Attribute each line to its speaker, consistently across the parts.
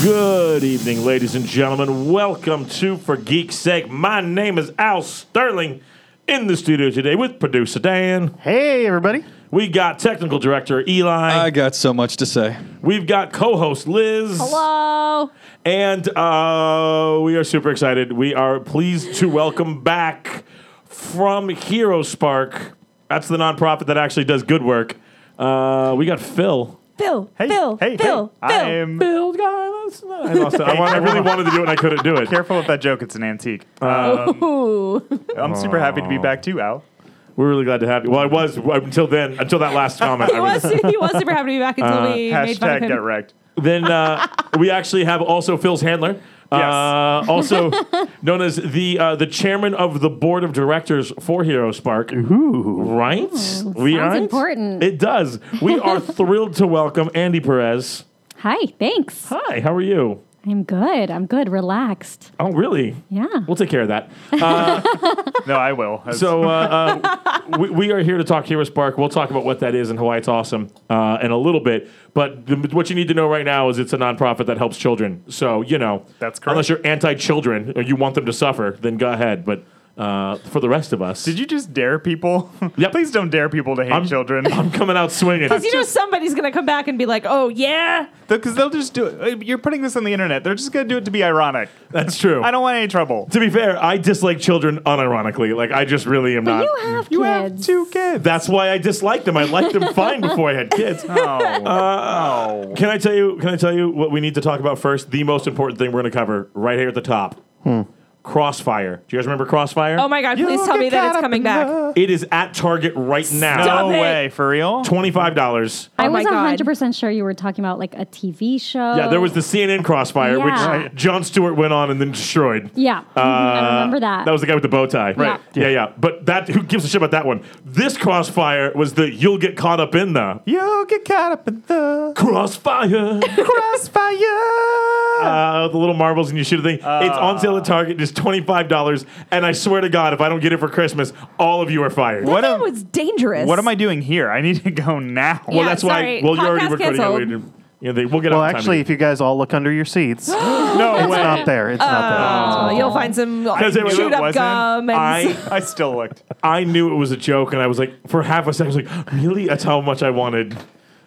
Speaker 1: Good evening, ladies and gentlemen. Welcome to For Geek's Sake. My name is Al Sterling in the studio today with producer Dan.
Speaker 2: Hey, everybody.
Speaker 1: We got technical director Eli.
Speaker 3: Uh,
Speaker 4: I got so much to say.
Speaker 1: We've got co host Liz.
Speaker 5: Hello.
Speaker 1: And uh, we are super excited. We are pleased to welcome back from Hero Spark. That's the nonprofit that actually does good work. Uh, we got Phil.
Speaker 5: Phil.
Speaker 2: Hey,
Speaker 5: Phil.
Speaker 2: hey,
Speaker 5: Phil.
Speaker 2: hey.
Speaker 5: Phil.
Speaker 2: I'm-
Speaker 5: Phil.
Speaker 1: I, lost it. I, wa- I really wanted to do it and I couldn't do it.
Speaker 2: Careful with that joke. It's an antique. Uh,
Speaker 5: Ooh.
Speaker 2: I'm super happy to be back too, Al.
Speaker 1: We're really glad to have you. Well, I was uh, until then, until that last comment.
Speaker 5: He
Speaker 1: I was.
Speaker 5: was, he was super happy to be back until we made fun of
Speaker 2: Uh, Hashtag
Speaker 5: him.
Speaker 2: get wrecked.
Speaker 1: Then uh, we actually have also Phil's handler. Uh, also known as the uh, the chairman of the board of directors for Hero Spark, right? we
Speaker 6: Oh, sounds
Speaker 1: right?
Speaker 6: important.
Speaker 1: It does. We are thrilled to welcome Andy Perez.
Speaker 6: Hi, thanks.
Speaker 1: Hi, how are you?
Speaker 6: I'm good. I'm good. Relaxed.
Speaker 1: Oh, really?
Speaker 6: Yeah.
Speaker 1: We'll take care of that.
Speaker 2: No, I will.
Speaker 1: So uh, uh, we, we are here to talk Hero Spark. We'll talk about what that is and why it's awesome uh, in a little bit. But the, what you need to know right now is it's a nonprofit that helps children. So you know,
Speaker 2: That's correct.
Speaker 1: unless you're anti-children or you want them to suffer, then go ahead. But uh, for the rest of us,
Speaker 2: did you just dare people?
Speaker 1: Yep.
Speaker 2: Please don't dare people to hate children.
Speaker 1: I'm coming out swinging.
Speaker 5: Because you know somebody's going to come back and be like, oh, yeah.
Speaker 2: Because they'll just do it. Uh, You're putting this on the internet. They're just going to do it to be ironic.
Speaker 1: That's true.
Speaker 2: I don't want any trouble.
Speaker 1: to be fair, I dislike children unironically. Like I just really am not.
Speaker 6: you have kids.
Speaker 2: Uh, You have two kids.
Speaker 1: That's why I dislike them. I liked them fine before I had kids.
Speaker 2: Uh, Oh.
Speaker 1: Can I tell you? Can I tell you what we need to talk about first? The most important thing we're going to cover right here at the top. Crossfire. Do you guys remember Crossfire?
Speaker 5: Oh, my God. Please tell me that it's coming back.
Speaker 1: It is at Target right now.
Speaker 2: No
Speaker 5: Stop it.
Speaker 2: way. For real?
Speaker 1: Twenty-five dollars.
Speaker 6: I
Speaker 5: Oh my
Speaker 6: was
Speaker 5: God.
Speaker 6: 100% sure you were talking about like a TV show.
Speaker 1: Yeah, there was the CNN Crossfire,
Speaker 6: Yeah.
Speaker 1: which John Stewart went on and then destroyed.
Speaker 6: Yeah. mhm, I remember that.
Speaker 1: Uh, That was the guy with the bow tie.
Speaker 6: Right.
Speaker 1: Yeah. yeah, But that who gives a shit about that one? This crossfire was the you'll get caught up in the
Speaker 2: You get caught up in the
Speaker 1: crossfire.
Speaker 2: crossfire.
Speaker 1: uh, the little marbles and you shoot a thing. it's on sale
Speaker 2: Uh.
Speaker 1: at Target. It's twenty five dollars, and I swear to God, if I don't get it for Christmas, all of you are fired.
Speaker 2: What
Speaker 5: That
Speaker 2: am-
Speaker 5: was dangerous.
Speaker 2: What am I doing here? I need to go now.
Speaker 1: Well,
Speaker 5: Yeah,
Speaker 1: that's
Speaker 5: sorry.
Speaker 1: why. Well, you're already
Speaker 5: Podcast
Speaker 1: recording.
Speaker 5: canceled.
Speaker 1: Yeah, we- yeah, they, we'll get.
Speaker 7: Well,
Speaker 1: on time
Speaker 7: actually,
Speaker 1: to-
Speaker 7: if you guys all look under your seats, it's
Speaker 2: no way.
Speaker 7: not there. It's not
Speaker 5: Oh,
Speaker 7: there.
Speaker 5: you'll find some like,
Speaker 1: it was-
Speaker 5: chewed
Speaker 1: it
Speaker 5: up
Speaker 2: wasn't.
Speaker 5: gum. And
Speaker 1: I
Speaker 2: I still looked.
Speaker 1: I knew it was a joke, and I was like, for half a second, I was like, really? That's how much I wanted.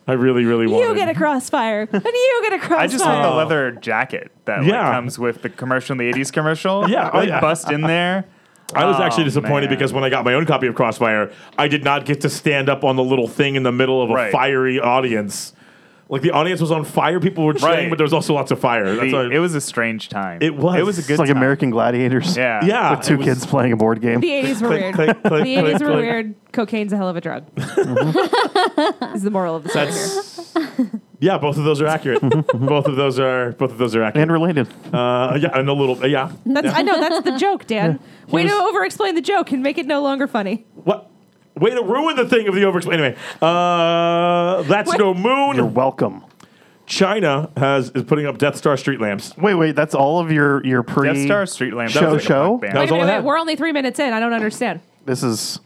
Speaker 1: I really, really wanted.
Speaker 5: you get a crossfire. And you get a crossfire.
Speaker 2: I just want the leather jacket that
Speaker 1: Yeah.
Speaker 2: like, comes with the commercial, in the '80s commercial.
Speaker 1: Yeah, oh,
Speaker 2: They
Speaker 1: yeah.
Speaker 2: bust in there.
Speaker 1: I was actually
Speaker 2: Oh,
Speaker 1: disappointed
Speaker 2: man.
Speaker 1: because when I got my own copy of Crossfire, I did not get to stand up on the little thing in the middle of a
Speaker 2: Right.
Speaker 1: fiery audience. Like the audience was on fire, people were cheering,
Speaker 2: Right.
Speaker 1: but there was also lots of fire. That's
Speaker 2: The-
Speaker 1: why-
Speaker 2: it was a strange time.
Speaker 1: It was.
Speaker 2: It was a good.
Speaker 7: It's like
Speaker 2: time.
Speaker 7: American Gladiators.
Speaker 2: Yeah.
Speaker 1: yeah, Ah,
Speaker 7: With two
Speaker 1: it was-
Speaker 7: kids playing a board game.
Speaker 5: The 80s were weird.
Speaker 1: click, click,
Speaker 5: the 80s
Speaker 1: click,
Speaker 5: were
Speaker 1: click.
Speaker 5: weird. Cocaine's a hell of a drug. is the moral of the story here.
Speaker 1: That's yeah. Both of those are accurate. both of those are both of those are accurate.
Speaker 7: And related.
Speaker 1: uh, yeah, and a little yeah.
Speaker 5: That's, I know that's the joke, Dan. Way to over-explain the joke and make it no longer funny.
Speaker 1: What? Way to ruin the thing of the overexplain. Anyway, uh, that's
Speaker 5: What?
Speaker 1: no moon.
Speaker 7: You're welcome.
Speaker 1: China has is putting up Death Star street lamps.
Speaker 7: Wait, wait. That's all of your your pre.
Speaker 2: Death Star Street Lamp.
Speaker 7: Show,
Speaker 2: That was like a
Speaker 7: show?
Speaker 2: punk band.
Speaker 1: That was
Speaker 5: Wait a
Speaker 1: all I
Speaker 5: minute,
Speaker 1: had.
Speaker 5: we're only three minutes in. I don't understand.
Speaker 7: This is.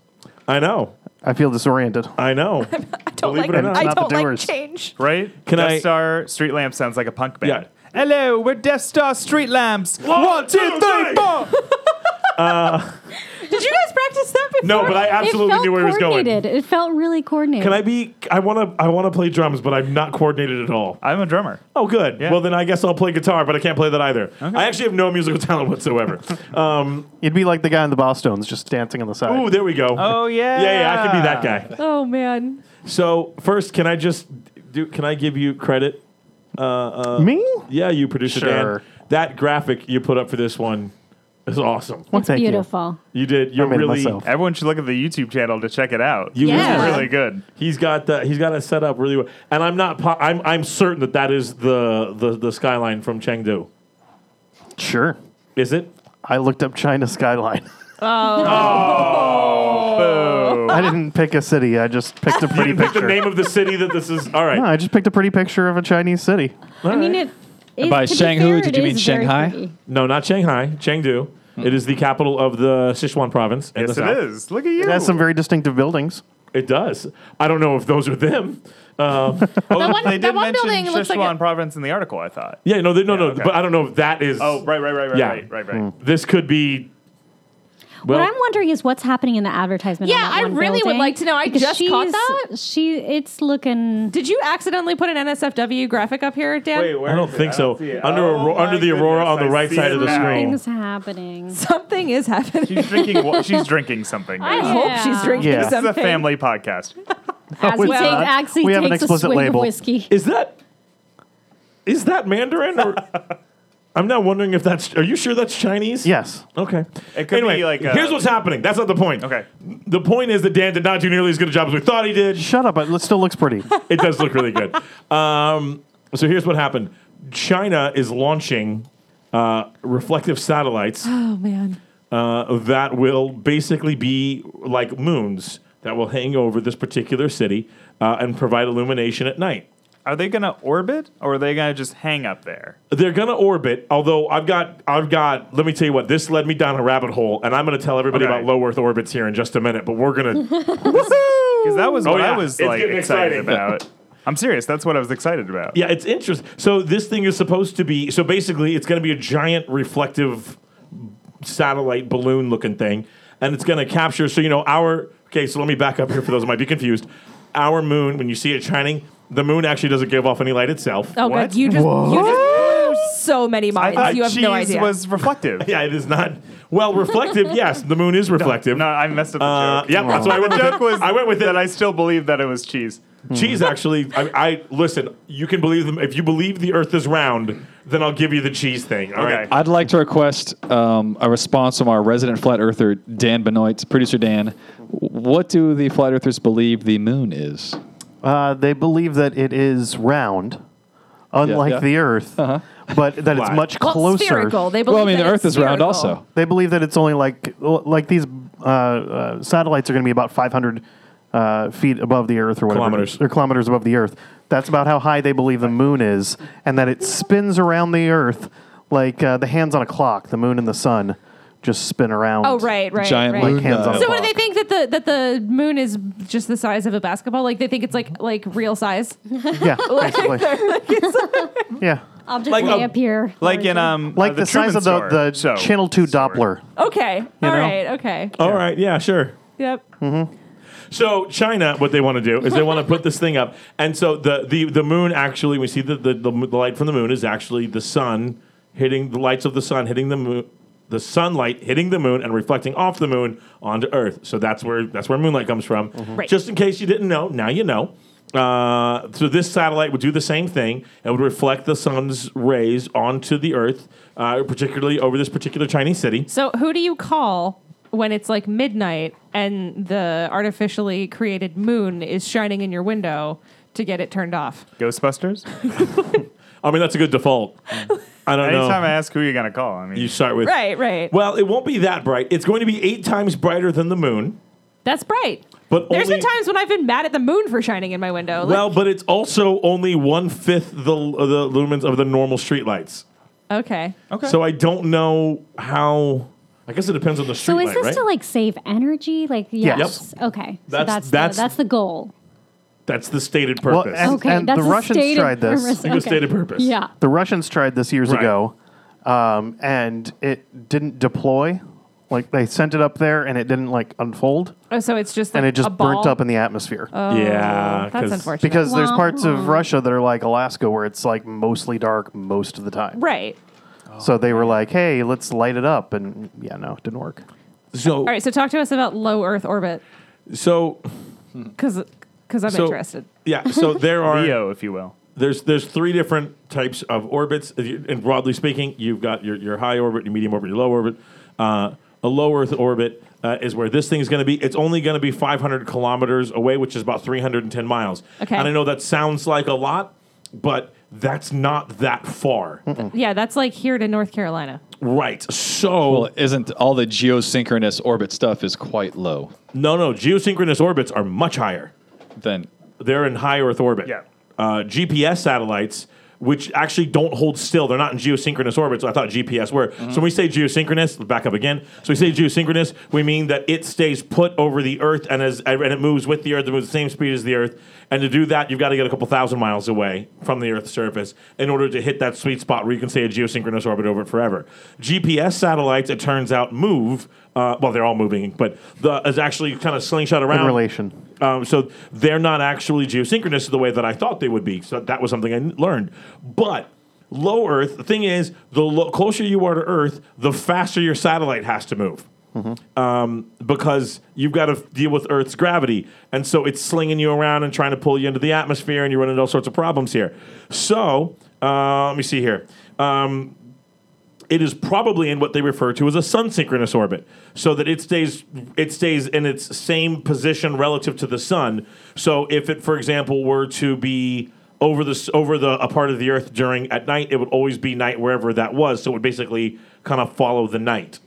Speaker 1: I know.
Speaker 7: I feel disoriented.
Speaker 1: I know.
Speaker 5: I don't
Speaker 1: Believe
Speaker 5: like.
Speaker 1: it or not,
Speaker 5: I
Speaker 7: not the
Speaker 5: don't like
Speaker 7: doers.
Speaker 5: change.
Speaker 2: right?
Speaker 1: Can
Speaker 2: Death
Speaker 1: I-
Speaker 2: Star Street Lamp sounds like a punk band.
Speaker 1: Yeah.
Speaker 2: Hello, we're Death Star Street Lamps.
Speaker 1: One,
Speaker 2: One, two,
Speaker 1: two,
Speaker 2: three,
Speaker 1: three.
Speaker 2: four.
Speaker 5: Did you guys practice that before?
Speaker 1: No, but I absolutely
Speaker 6: felt
Speaker 1: knew where he was going.
Speaker 6: coordinated. It felt really coordinated.
Speaker 1: Can I be? I want to. I want to play drums, but I'm not coordinated at all.
Speaker 2: I'm a drummer.
Speaker 1: Oh, good.
Speaker 2: Yeah.
Speaker 1: Well, then I guess I'll play guitar, but I can't play that either. I actually have no musical talent whatsoever. um,
Speaker 7: You'd be like the guy in the Boston's just dancing on the side.
Speaker 1: ooh, there we go.
Speaker 2: Oh, yeah.
Speaker 1: Yeah, yeah. I could be that guy.
Speaker 5: Oh man,
Speaker 1: So first, can I just do? Can I give you credit? Uh,
Speaker 7: Me?
Speaker 1: Yeah, you producer
Speaker 7: Sure.
Speaker 1: Dan. That graphic you put up for this one is awesome.
Speaker 7: Well,
Speaker 6: It's
Speaker 7: thank you.
Speaker 6: beautiful.
Speaker 1: You did. You're
Speaker 7: I made it
Speaker 1: really.
Speaker 7: myself.
Speaker 2: Everyone should look at the YouTube channel to check it out.
Speaker 1: You
Speaker 6: Yeah.
Speaker 2: It's
Speaker 1: really.
Speaker 2: really good.
Speaker 1: He's got that. He's got it set up really well. And I'm not. Po- I'm. I'm certain that that is the the the skyline from Chengdu.
Speaker 7: Sure.
Speaker 1: Is it?
Speaker 7: I looked up China skyline. Oh. I didn't pick a city. I just picked a pretty
Speaker 1: You picked the
Speaker 7: picture.
Speaker 1: name of the city that this is. All right.
Speaker 7: No, I just picked a pretty picture of a Chinese city.
Speaker 6: I mean, it. it-
Speaker 4: By
Speaker 6: to be
Speaker 4: Shanghu,
Speaker 6: fair,
Speaker 4: did
Speaker 6: it
Speaker 4: you mean
Speaker 6: is very
Speaker 4: Shanghai?
Speaker 6: pretty.
Speaker 1: No, not Shanghai. Chengdu. It is the capital of the Sichuan province. in
Speaker 2: Yes,
Speaker 1: the
Speaker 2: it
Speaker 1: south.
Speaker 2: is. Look at you.
Speaker 7: It has some very distinctive buildings.
Speaker 1: It does. I don't know if those are them. Um,
Speaker 2: Oh,
Speaker 4: one-
Speaker 2: they
Speaker 4: that
Speaker 2: did
Speaker 4: one
Speaker 2: mention
Speaker 4: building looks like
Speaker 2: Sichuan
Speaker 4: it-
Speaker 2: province in the article. I thought.
Speaker 1: yeah, no, they, no, no.
Speaker 2: okay.
Speaker 1: But I don't know if that is.
Speaker 2: Oh, right, right, right, right,
Speaker 1: Yeah. Hmm.
Speaker 2: right, right, right.
Speaker 1: This could be. Well,
Speaker 6: what I'm wondering is what's happening in the advertisement. on
Speaker 4: Yeah,
Speaker 6: that
Speaker 4: I
Speaker 6: one
Speaker 4: really would
Speaker 6: building,
Speaker 4: like to know. I
Speaker 6: because
Speaker 4: just caught
Speaker 6: she's-
Speaker 4: that.
Speaker 6: She, it's looking.
Speaker 5: Did you accidentally put an NSFW graphic up here, Dan?
Speaker 2: Wait, where
Speaker 1: I don't
Speaker 2: is it?
Speaker 1: think so.
Speaker 2: see it.
Speaker 1: Under
Speaker 2: Oh
Speaker 1: Aurora-
Speaker 2: my
Speaker 1: under the Aurora
Speaker 2: goodness,
Speaker 1: on the
Speaker 2: I
Speaker 1: right
Speaker 2: see
Speaker 1: side
Speaker 2: it
Speaker 1: of the
Speaker 2: now.
Speaker 1: screen.
Speaker 6: Things happening.
Speaker 5: Something is happening.
Speaker 2: She's drinking. wa- she's drinking something.
Speaker 5: I
Speaker 2: guys.
Speaker 5: hope she's drinking
Speaker 7: Yeah. This is
Speaker 2: This
Speaker 7: a
Speaker 2: is a
Speaker 5: something.
Speaker 2: family podcast.
Speaker 6: As he
Speaker 7: No, it's
Speaker 6: takes,
Speaker 7: not.
Speaker 6: actually
Speaker 7: we have an
Speaker 6: takes a
Speaker 7: explicit
Speaker 6: swig
Speaker 7: label.
Speaker 6: of whiskey.
Speaker 1: Is that is that Mandarin? Or, I'm now wondering if that's. Are you sure that's Chinese?
Speaker 7: Yes.
Speaker 1: Okay.
Speaker 2: It could
Speaker 1: anyway,
Speaker 2: be like a-
Speaker 1: here's what's happening. That's not the point.
Speaker 2: Okay.
Speaker 1: The point is that Dan did not do nearly as good a job as we thought he did.
Speaker 7: Shut up. It still looks pretty.
Speaker 1: It does look really good. Um, so here's what happened. China is launching uh, reflective satellites
Speaker 5: Oh man.
Speaker 1: uh, that will basically be like moons that will hang over this particular city uh, and provide illumination at night.
Speaker 2: Are they going to orbit or are they going to just hang up there?
Speaker 1: They're gonna orbit, although I've got I've got let me tell you what, this led me down a rabbit hole, and I'm gonna tell everybody
Speaker 2: Okay.
Speaker 1: about low Earth orbits here in just a minute, but we're gonna
Speaker 2: Because that was
Speaker 1: Oh,
Speaker 2: what
Speaker 1: yeah.
Speaker 2: I was
Speaker 1: It's
Speaker 2: like
Speaker 1: getting
Speaker 2: excited
Speaker 1: exciting.
Speaker 2: about. I'm serious. That's what I was excited about.
Speaker 1: Yeah, it's interesting. So this thing is supposed to be so basically it's gonna be a giant reflective satellite balloon looking thing, and it's going to capture. So you know our okay. So let me back up here for those who might be confused. Our moon, when you see it shining, the moon actually doesn't give off any light itself.
Speaker 5: Oh
Speaker 2: What?
Speaker 5: god, you just you just blew so many
Speaker 2: I
Speaker 5: minds.
Speaker 2: thought
Speaker 5: You have
Speaker 2: cheese
Speaker 5: no idea.
Speaker 2: was reflective.
Speaker 1: Yeah, it is not. Well, reflective. yes, the moon is reflective.
Speaker 2: No, I messed up the
Speaker 1: Uh,
Speaker 2: joke.
Speaker 1: yep, that's why I went
Speaker 2: The
Speaker 1: with
Speaker 2: joke
Speaker 1: it.
Speaker 2: was
Speaker 1: I went with
Speaker 2: that
Speaker 1: it.
Speaker 2: I still believe that it was cheese.
Speaker 1: Cheese actually. I, I listen. You can believe them if you believe the Earth is round. Then I'll give you the cheese thing. All
Speaker 2: Okay.
Speaker 1: right.
Speaker 3: I'd like to request um, a response from our resident flat earther, Dan Benoit, producer Dan. What do the flat earthers believe the moon is?
Speaker 7: Uh, they believe that it is round, unlike
Speaker 3: Yeah.
Speaker 7: the Earth, but that it's
Speaker 1: Flat.
Speaker 7: much
Speaker 5: well,
Speaker 7: closer.
Speaker 5: spherical. They believe
Speaker 3: Well, I mean,
Speaker 5: that
Speaker 3: the Earth
Speaker 5: it's
Speaker 3: is round
Speaker 5: spherical.
Speaker 3: also.
Speaker 7: They believe that it's only like like these uh, uh, satellites are going to be about 500 uh, feet above the Earth or whatever,
Speaker 1: Kilometers.
Speaker 7: or kilometers above the Earth. That's about how high they believe the moon is, and that it spins around the Earth like uh, the hands on a clock. The moon and the sun just spin around.
Speaker 5: Oh right, right,
Speaker 3: Giant
Speaker 5: right.
Speaker 3: moon
Speaker 7: Like hands on a
Speaker 5: So
Speaker 7: clock.
Speaker 5: what do they think that the that the moon is just the size of a basketball? Like they think it's like like real size.
Speaker 7: Yeah, basically. yeah.
Speaker 6: Object
Speaker 1: Like
Speaker 6: may
Speaker 1: a-
Speaker 6: appear.
Speaker 2: Like in
Speaker 6: larger.
Speaker 2: um,
Speaker 7: Like
Speaker 2: uh,
Speaker 7: the, size
Speaker 2: Truman
Speaker 7: of the,
Speaker 2: Store.
Speaker 7: the
Speaker 2: So-
Speaker 7: Channel 2
Speaker 2: Store.
Speaker 7: Doppler.
Speaker 5: Okay. all right.
Speaker 7: know?
Speaker 5: Okay.
Speaker 1: Uh, All right. Yeah. Sure.
Speaker 5: Yep.
Speaker 1: So China, what they want to do is they want to put this thing up, and so the the, the moon actually we see that the, the the light from the moon is actually the sun hitting the lights of the sun hitting the moon. The sunlight hitting the moon and reflecting off the moon onto Earth, so that's where that's where moonlight comes from.
Speaker 2: Mm-hmm.
Speaker 5: Right.
Speaker 1: Just in case you didn't know, now you know. Uh, so this satellite would do the same thing. It would reflect the sun's rays onto the Earth, uh, particularly over this particular Chinese city.
Speaker 5: So who do you call when it's like midnight and the artificially created moon is shining in your window to get it turned off?
Speaker 2: Ghostbusters.
Speaker 1: I mean, that's a good default. I don't know.
Speaker 2: Anytime I ask who you're gonna call, I mean,
Speaker 1: you start with
Speaker 5: Right. Right.
Speaker 1: Well, it won't be that bright. It's going to be eight times brighter than the moon,
Speaker 5: That's bright.
Speaker 1: but
Speaker 5: There's
Speaker 1: only,
Speaker 5: been times when I've been mad at the moon for shining in my window. Like,
Speaker 1: Well, but it's also only one fifth the the lumens of the normal streetlights.
Speaker 5: okay.
Speaker 2: okay.
Speaker 1: So I don't know how. I guess it depends on the
Speaker 6: So
Speaker 1: streetlight,
Speaker 6: is this
Speaker 1: right?
Speaker 6: to like save energy? Like
Speaker 7: Yes.
Speaker 6: yes, okay. So
Speaker 1: That's-
Speaker 6: that's
Speaker 1: that's-
Speaker 6: the, that's the goal.
Speaker 1: That's the stated
Speaker 7: Well,
Speaker 1: purpose.
Speaker 7: and-
Speaker 6: Okay, that's
Speaker 7: the
Speaker 6: a
Speaker 7: Russians
Speaker 6: stated
Speaker 7: tried this.
Speaker 6: purpose.
Speaker 1: It was
Speaker 6: Okay.
Speaker 1: stated purpose.
Speaker 6: Yeah,
Speaker 7: The Russians tried this years
Speaker 1: Right.
Speaker 7: ago, um, and it didn't deploy. Like they sent it up there, and it didn't like unfold,
Speaker 5: Oh, so it's just like
Speaker 7: and it just
Speaker 5: a ball.
Speaker 7: burnt up in the atmosphere.
Speaker 1: Uh, yeah,
Speaker 5: Oh, That's
Speaker 1: 'cause-
Speaker 5: unfortunate.
Speaker 7: because there's
Speaker 6: Wow.
Speaker 7: parts of Russia that are like Alaska, where it's like mostly dark most of the time.
Speaker 5: right.
Speaker 7: So they were like, "Hey, let's light it up," and yeah, no, it didn't work.
Speaker 1: So,
Speaker 5: All right. So talk to us about low Earth orbit
Speaker 1: so,
Speaker 5: because I'm
Speaker 1: so
Speaker 5: interested.
Speaker 1: Yeah, so there are
Speaker 2: Leo, if you will.
Speaker 1: there's there's three different types of orbits, If you- and broadly speaking, you've got your, your high orbit, your medium orbit, your low orbit. Uh, a low Earth orbit uh, is where this thing is going to be. It's only going to be 500 kilometers away, which is about 310 miles.
Speaker 5: Okay.
Speaker 1: And I know that sounds like a lot, but that's not that far,
Speaker 5: Yeah, that's like here to North Carolina.
Speaker 1: right? So
Speaker 3: Well, isn't all the geosynchronous orbit stuff is quite low?
Speaker 1: no, no, geosynchronous orbits are much higher.
Speaker 3: Then
Speaker 1: They're in high Earth orbit.
Speaker 2: Yeah.
Speaker 1: Uh, GPS satellites which actually don't hold still. They're not in geosynchronous orbits. I thought GPS were. So when we say geosynchronous, back up again. So we say geosynchronous, we mean that it stays put over the Earth and as and it moves with the Earth, it moves the same speed as the Earth. And to do that, you've got to get a couple thousand miles away from the Earth's surface in order to hit that sweet spot where you can stay a geosynchronous orbit over it forever. GPS satellites, it turns out, move. Uh, well, they're all moving, but the is actually kind of slingshot around
Speaker 7: in relation.
Speaker 1: um, so they're not actually geosynchronous the way that I thought they would be. So that was something I n- learned. But low Earth, the thing is, the lo- closer you are to Earth, the faster your satellite has to move. Um, because you've got to deal with Earth's gravity. And so it's slinging you around and trying to pull you into the atmosphere, and you run into all sorts of problems here. So, uh, let me see here. Um, it is probably in what they refer to as a sun synchronous orbit, so that it stays it stays in its same position relative to the sun. So if it, for example, were to be over the s- over the a part of the Earth during at night, it would always be night wherever that was. So it would basically kind of follow the night.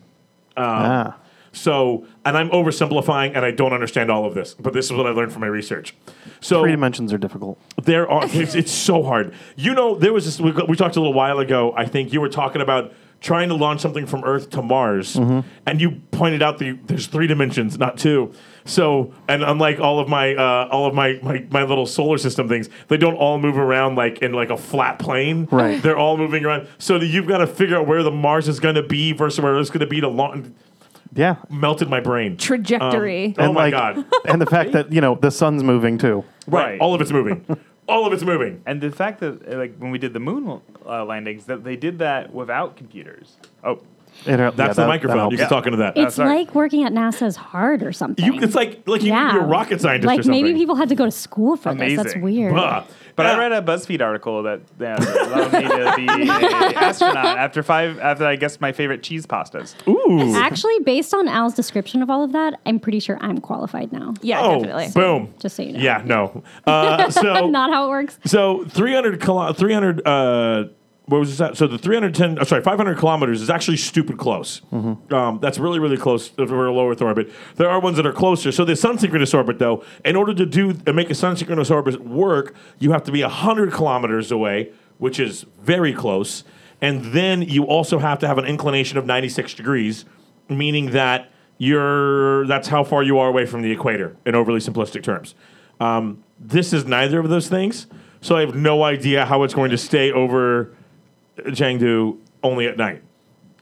Speaker 7: ah.
Speaker 1: Um, So, and I'm oversimplifying, and I don't understand all of this, but this is what I learned from my research. So
Speaker 7: Three dimensions are difficult.
Speaker 1: there are. It's, it's so hard. You know, there was this. We, we talked a little while ago. I think you were talking about trying to launch something from Earth to Mars, and you pointed out the there's three dimensions, not two. So, and unlike all of my uh, all of my, my my little solar system things, they don't all move around like in like a flat plane.
Speaker 7: Right.
Speaker 1: They're all moving around. So that you've got to figure out where the Mars is going to be versus where it's going to be to launch.
Speaker 7: Yeah.
Speaker 1: Melted my brain.
Speaker 5: Trajectory.
Speaker 1: Um, oh my god!
Speaker 7: And the fact that, you know, the sun's moving too.
Speaker 1: Right.
Speaker 2: Right.
Speaker 1: All of it's moving. All of it's moving.
Speaker 2: And the fact that, uh, like, when we did the moon uh, landings, that they did that without computers. Oh,
Speaker 7: It, uh, That's
Speaker 1: That's the microphone. You can talk into that.
Speaker 6: It's
Speaker 2: sorry.
Speaker 6: like working at NASA's hard or something.
Speaker 1: You, it's like like you,
Speaker 6: yeah.
Speaker 1: you're a rocket scientist
Speaker 6: Like
Speaker 1: or something.
Speaker 6: maybe people had to go to school for this. That's
Speaker 2: Amazing.
Speaker 6: weird.
Speaker 1: Ugh.
Speaker 2: But
Speaker 1: Yeah.
Speaker 2: I read a BuzzFeed article that yeah, that allowed me to be an astronaut after five after I guessed my favorite cheese pastas.
Speaker 1: Ooh.
Speaker 6: Actually, based on Al's description of all of that, I'm pretty sure I'm qualified now.
Speaker 5: yeah,
Speaker 1: oh,
Speaker 5: definitely.
Speaker 1: boom.
Speaker 6: Just so you know.
Speaker 1: Yeah, no. Uh, so
Speaker 6: Not how it works.
Speaker 1: so 300 kilo, 300 uh what was that? So the 310, oh, sorry, 500 kilometers is actually stupid close. Um, that's really, really close for a low Earth orbit. There are ones that are closer. So the sun synchronous orbit, though, in order to do uh, make a sun synchronous orbit work, you have to be 100 kilometers away, which is very close. And then you also have to have an inclination of 96 degrees, meaning that you're that's how far you are away from the equator in overly simplistic terms. Um, this is neither of those things, so I have no idea how it's going to stay over Chengdu only at night.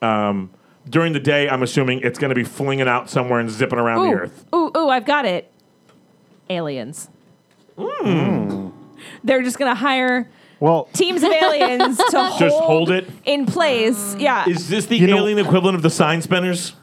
Speaker 1: Um, during the day, I'm assuming it's going to be flinging out somewhere and zipping around
Speaker 5: ooh,
Speaker 1: the earth.
Speaker 5: ooh, ooh, I've got it. Aliens.
Speaker 1: Hmm.
Speaker 5: They're just gonna hire
Speaker 7: Well,
Speaker 5: teams of aliens to hold
Speaker 1: Just hold it.
Speaker 5: in place. Yeah.
Speaker 1: Is this the
Speaker 7: You know-
Speaker 1: alien equivalent of the sign spinners?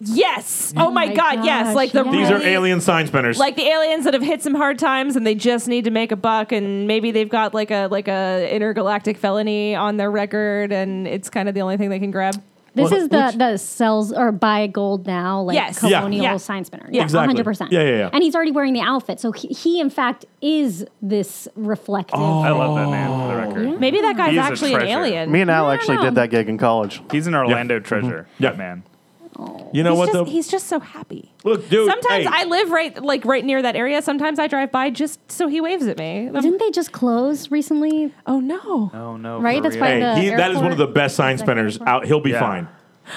Speaker 5: yes. Oh, my
Speaker 6: my
Speaker 5: god. yes.
Speaker 6: gosh,
Speaker 5: Like the
Speaker 6: yes.
Speaker 1: These are
Speaker 5: really-
Speaker 1: alien sign spinners.
Speaker 5: Like the aliens that have hit some hard times and they just need to make a buck and maybe they've got like a like a intergalactic felony on their record and it's kind of the only thing they can grab.
Speaker 6: This
Speaker 1: Well,
Speaker 6: is the
Speaker 1: which-
Speaker 6: the sells or buy gold now like
Speaker 5: Yes. Yeah.
Speaker 6: colonial
Speaker 5: Yeah.
Speaker 6: sign spinner. Yeah,
Speaker 1: Exactly.
Speaker 6: hundred percent.
Speaker 1: Yeah, yeah, yeah.
Speaker 6: And he's already wearing the outfit, so he, he in fact is this reflective.
Speaker 2: I
Speaker 1: Oh.
Speaker 2: love that man for the record.
Speaker 5: Maybe that guy's
Speaker 2: He is a
Speaker 5: actually an
Speaker 2: treasure.
Speaker 5: alien.
Speaker 7: me and Al
Speaker 6: No, no,
Speaker 7: actually
Speaker 6: no.
Speaker 7: did that gig in college.
Speaker 2: He's an Orlando treasure.
Speaker 1: Yeah.
Speaker 2: man.
Speaker 1: you know
Speaker 5: he's,
Speaker 1: what
Speaker 5: just,
Speaker 1: though?
Speaker 5: he's just so happy.
Speaker 1: Look, dude.
Speaker 5: Sometimes
Speaker 1: hey,
Speaker 5: I live right like right near that area. Sometimes I drive by just so he waves at me. I'm-
Speaker 6: Didn't they just close recently?
Speaker 5: oh no.
Speaker 2: Oh no,
Speaker 6: Right, that's why the-
Speaker 1: Hey, he, that is one of the
Speaker 6: airport-
Speaker 1: best sign
Speaker 6: Second
Speaker 1: spinners
Speaker 6: airport.
Speaker 1: out. He'll be
Speaker 2: Yeah.
Speaker 1: fine.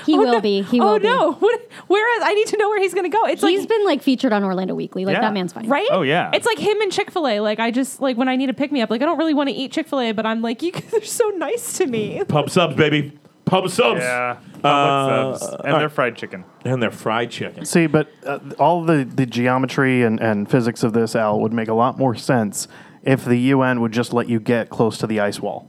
Speaker 6: He will
Speaker 5: no.
Speaker 6: be. He
Speaker 5: oh
Speaker 6: will be.
Speaker 5: no. What, where is I need to know where he's gonna go. It's
Speaker 6: He's
Speaker 5: like
Speaker 6: been like featured on Orlando Weekly. Like
Speaker 2: Yeah.
Speaker 6: that man's fine.
Speaker 5: right?
Speaker 2: Oh, yeah.
Speaker 5: It's like him and Chick Fil A. Like I just like when I need a pick me up. Like I don't really want to eat Chick Fil A, but I'm like you. guys are so nice to me.
Speaker 1: Pub subs, baby. Pub subs.
Speaker 2: yeah, public
Speaker 1: Uh,
Speaker 2: subs and
Speaker 1: all right.
Speaker 2: their fried chicken.
Speaker 1: And they're fried chicken.
Speaker 7: See, but uh, all the, the geometry and, and physics of this, Al, would make a lot more sense if the UN would just let you get close to the ice wall.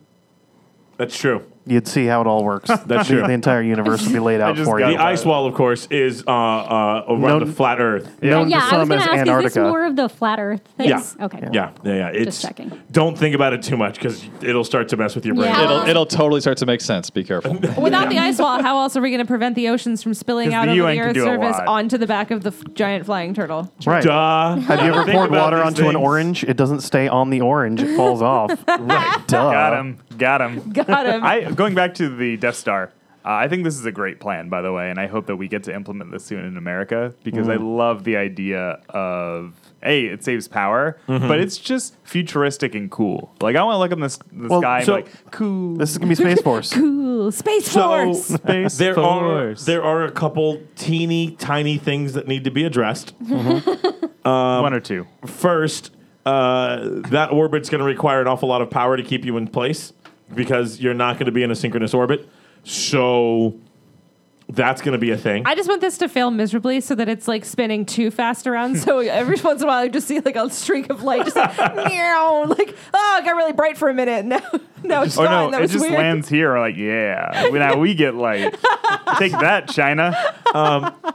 Speaker 1: That's true.
Speaker 7: You'd see how it all works.
Speaker 1: That's
Speaker 7: the,
Speaker 1: true.
Speaker 7: the entire universe would be laid out
Speaker 2: just
Speaker 7: for
Speaker 2: got
Speaker 7: you.
Speaker 1: The ice wall, of course, is uh, uh, around
Speaker 7: No-
Speaker 1: the flat Earth.
Speaker 6: Yeah,
Speaker 7: Known to
Speaker 6: I was
Speaker 7: some
Speaker 6: gonna
Speaker 7: as
Speaker 6: ask, is this
Speaker 7: Antarctica.
Speaker 6: more of the flat Earth thing?
Speaker 1: Yeah.
Speaker 6: Okay.
Speaker 1: Yeah, yeah, yeah. It's,
Speaker 6: checking.
Speaker 1: Don't think about it too much because it'll start to mess with your brain.
Speaker 6: Yeah.
Speaker 3: It'll, it'll totally start to make sense. Be careful.
Speaker 5: Without the ice wall, how else are we going to prevent the oceans from spilling
Speaker 2: 'Cause
Speaker 5: out
Speaker 2: the
Speaker 5: over
Speaker 2: UN
Speaker 5: the
Speaker 2: can
Speaker 5: Earth's
Speaker 2: do a
Speaker 5: surface
Speaker 2: lot.
Speaker 5: onto the back of the f- giant flying turtle?
Speaker 7: Right.
Speaker 1: Duh.
Speaker 7: Have you ever
Speaker 1: Think
Speaker 7: poured
Speaker 1: about
Speaker 7: water
Speaker 1: these
Speaker 7: onto an
Speaker 1: things.
Speaker 7: orange? It doesn't stay on the orange; it falls off. right. Duh.
Speaker 2: Got him, got him.
Speaker 5: Got him.
Speaker 2: I going back to the Death Star. Uh, I think this is a great plan, by the way, and I hope that we get to implement this soon in America because I love the idea of a it saves power, but it's just futuristic and cool. Like I want to look up in this the
Speaker 7: Well,
Speaker 2: sky
Speaker 1: so-
Speaker 2: and be like cool.
Speaker 7: This is gonna be Space Force.
Speaker 5: Cool. Space
Speaker 1: So
Speaker 5: Force.
Speaker 2: Space
Speaker 1: there are
Speaker 2: Force.
Speaker 1: there are a couple teeny tiny things that need to be addressed.
Speaker 2: one or two.
Speaker 1: First, uh, that orbit's going to require an awful lot of power to keep you in place because you're not going to be in a synchronous orbit. So that's going to be a thing.
Speaker 5: I just want this to fail miserably so that it's like spinning too fast around. So every once in a while, I just see like a streak of light, just like meow, like oh, it got really bright for a minute. Now, now it's
Speaker 2: Oh no,
Speaker 5: gone. that
Speaker 2: it
Speaker 5: was
Speaker 2: just
Speaker 5: weird.
Speaker 2: lands here. We're like, yeah. We- Now we get light. Take that, China.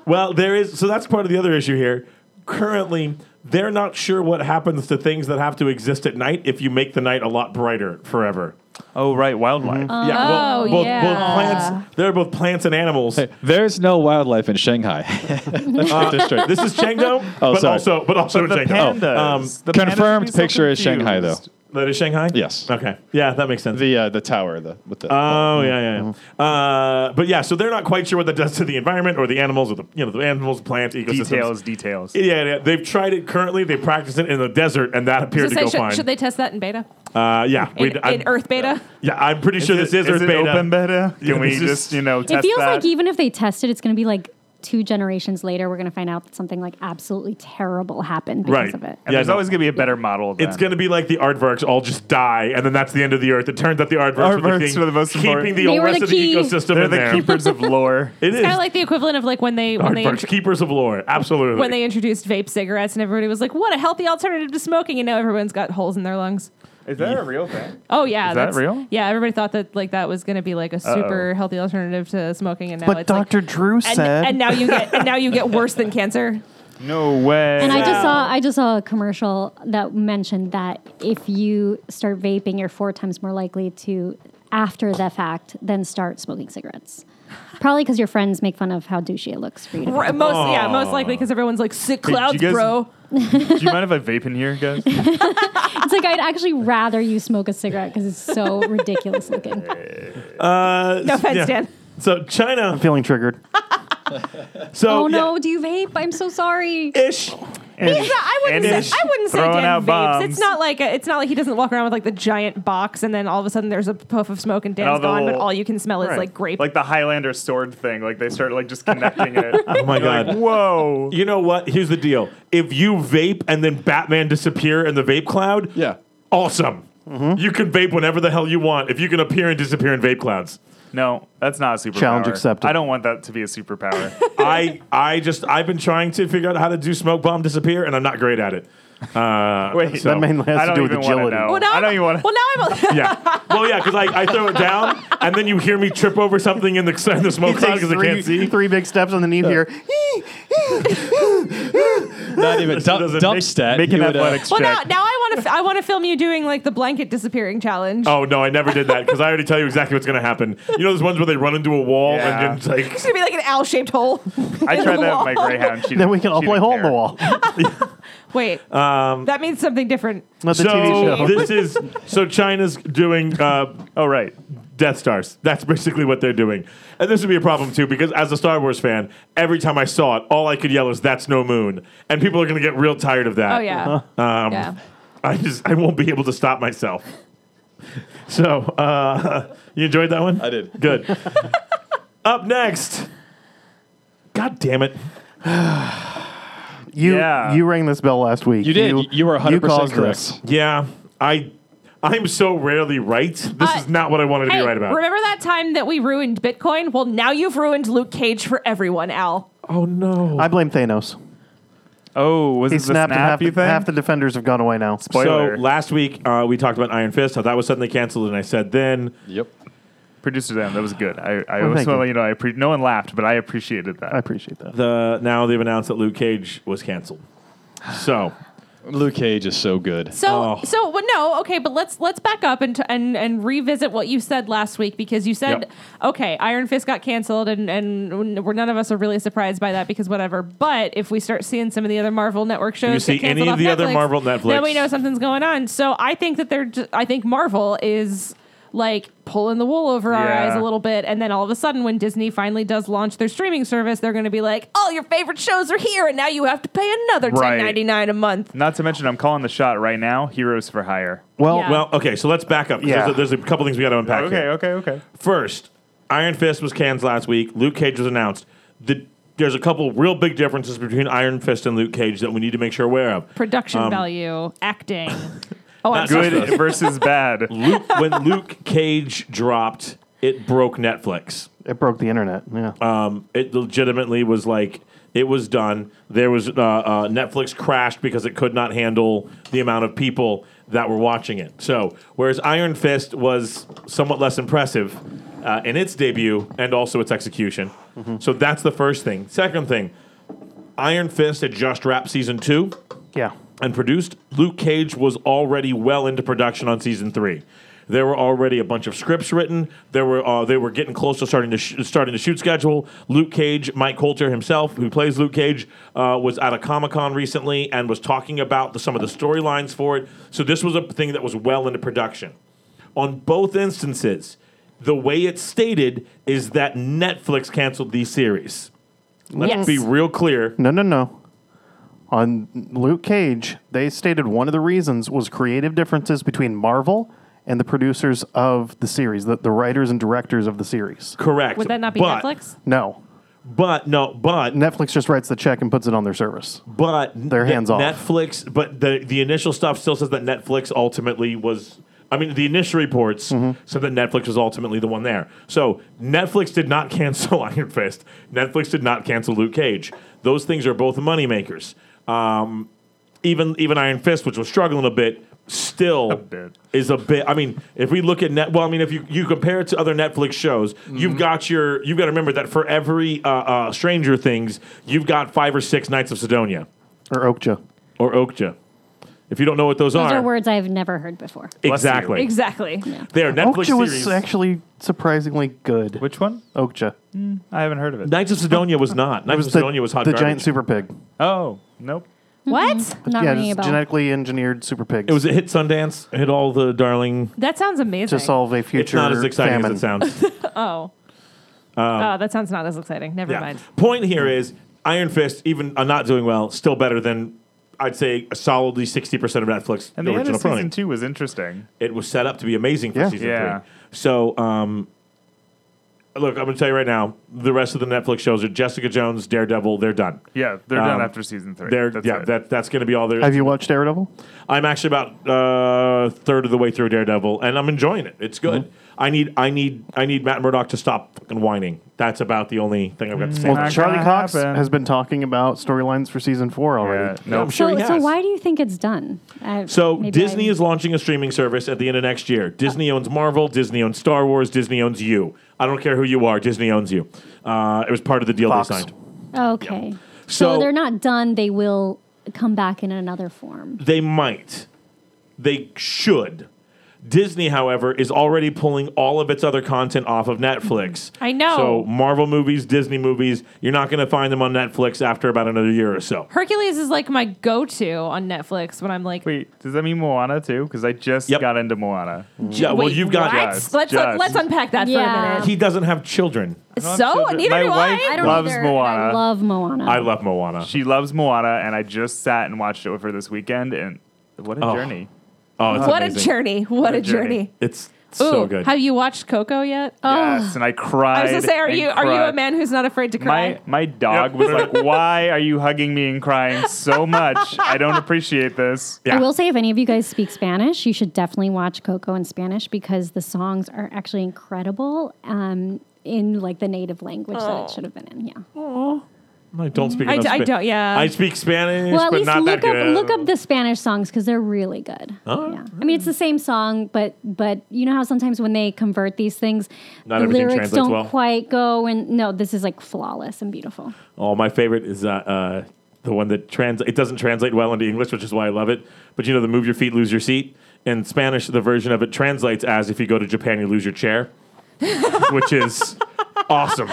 Speaker 1: Well, there is. So that's part of the other issue here. Currently, they're not sure what happens to things that have to exist at night if you make the night a lot brighter forever.
Speaker 2: Oh right,
Speaker 5: Mm-hmm.
Speaker 2: wildlife.
Speaker 1: yeah, well,
Speaker 6: Oh,
Speaker 1: both,
Speaker 6: yeah.
Speaker 1: both plants. There are both plants and animals.
Speaker 3: There's no wildlife in Shanghai. That's my district.
Speaker 1: This is Chengdu, but
Speaker 3: sorry.
Speaker 1: also, but also
Speaker 2: Oh, But the
Speaker 1: in Chengdu.
Speaker 2: pandas.
Speaker 1: um,
Speaker 2: the
Speaker 3: confirmed
Speaker 2: pandas would be
Speaker 3: picture is Shanghai, though.
Speaker 2: confused.
Speaker 1: that is Shanghai.
Speaker 3: Yes.
Speaker 1: Okay. Yeah, that makes sense.
Speaker 3: the uh, the tower the with the
Speaker 2: Uh,
Speaker 1: Oh yeah, yeah.
Speaker 2: Mm-hmm.
Speaker 1: yeah. Uh, but yeah, so they're not quite sure what that does to the environment or the animals or the you know the animals, plants, ecosystems.
Speaker 2: Details, details.
Speaker 1: Yeah, yeah, they've tried it currently. They practiced it in the desert, and that appeared to
Speaker 5: Just say,
Speaker 1: go
Speaker 5: should,
Speaker 1: fine.
Speaker 5: should they test that in beta?
Speaker 1: uh, yeah,
Speaker 5: In,
Speaker 1: we'd- I'd-
Speaker 5: in Earth beta?
Speaker 1: Yeah, I'm pretty sure this is, Earth
Speaker 2: it
Speaker 1: Beta.
Speaker 2: open beta? Can
Speaker 1: Yeah,
Speaker 2: we
Speaker 1: this is-
Speaker 2: just, you know,
Speaker 6: It
Speaker 2: test
Speaker 6: feels
Speaker 2: that?
Speaker 6: like even if they test it, it's going to be like two generations later, we're going to find out that something like absolutely terrible happened because
Speaker 1: Right.
Speaker 6: of it.
Speaker 1: Yeah,
Speaker 2: and there's
Speaker 1: no.
Speaker 2: always going to be a better model. Then.
Speaker 1: It's going to be like the aardvarks all just die, and then that's the end of the Earth. It turns out the aardvarks, were,
Speaker 2: Aardvarks
Speaker 1: the thing
Speaker 2: were the most
Speaker 1: keeping
Speaker 2: important.
Speaker 1: the
Speaker 6: They
Speaker 1: whole
Speaker 6: were
Speaker 1: rest
Speaker 6: the
Speaker 1: of the
Speaker 6: key.
Speaker 1: ecosystem
Speaker 2: They're
Speaker 1: in
Speaker 2: the
Speaker 1: there.
Speaker 2: keepers of lore.
Speaker 1: it is
Speaker 5: Kind of like the equivalent of like when they when they
Speaker 1: aardvarks, keepers of lore. Absolutely.
Speaker 5: when they introduced vape cigarettes and everybody was like, "What a healthy alternative to smoking!" and now everyone's got holes in their lungs.
Speaker 2: Is that a real thing?
Speaker 5: Oh yeah,
Speaker 2: Is that
Speaker 5: that's-
Speaker 2: real?
Speaker 5: Yeah, everybody thought that like that was going to be like a super healthy alternative to smoking, and now
Speaker 7: But
Speaker 5: it's like-
Speaker 7: Dr. Drew
Speaker 5: and,
Speaker 7: said
Speaker 5: and now you get and now you get worse than cancer.
Speaker 2: No way.
Speaker 6: And I just saw I just saw a commercial that mentioned that if you start vaping, you're four times more likely to, after the fact, then start smoking cigarettes. Probably because your friends make fun of how douchey it looks for you. To vape.
Speaker 5: R- Most yeah, most likely because everyonene's like sick
Speaker 2: you
Speaker 5: clouds,
Speaker 2: guys-
Speaker 5: bro.
Speaker 2: Do you mind if I vape in here, guys?
Speaker 6: It's like I'd actually rather you smoke a cigarette because it's so ridiculous looking.
Speaker 1: uh,
Speaker 5: No offense,
Speaker 1: yeah.
Speaker 5: Dan.
Speaker 1: So China.
Speaker 7: feeling triggered.
Speaker 1: So
Speaker 6: oh
Speaker 1: yeah,
Speaker 6: no, do you vape? I'm so sorry.
Speaker 1: ish. Oh
Speaker 5: Yeah, I wouldn't.
Speaker 2: And
Speaker 5: Say, I wouldn't say
Speaker 2: throwing
Speaker 5: Dan
Speaker 2: out
Speaker 5: vapes.
Speaker 2: bombs.
Speaker 5: It's not like a, it's not like he doesn't walk around with like the giant box, and then all of a sudden there's a puff of smoke and Dan's
Speaker 2: all the
Speaker 5: gone, but
Speaker 2: little-
Speaker 5: all you can smell is
Speaker 2: Right.
Speaker 5: like grape.
Speaker 2: Like the Highlander sword thing. Like they start like just connecting it. oh
Speaker 1: my God.
Speaker 2: Whoa.
Speaker 1: You know what? Here's the deal. If you vape and then Batman disappear in the vape cloud,
Speaker 3: yeah
Speaker 1: awesome.
Speaker 2: Mm-hmm.
Speaker 1: You can vape whenever the hell you want if you can appear and disappear in vape clouds.
Speaker 2: No, that's not a superpower.
Speaker 7: Challenge accepted.
Speaker 2: I don't want that to be a superpower.
Speaker 1: I I just I've been trying to figure out how to do smoke bomb disappear, and I'm not great at it. Uh,
Speaker 2: Wait,
Speaker 1: so-
Speaker 7: That mainly
Speaker 2: I
Speaker 7: has to
Speaker 2: don't
Speaker 7: do with
Speaker 2: even wanna
Speaker 7: agility.
Speaker 2: know.
Speaker 5: well, now
Speaker 2: oh, I don't
Speaker 5: I'm-
Speaker 2: even wanna-
Speaker 5: Well, now I'm.
Speaker 1: yeah. Well, yeah, because I, I throw it down, and then you hear me trip over something in the in the smoke cloud because I
Speaker 7: three,
Speaker 1: can't see.
Speaker 7: three big steps underneath here.
Speaker 3: not even dump,
Speaker 1: doesn't
Speaker 3: dump
Speaker 1: make-
Speaker 3: stat
Speaker 2: Make an
Speaker 3: you would, uh,
Speaker 2: athletics
Speaker 5: Well, now,
Speaker 2: check.
Speaker 5: now I want to. I want to film you doing like the blanket disappearing challenge.
Speaker 1: Oh no, I never did that because I already tell you exactly what's gonna happen. You know those ones where they run into a wall
Speaker 2: Yeah.
Speaker 1: and then like
Speaker 5: It's gonna be like an owl-shaped hole.
Speaker 2: I tried that with my
Speaker 5: wall.
Speaker 2: greyhound. She
Speaker 7: then
Speaker 2: didn't-
Speaker 7: we can all
Speaker 2: she
Speaker 7: play
Speaker 2: didn't
Speaker 7: hole in the
Speaker 2: care.
Speaker 7: wall.
Speaker 5: Wait,
Speaker 2: Um,
Speaker 5: that means something different.
Speaker 7: Not the TV
Speaker 1: so
Speaker 7: show.
Speaker 1: this is so China's doing uh,
Speaker 2: Oh right.
Speaker 1: Death Stars. That's basically what they're doing, and this would be a problem too because as a Star Wars fan, every time I saw it, all I could yell is "That's no moon," and people are gonna get real tired of that.
Speaker 5: Oh yeah,
Speaker 2: Uh-huh.
Speaker 1: Um,
Speaker 5: yeah.
Speaker 1: I just I won't be able to stop myself. So uh, you enjoyed that one?
Speaker 3: I did.
Speaker 1: Good. Up next. God damn it.
Speaker 7: You
Speaker 2: Yeah.
Speaker 7: you rang this bell last week.
Speaker 3: you did you, were 100 percent
Speaker 7: caused
Speaker 3: correct
Speaker 7: this.
Speaker 1: Yeah, I I'm so rarely right. This
Speaker 5: Uh,
Speaker 1: is not what I wanted to be
Speaker 5: Hey,
Speaker 1: right about.
Speaker 5: Remember that time that we ruined Bitcoin? Well, now you've ruined Luke Cage for everyone, Al.
Speaker 1: oh no.
Speaker 7: I blame Thanos.
Speaker 2: Oh, was
Speaker 7: He
Speaker 2: it the
Speaker 7: snapped, and half
Speaker 2: snap you
Speaker 7: the,
Speaker 2: thing?
Speaker 7: half the defenders have gone away now.
Speaker 2: Spoiler.
Speaker 1: So last week uh, we talked about Iron Fist, how that was suddenly canceled, and I said then
Speaker 3: yep
Speaker 2: Producer Dan, that was good. I, I
Speaker 7: Well,
Speaker 2: was
Speaker 7: thank you.
Speaker 2: well, you know, I appre no one laughed, but I appreciated that.
Speaker 7: I appreciate that.
Speaker 1: the now they've announced that Luke Cage was canceled. So
Speaker 3: Luke Cage is so good
Speaker 5: So,
Speaker 1: Oh.
Speaker 5: so well, no, okay, but let's let's back up and t- and and revisit what you said last week because you said,
Speaker 1: Yep.
Speaker 5: okay, Iron Fist got canceled, and and we're none of us are really surprised by that because whatever. But if we start seeing some of the other Marvel network shows,
Speaker 1: you see
Speaker 5: get canceled
Speaker 1: any of
Speaker 5: off
Speaker 1: the other
Speaker 5: Netflix,
Speaker 1: Marvel Netflix-
Speaker 5: then we know something's going on. So I think that they're, ju- I think Marvel is like pulling the wool over our
Speaker 2: Yeah.
Speaker 5: eyes a little bit. And then all of a sudden, when Disney finally does launch their streaming service, they're going to be like, all your favorite shows are here, and now you have to pay another
Speaker 2: Right.
Speaker 5: ten ninety nine a month.
Speaker 2: Not to mention, I'm calling the shot right now. Heroes for Hire.
Speaker 7: Well,
Speaker 5: Yeah.
Speaker 1: Well, okay, so let's back up. 'cause
Speaker 7: Yeah.
Speaker 1: There's, a, there's a couple things we got to unpack.
Speaker 2: Okay,
Speaker 1: here.
Speaker 2: okay, okay.
Speaker 1: First, Iron Fist was canned last week. Luke Cage was announced. The, there's a couple real big differences between Iron Fist and Luke Cage that we need to make sure aware of.
Speaker 5: Production value, acting. Oh, I'm
Speaker 1: That's
Speaker 5: sorry.
Speaker 1: Good.
Speaker 2: Good versus bad.
Speaker 1: Luke, when Luke Cage dropped, it broke Netflix.
Speaker 7: it broke the internet. Yeah.
Speaker 1: Um, it legitimately was like it was done. There was uh, uh, Netflix crashed because it could not handle the amount of people that were watching it. So whereas Iron Fist was somewhat less impressive uh, in its debut and also its execution. So that's the first thing. Second thing, Iron Fist had just wrapped season two
Speaker 7: yeah.
Speaker 1: and produced, Luke Cage was already well into production on season three. There were already a bunch of scripts written. There were uh, they were getting close to starting to sh- starting to shoot schedule. Luke Cage, Mike Coulter himself, who plays Luke Cage, uh, was at a Comic Con recently and was talking about the, some of the storylines for it. So this was a thing that was well into production. On both instances, the way it's stated is that Netflix canceled these series. Let's
Speaker 5: Yes.
Speaker 1: be real clear.
Speaker 7: No, no, no. On Luke Cage, they stated one of the reasons was creative differences between Marvel and the producers of the series, the, the writers and directors of the series.
Speaker 1: Correct.
Speaker 5: Would that not be
Speaker 1: But-
Speaker 5: Netflix?
Speaker 7: No.
Speaker 1: But no, but
Speaker 7: Netflix just writes the check and puts it on their service.
Speaker 1: but
Speaker 7: They're
Speaker 1: Net-
Speaker 7: hands off.
Speaker 1: Netflix, but the the initial stuff still says that Netflix ultimately was. I mean, the initial reports said that Netflix was ultimately the one there. So Netflix did not cancel Iron Fist. Netflix did not cancel Luke Cage. Those things are both moneymakers. Um, even even Iron Fist, which was struggling a bit, still
Speaker 2: bit.
Speaker 1: is a bit. I mean, if we look at net, well, I mean, if you, you compare it to other Netflix shows, you've got your you've got to remember that for every uh, uh, Stranger Things, you've got five or six Knights of Sidonia
Speaker 7: Or Okja.
Speaker 1: or Okja. If you don't know what those,
Speaker 6: Those
Speaker 1: are,
Speaker 6: are words I've never heard before.
Speaker 1: exactly,
Speaker 5: Exactly.
Speaker 1: they are Netflix
Speaker 7: Okja was
Speaker 1: series.
Speaker 7: actually surprisingly good.
Speaker 2: Which one?
Speaker 7: Okja.
Speaker 2: I haven't heard of it.
Speaker 1: Knights of Sidonia was not. Knights of
Speaker 7: the,
Speaker 1: Sidonia was hot
Speaker 7: the
Speaker 1: garbage.
Speaker 7: giant super pig.
Speaker 2: Oh, nope.
Speaker 5: What?
Speaker 6: Not
Speaker 7: yeah,
Speaker 6: ringing a
Speaker 7: just
Speaker 6: bell.
Speaker 7: genetically engineered super pigs.
Speaker 1: it was a hit Sundance. It hit all the darling.
Speaker 5: That sounds amazing.
Speaker 7: to solve a future
Speaker 1: It's not as exciting
Speaker 7: famine.
Speaker 1: as it sounds.
Speaker 5: oh. oh, that sounds not as exciting. Never mind.
Speaker 1: Point here is Iron Fist, even uh, not doing well, still better than I'd say a solidly 60% of Netflix
Speaker 2: And
Speaker 1: the
Speaker 2: the, end
Speaker 1: original
Speaker 2: of season
Speaker 1: product.
Speaker 2: two was interesting.
Speaker 1: It was set up to be amazing for
Speaker 7: Yeah.
Speaker 1: season
Speaker 2: Yeah.
Speaker 1: three. So, um, look, I'm going to tell you right now, the rest of the Netflix shows are Jessica Jones, Daredevil, they're done.
Speaker 2: Yeah, they're done
Speaker 1: Um,
Speaker 2: after season three.
Speaker 1: They're,
Speaker 2: That's
Speaker 1: yeah,
Speaker 2: it.
Speaker 1: that, that's going to be all there.
Speaker 7: Have you watched Daredevil?
Speaker 1: I'm actually about uh, third of the way through Daredevil, and I'm enjoying it. It's good.
Speaker 7: Mm-hmm.
Speaker 1: I need, I need, I need Matt Murdock to stop fucking whining. That's about the only thing I've got to say.
Speaker 6: Mm.
Speaker 7: Well,
Speaker 2: Not
Speaker 7: Charlie
Speaker 2: gonna
Speaker 7: Cox
Speaker 2: happen.
Speaker 7: has been talking about storylines for season four
Speaker 2: yeah,
Speaker 7: already.
Speaker 1: I'm
Speaker 2: nope.
Speaker 1: sure
Speaker 6: so,
Speaker 1: he
Speaker 6: so
Speaker 1: has.
Speaker 6: why do you think it's done? I,
Speaker 1: So
Speaker 6: maybe
Speaker 1: Disney
Speaker 6: I-
Speaker 1: is launching a streaming service at the end of next year. Disney owns Marvel. Disney owns Star Wars. Disney owns you. I don't care who you are. Disney owns you. Uh, it was part of the deal
Speaker 7: Fox.
Speaker 1: they signed.
Speaker 6: Oh, Okay.
Speaker 1: So-
Speaker 6: So, they're not done. They will come back in another form.
Speaker 1: They might. They should. Disney, however, is already pulling all of its other content off of Netflix.
Speaker 5: I know.
Speaker 1: So Marvel movies, Disney movies, you're not going to find them on Netflix after about another year or so.
Speaker 5: Hercules is like my go-to on Netflix when I'm like,
Speaker 2: Wait, does that mean Moana too? Because I just
Speaker 1: Yep.
Speaker 2: got into Moana.
Speaker 1: Yeah, well,
Speaker 5: Wait,
Speaker 1: you've got
Speaker 5: what?
Speaker 2: Just,
Speaker 5: let's
Speaker 2: just.
Speaker 5: let's unpack that
Speaker 6: Yeah.
Speaker 5: for a
Speaker 1: He doesn't have children.
Speaker 5: minute.
Speaker 2: have
Speaker 5: So
Speaker 2: children.
Speaker 5: neither
Speaker 2: My
Speaker 5: do
Speaker 2: wife-
Speaker 6: I
Speaker 5: I.
Speaker 6: don't
Speaker 2: Loves
Speaker 6: either, and
Speaker 2: Moana.
Speaker 6: I love Moana.
Speaker 1: I love Moana.
Speaker 2: She loves Moana, and I just sat and watched it with her this weekend, and what a
Speaker 1: Oh.
Speaker 2: journey!
Speaker 1: Oh, it's
Speaker 5: What
Speaker 1: amazing.
Speaker 5: a journey! What a journey!
Speaker 2: journey.
Speaker 1: It's
Speaker 5: Ooh,
Speaker 1: so good.
Speaker 5: have you watched Coco yet? Oh,
Speaker 2: Yes, and I cried.
Speaker 5: I was gonna say, are
Speaker 2: and
Speaker 5: you are you a
Speaker 2: cried.
Speaker 5: man who's not afraid to cry?
Speaker 2: My my dog was like, "Why are you hugging me and crying so much? I don't appreciate this."
Speaker 1: Yeah.
Speaker 6: I will say, if any of you guys speak Spanish, you should definitely watch Coco in Spanish because the songs are actually incredible um, in like the native language that
Speaker 1: Oh.
Speaker 6: it should have been in. Yeah.
Speaker 1: I don't speak.
Speaker 5: I
Speaker 1: enough
Speaker 5: d- I
Speaker 1: Spa-
Speaker 5: don't- yeah.
Speaker 1: I speak Spanish,
Speaker 6: well, at
Speaker 1: but
Speaker 6: least
Speaker 1: not
Speaker 6: look
Speaker 1: that
Speaker 6: up
Speaker 1: good.
Speaker 6: look up the Spanish songs because they're really good.
Speaker 1: Oh.
Speaker 6: Yeah. I mean, it's the same song, but but you know how sometimes when they convert these things,
Speaker 1: Not
Speaker 6: the
Speaker 1: everything
Speaker 6: lyrics
Speaker 1: translates
Speaker 6: don't
Speaker 1: well.
Speaker 6: quite go. And no, this is like flawless and beautiful.
Speaker 1: Oh, my favorite is uh, uh, the one that trans. It doesn't translate well into English, which is why I love it. But you know, the move your feet, lose your seat. In Spanish, the version of it translates as if you go to Japan, you lose your chair, which is awesome.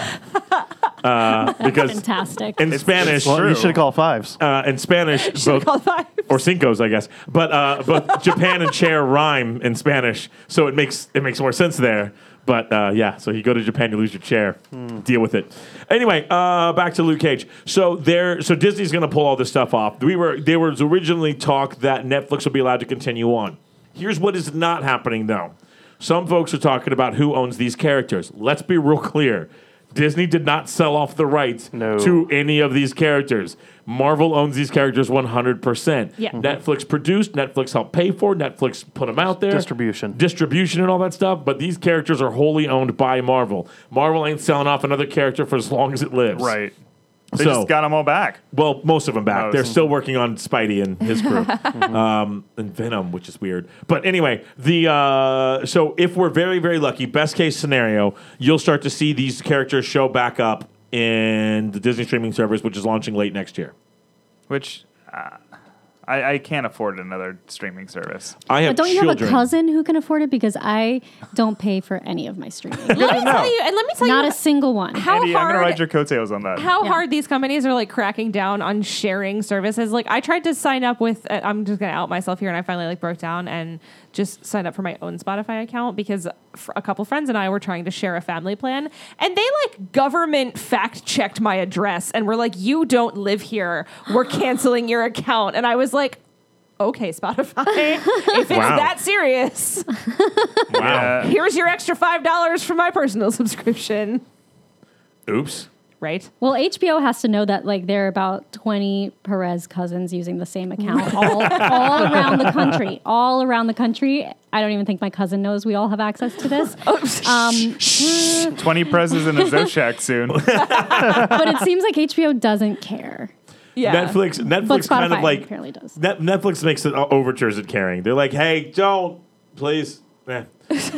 Speaker 1: Uh, because
Speaker 6: Fantastic.
Speaker 1: in Spanish,
Speaker 7: Well, you should have called fives.
Speaker 1: uh, in Spanish, both
Speaker 5: Call five.
Speaker 1: or Cinco's, I guess. But uh, but Japan and chair rhyme in Spanish, so it makes it makes more sense there. But uh, yeah, so you go to Japan, you lose your chair. Deal with it. Anyway, uh, back to Luke Cage. So there, so Disney's going to pull all this stuff off. We were there was originally talk that Netflix would be allowed to continue on. Here's what is not happening though. Some folks are talking about who owns these characters. Let's be real clear. Disney did not sell off the rights
Speaker 7: No.
Speaker 1: to any of these characters. Marvel owns these characters 100%.
Speaker 5: Yeah. Mhm.
Speaker 1: Netflix produced, Netflix helped pay for, Netflix put them out there.
Speaker 7: Distribution.
Speaker 1: Distribution and all that stuff, but these characters are wholly owned by Marvel. Marvel ain't selling off another character for as long as it lives.
Speaker 2: Right. They
Speaker 1: So-
Speaker 2: just got them all back.
Speaker 1: Well, most of them back.
Speaker 2: Oh,
Speaker 1: They're
Speaker 2: so-
Speaker 1: still working on Spidey and his crew, um, and Venom, which is weird. But anyway, the uh, so if we're very very lucky, best case scenario, you'll start to see these characters show back up in the Disney streaming service, which is launching late next year.
Speaker 2: Which uh, I, I can't afford another streaming service.
Speaker 1: I have
Speaker 6: But don't you
Speaker 1: children.
Speaker 6: have a cousin who can afford it? Because I don't pay for any of my streaming.
Speaker 5: Let me tell you, and let me tell
Speaker 6: Not
Speaker 5: you
Speaker 6: a single one.
Speaker 5: how
Speaker 2: Andy, I'm
Speaker 5: hard
Speaker 2: gonna ride your coattails on that.
Speaker 5: how
Speaker 6: Yeah.
Speaker 5: hard these companies are like cracking down on sharing services. Like I tried to sign up with uh, I'm just going to out myself here and I finally like broke down and just signed up for my own Spotify account because fr- a couple friends and I were trying to share a family plan and they like government fact checked my address and were like you don't live here. We're canceling your account and I was like okay Spotify if it's
Speaker 1: Wow.
Speaker 5: that serious
Speaker 1: Wow.
Speaker 2: Yeah.
Speaker 5: here's your extra $5 for my personal subscription,
Speaker 1: Oops.
Speaker 5: right?
Speaker 6: Well, HBO has to know that like there are about 20 Perez cousins using the same account all, all around the country. All around the country. I don't even think my cousin knows we all have access to this.
Speaker 5: Oh,
Speaker 6: Um,
Speaker 2: Twenty presses and a Zoshak soon.
Speaker 6: but it seems like HBO doesn't care.
Speaker 5: Yeah.
Speaker 1: Netflix.
Speaker 6: But
Speaker 1: Netflix
Speaker 6: Spotify
Speaker 1: kind of like
Speaker 6: apparently does.
Speaker 1: Net- Netflix makes it uh, overtures at caring. They're like, hey, don't please. Eh.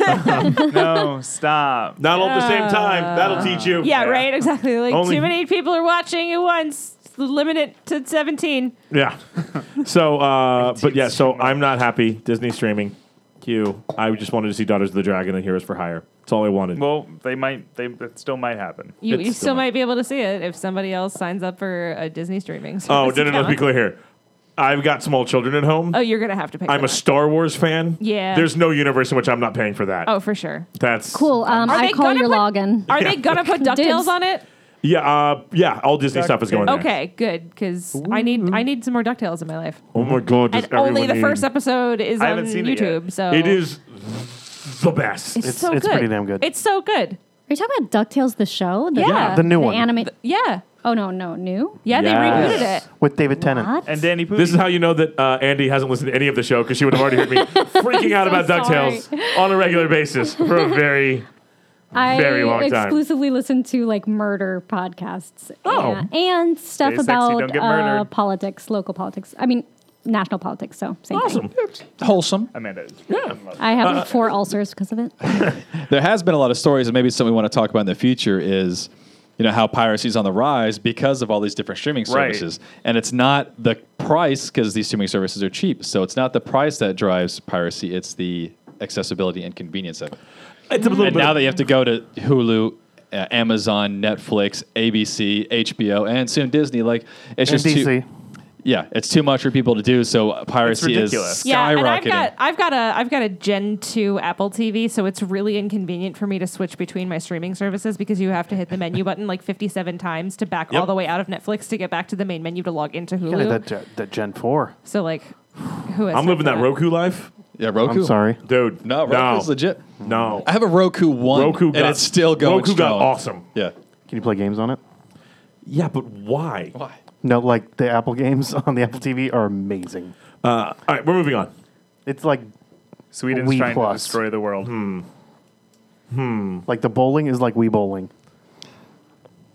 Speaker 2: no, stop.
Speaker 1: Not all at the same time. That'll teach you.
Speaker 5: Yeah,
Speaker 2: Yeah.
Speaker 5: right. Exactly. Like
Speaker 1: Only-
Speaker 5: too many people are watching at once. Limit it to seventeen.
Speaker 1: Yeah. So, uh, but yeah, so I'm not happy. Disney streaming. Q. I just wanted to see Daughters of the Dragon and Heroes for Hire. That's all I wanted.
Speaker 2: Well, they might. They that still might happen.
Speaker 5: You,
Speaker 1: It's
Speaker 5: you
Speaker 1: still
Speaker 5: still might be able to see it if somebody else signs up for a Disney streaming.
Speaker 1: oh,
Speaker 5: service
Speaker 1: no, no, no. Let's be
Speaker 5: account.
Speaker 1: clear here. I've got small children at home.
Speaker 5: Oh, you're gonna have to pay.
Speaker 1: I'm
Speaker 5: for
Speaker 1: a
Speaker 5: that.
Speaker 1: Star Wars fan.
Speaker 5: Yeah.
Speaker 1: There's no universe in which I'm not paying for that.
Speaker 5: Oh, for sure.
Speaker 1: That's
Speaker 6: Cool. Um,
Speaker 5: Are
Speaker 6: I
Speaker 5: they
Speaker 6: call
Speaker 5: gonna
Speaker 6: your
Speaker 5: put-
Speaker 6: login.
Speaker 5: Are they gonna put Ducktales
Speaker 6: Dibs.
Speaker 5: on it?
Speaker 1: Yeah. Uh, yeah. All Disney stuff is going there.
Speaker 5: Okay, good. Because I need I need some more Ducktales in my life.
Speaker 1: Oh my God. does
Speaker 5: And only
Speaker 1: everyone
Speaker 5: the
Speaker 1: need-
Speaker 5: first episode is
Speaker 2: I
Speaker 5: on
Speaker 2: haven't seen it yet.
Speaker 5: YouTube. So
Speaker 1: It is the best.
Speaker 5: It's,
Speaker 7: It's-
Speaker 5: so
Speaker 7: it's
Speaker 5: good.
Speaker 7: pretty damn good.
Speaker 5: It's so good.
Speaker 6: Are you talking about DuckTales, the show? The,
Speaker 5: Yeah.
Speaker 7: The new
Speaker 6: the
Speaker 7: one.
Speaker 6: anime.
Speaker 5: Yeah.
Speaker 6: Oh, no, no, new?
Speaker 5: Yeah. They rebooted
Speaker 1: Yes.
Speaker 5: it.
Speaker 7: with David Tennant.
Speaker 6: What?
Speaker 2: And Danny Pudi.
Speaker 1: This is how you know that uh, Andy hasn't listened to any of the show because she would have already heard me freaking out
Speaker 6: so
Speaker 1: about DuckTales on a regular basis for a very
Speaker 6: I
Speaker 1: very long time.
Speaker 6: exclusively listen to like murder podcasts
Speaker 1: Oh.
Speaker 6: and, and stuff
Speaker 2: Stay sexy,
Speaker 6: about
Speaker 2: don't get
Speaker 6: uh,
Speaker 2: murdered.
Speaker 6: politics, local politics. I mean, national politics. So same
Speaker 1: awesome. Uh,
Speaker 6: thing.
Speaker 3: Wholesome.
Speaker 2: Amanda.
Speaker 6: I have like, four ulcers because of it.
Speaker 3: There has been a lot of stories, and maybe something we want to talk about in the future is, you know, how piracy is on the rise because of all these different streaming
Speaker 2: Right.
Speaker 3: services, and it's not the price because these streaming services are cheap. So it's not the price that drives piracy; it's the accessibility and convenience of it.
Speaker 1: It's a little
Speaker 3: And
Speaker 1: bit.
Speaker 3: now that you have to go to Hulu, uh, Amazon, Netflix, ABC, HBO, and soon Disney, like it's
Speaker 7: And
Speaker 3: just too
Speaker 7: DC.
Speaker 3: yeah, it's too much for people to do. So piracy is
Speaker 2: ridiculous.
Speaker 3: skyrocketing.
Speaker 5: Yeah, and I've got I've got a I've got a Gen 2 Apple TV, so it's really inconvenient for me to switch between my streaming services because you have to hit the menu button like 57 times to back all the way out of Netflix to get back to the main menu to log into
Speaker 7: Yeah,
Speaker 5: Hulu.
Speaker 7: that, Gen- that Gen 4.
Speaker 5: so like who has
Speaker 1: I'm
Speaker 5: time
Speaker 1: living
Speaker 5: for
Speaker 1: that Roku life,
Speaker 3: yeah, Roku.
Speaker 7: I'm sorry.
Speaker 1: dude.
Speaker 3: No, Roku's
Speaker 1: no,
Speaker 3: legit.
Speaker 1: No,
Speaker 3: I have a Roku one,
Speaker 1: Roku
Speaker 3: and
Speaker 1: got
Speaker 3: it's still going
Speaker 1: Roku
Speaker 3: strong.
Speaker 1: got awesome.
Speaker 3: Yeah.
Speaker 7: Can you play games on it?
Speaker 1: Yeah, but why?
Speaker 3: Why?
Speaker 7: No, like the Apple games on the Apple TV are amazing.
Speaker 1: Uh, all right, we're moving on.
Speaker 7: It's like
Speaker 2: Sweden's
Speaker 7: Wii
Speaker 2: trying to
Speaker 7: Plus.
Speaker 2: destroy the world.
Speaker 1: Hmm.
Speaker 7: like the bowling is like Wii bowling.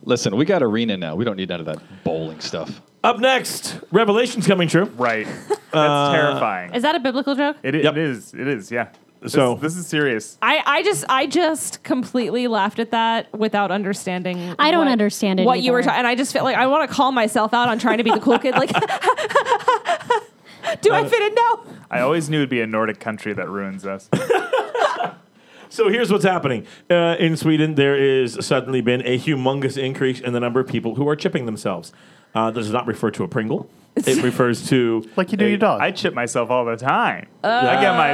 Speaker 3: Listen, we got arena now. We don't need none of that bowling stuff.
Speaker 1: Up next, Revelation's coming true.
Speaker 2: Right. That's terrifying.
Speaker 5: that. Is that a biblical joke?
Speaker 2: It,
Speaker 1: Uh, Yep.
Speaker 2: it is. It is. Yeah. This,
Speaker 1: So-
Speaker 2: this is serious.
Speaker 5: I, I just I just completely laughed at that without understanding.
Speaker 6: I don't
Speaker 5: what-
Speaker 6: understand it
Speaker 5: What you were
Speaker 6: either.
Speaker 5: talking, and I just feel like I want to call myself out on trying to be the cool kid. Like, do
Speaker 1: Uh,
Speaker 5: I fit in now?
Speaker 2: I always knew it'd be a Nordic country that ruins us.
Speaker 1: So here's what's happening uh, in Sweden. There is suddenly been a humongous increase in the number of people who are chipping themselves. Uh, this does not refer to a Pringle. It refers to
Speaker 7: Like you do your dog.
Speaker 2: I chip myself all the time.
Speaker 5: Uh.
Speaker 2: I get my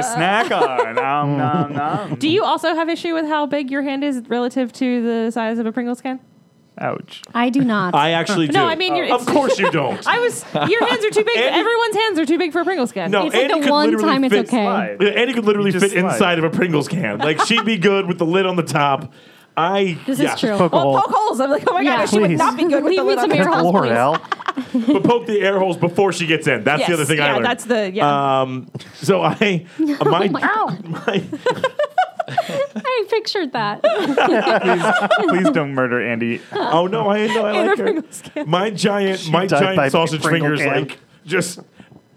Speaker 2: snack on. Nom, nom, nom.
Speaker 5: Do you also have issue with how big your hand is relative to the size of a Pringles can?
Speaker 2: Ouch.
Speaker 6: I do not.
Speaker 1: I actually do.
Speaker 5: No, I mean, you're-
Speaker 1: of course you don't.
Speaker 5: I was. Your hands are too big.
Speaker 1: Andy-
Speaker 5: Everyone's hands are too big for a Pringles can.
Speaker 1: No,
Speaker 6: it's like
Speaker 1: Andy
Speaker 6: the
Speaker 1: could
Speaker 6: one
Speaker 1: literally
Speaker 6: time it's
Speaker 1: fit
Speaker 6: okay.
Speaker 2: slide.
Speaker 1: Yeah, Andy could literally
Speaker 2: You just
Speaker 1: fit
Speaker 2: slide.
Speaker 1: inside of a Pringles can. Like she'd be good with the lid on the top. I
Speaker 6: this
Speaker 1: yeah.
Speaker 6: is true. Oh
Speaker 7: Poke a
Speaker 5: Well,
Speaker 7: hole.
Speaker 5: poke holes. I'm like, oh my
Speaker 6: Yeah,
Speaker 5: god, she would
Speaker 7: please.
Speaker 5: not be good with
Speaker 6: Leave
Speaker 5: the
Speaker 6: me
Speaker 5: lid
Speaker 6: some
Speaker 5: on
Speaker 6: air
Speaker 5: her-
Speaker 6: holes,
Speaker 7: Lord,
Speaker 6: please.
Speaker 7: Al.
Speaker 1: but poke the air holes before she gets in. That's the other
Speaker 5: Yes,
Speaker 1: thing I
Speaker 5: yeah,
Speaker 1: learned.
Speaker 5: that's the- yeah.
Speaker 1: Um, so I uh, my,
Speaker 6: my God.
Speaker 1: my-
Speaker 6: I pictured that.
Speaker 2: Please don't murder Andy.
Speaker 1: oh no, I know I
Speaker 5: In a
Speaker 1: like her.
Speaker 5: Pringles can.
Speaker 1: My giant my
Speaker 7: died by
Speaker 1: giant sausage
Speaker 7: Pringle
Speaker 1: fingers
Speaker 7: can.
Speaker 1: like just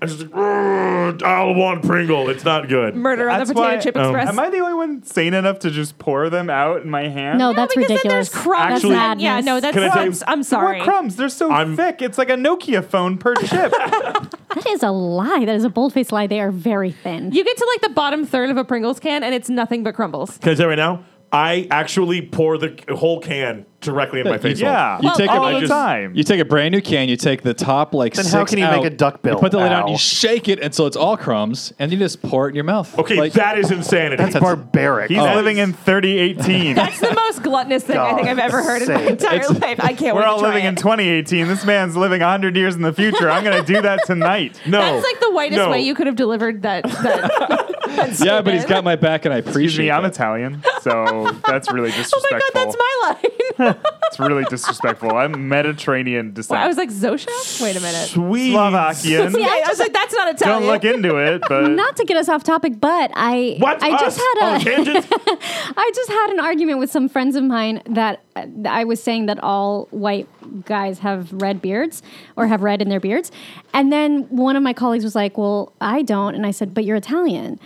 Speaker 1: I just like, "Rrrr, I'll want Pringle. It's not good.
Speaker 5: Murder on the
Speaker 2: That's
Speaker 5: potato
Speaker 2: why-
Speaker 5: chip
Speaker 2: um,
Speaker 5: express.
Speaker 2: Am I the only one sane enough to just pour them out in my hand?
Speaker 6: No, that's
Speaker 5: because then there's
Speaker 6: ridiculous.
Speaker 5: crumbs.
Speaker 6: that's
Speaker 1: Actually-
Speaker 6: madness.
Speaker 5: yeah, no, that's
Speaker 1: Can I tell you-
Speaker 5: crumbs.
Speaker 2: They
Speaker 5: I'm
Speaker 2: were
Speaker 5: sorry.
Speaker 2: crumbs. They're so
Speaker 1: I'm-
Speaker 2: thick. It's like a Nokia phone per chip.
Speaker 6: that is a lie. That is a bold-faced lie. They are very thin.
Speaker 5: You get to like the bottom third of a Pringles can, and it's nothing but crumbles.
Speaker 1: Can I tell you right now? I actually pour the whole can directly in my face. hole.
Speaker 2: yeah.
Speaker 3: You take
Speaker 2: all
Speaker 3: it-
Speaker 2: the
Speaker 3: I just-
Speaker 2: time.
Speaker 3: You take a brand new can, you take the top like
Speaker 7: Then
Speaker 3: six
Speaker 7: how can you make
Speaker 3: out,
Speaker 7: a duck bill,
Speaker 3: You put the lid out,
Speaker 7: Al?
Speaker 3: you shake it until it's all crumbs, and you just pour it in your mouth.
Speaker 1: Okay,
Speaker 3: Like,
Speaker 1: that is insanity.
Speaker 7: That's barbaric.
Speaker 2: He's
Speaker 3: Oh.
Speaker 2: living in 3018.
Speaker 5: That's the most gluttonous thing I think I've ever heard in my
Speaker 7: God's sake.
Speaker 5: entire
Speaker 3: It's-
Speaker 5: life. I can't.
Speaker 2: We're
Speaker 5: wait
Speaker 2: all
Speaker 5: to try
Speaker 2: living
Speaker 5: it.
Speaker 2: in 2018. This man's living 100 years in the future. I'm going to do that tonight.
Speaker 1: no,
Speaker 5: That's like the whitest
Speaker 1: no.
Speaker 5: way you could have delivered that. that, that
Speaker 3: Yeah, but he's
Speaker 5: statement.
Speaker 3: got my back, and I
Speaker 2: Excuse
Speaker 3: appreciate
Speaker 2: me, I'm
Speaker 3: it.
Speaker 2: Italian, so that's really
Speaker 5: Oh
Speaker 2: disrespectful.
Speaker 5: my god, that's my line.
Speaker 2: It's really disrespectful. I'm Mediterranean descent.
Speaker 5: I was like Zosha. Wait a minute.
Speaker 1: Sweet.
Speaker 2: Slovakian.
Speaker 5: Yeah, I was like, that's not Italian.
Speaker 2: Don't look into it, but
Speaker 6: Not to get us off topic, but I
Speaker 1: What?
Speaker 6: I
Speaker 1: Us? Oh,
Speaker 6: just had a
Speaker 1: on tangent?
Speaker 6: I just had an argument with some friends of mine that uh, I was saying that all white guys have red beards or have red in their beards. And then one of my colleagues was like, Well, I don't. And I said, But you're Italian.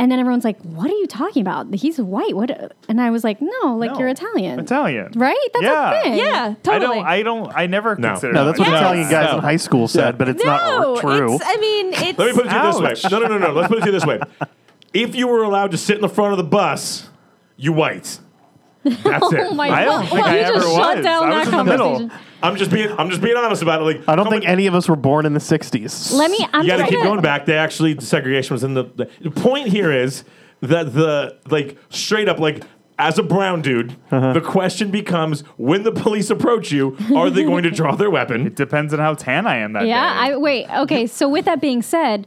Speaker 6: And then everyone's like, What are you talking about? He's white. What? And I was like, No, like
Speaker 2: No.
Speaker 6: you're Italian.
Speaker 2: Italian.
Speaker 6: Right? That's
Speaker 2: Yeah.
Speaker 6: a thing.
Speaker 5: Yeah,
Speaker 2: I
Speaker 5: totally.
Speaker 2: don't. I don't. I never
Speaker 1: No.
Speaker 2: consider.
Speaker 7: No, that's what
Speaker 2: myself.
Speaker 7: Italian guys in high school said, but it's
Speaker 5: no,
Speaker 7: not true.
Speaker 5: It's, I mean, it's.
Speaker 1: Let me put it to you this way. No, no, no, no. Let's put it to you this way. If you were allowed to sit in the front of the bus, you white. That's it.
Speaker 6: Oh my
Speaker 2: I don't
Speaker 6: God.
Speaker 2: think
Speaker 6: well,
Speaker 2: I
Speaker 6: you
Speaker 2: ever
Speaker 6: just
Speaker 2: was.
Speaker 6: shut down
Speaker 2: I
Speaker 6: that
Speaker 2: was in the middle.
Speaker 6: conversation.
Speaker 1: I'm just being. I'm just being honest about it. Like
Speaker 7: I don't
Speaker 1: coming-
Speaker 7: think any of us were born in the 60s.
Speaker 6: Let me. I'm
Speaker 1: You got to
Speaker 6: just
Speaker 1: keep
Speaker 6: gonna-
Speaker 1: going back. They actually the segregation was in the, the. The point here is that the like straight up like. As a brown dude,
Speaker 3: Uh-huh.
Speaker 1: the question becomes: When the police approach you, are they going to draw their weapon?
Speaker 2: Depends on how tan I am that
Speaker 6: Yeah,
Speaker 2: day.
Speaker 6: I wait. Okay, so with that being said,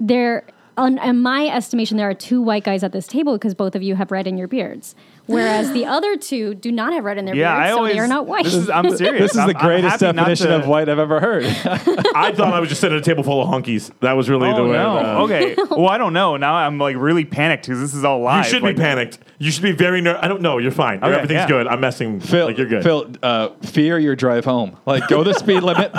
Speaker 6: there, on, in my estimation, there are two white guys at this table because both of you have red in your beards, whereas the other two do not have red in their
Speaker 2: yeah,
Speaker 6: beards,
Speaker 2: I always.
Speaker 6: so they are not white.
Speaker 2: This is, I'm serious.
Speaker 3: This is
Speaker 2: I'm-
Speaker 3: the
Speaker 2: I'm
Speaker 3: greatest
Speaker 2: happy not
Speaker 3: definition
Speaker 2: to-
Speaker 3: of white I've ever heard.
Speaker 1: I thought I was just sitting at a table full of honkies. That was really the
Speaker 2: Oh
Speaker 1: way.
Speaker 2: no.
Speaker 1: uh,
Speaker 2: okay. Well, I don't know. Now I'm like really panicked because this is all
Speaker 1: You
Speaker 2: live.
Speaker 1: should
Speaker 2: Like,
Speaker 1: be panicked. You should be very ner I don't know. You're fine. You're-
Speaker 2: Okay,
Speaker 1: Everything's
Speaker 2: yeah.
Speaker 1: good. I'm messing.
Speaker 3: Phil,
Speaker 1: like you're good.
Speaker 3: Phil, uh, fear your drive home. Like, go the speed limit.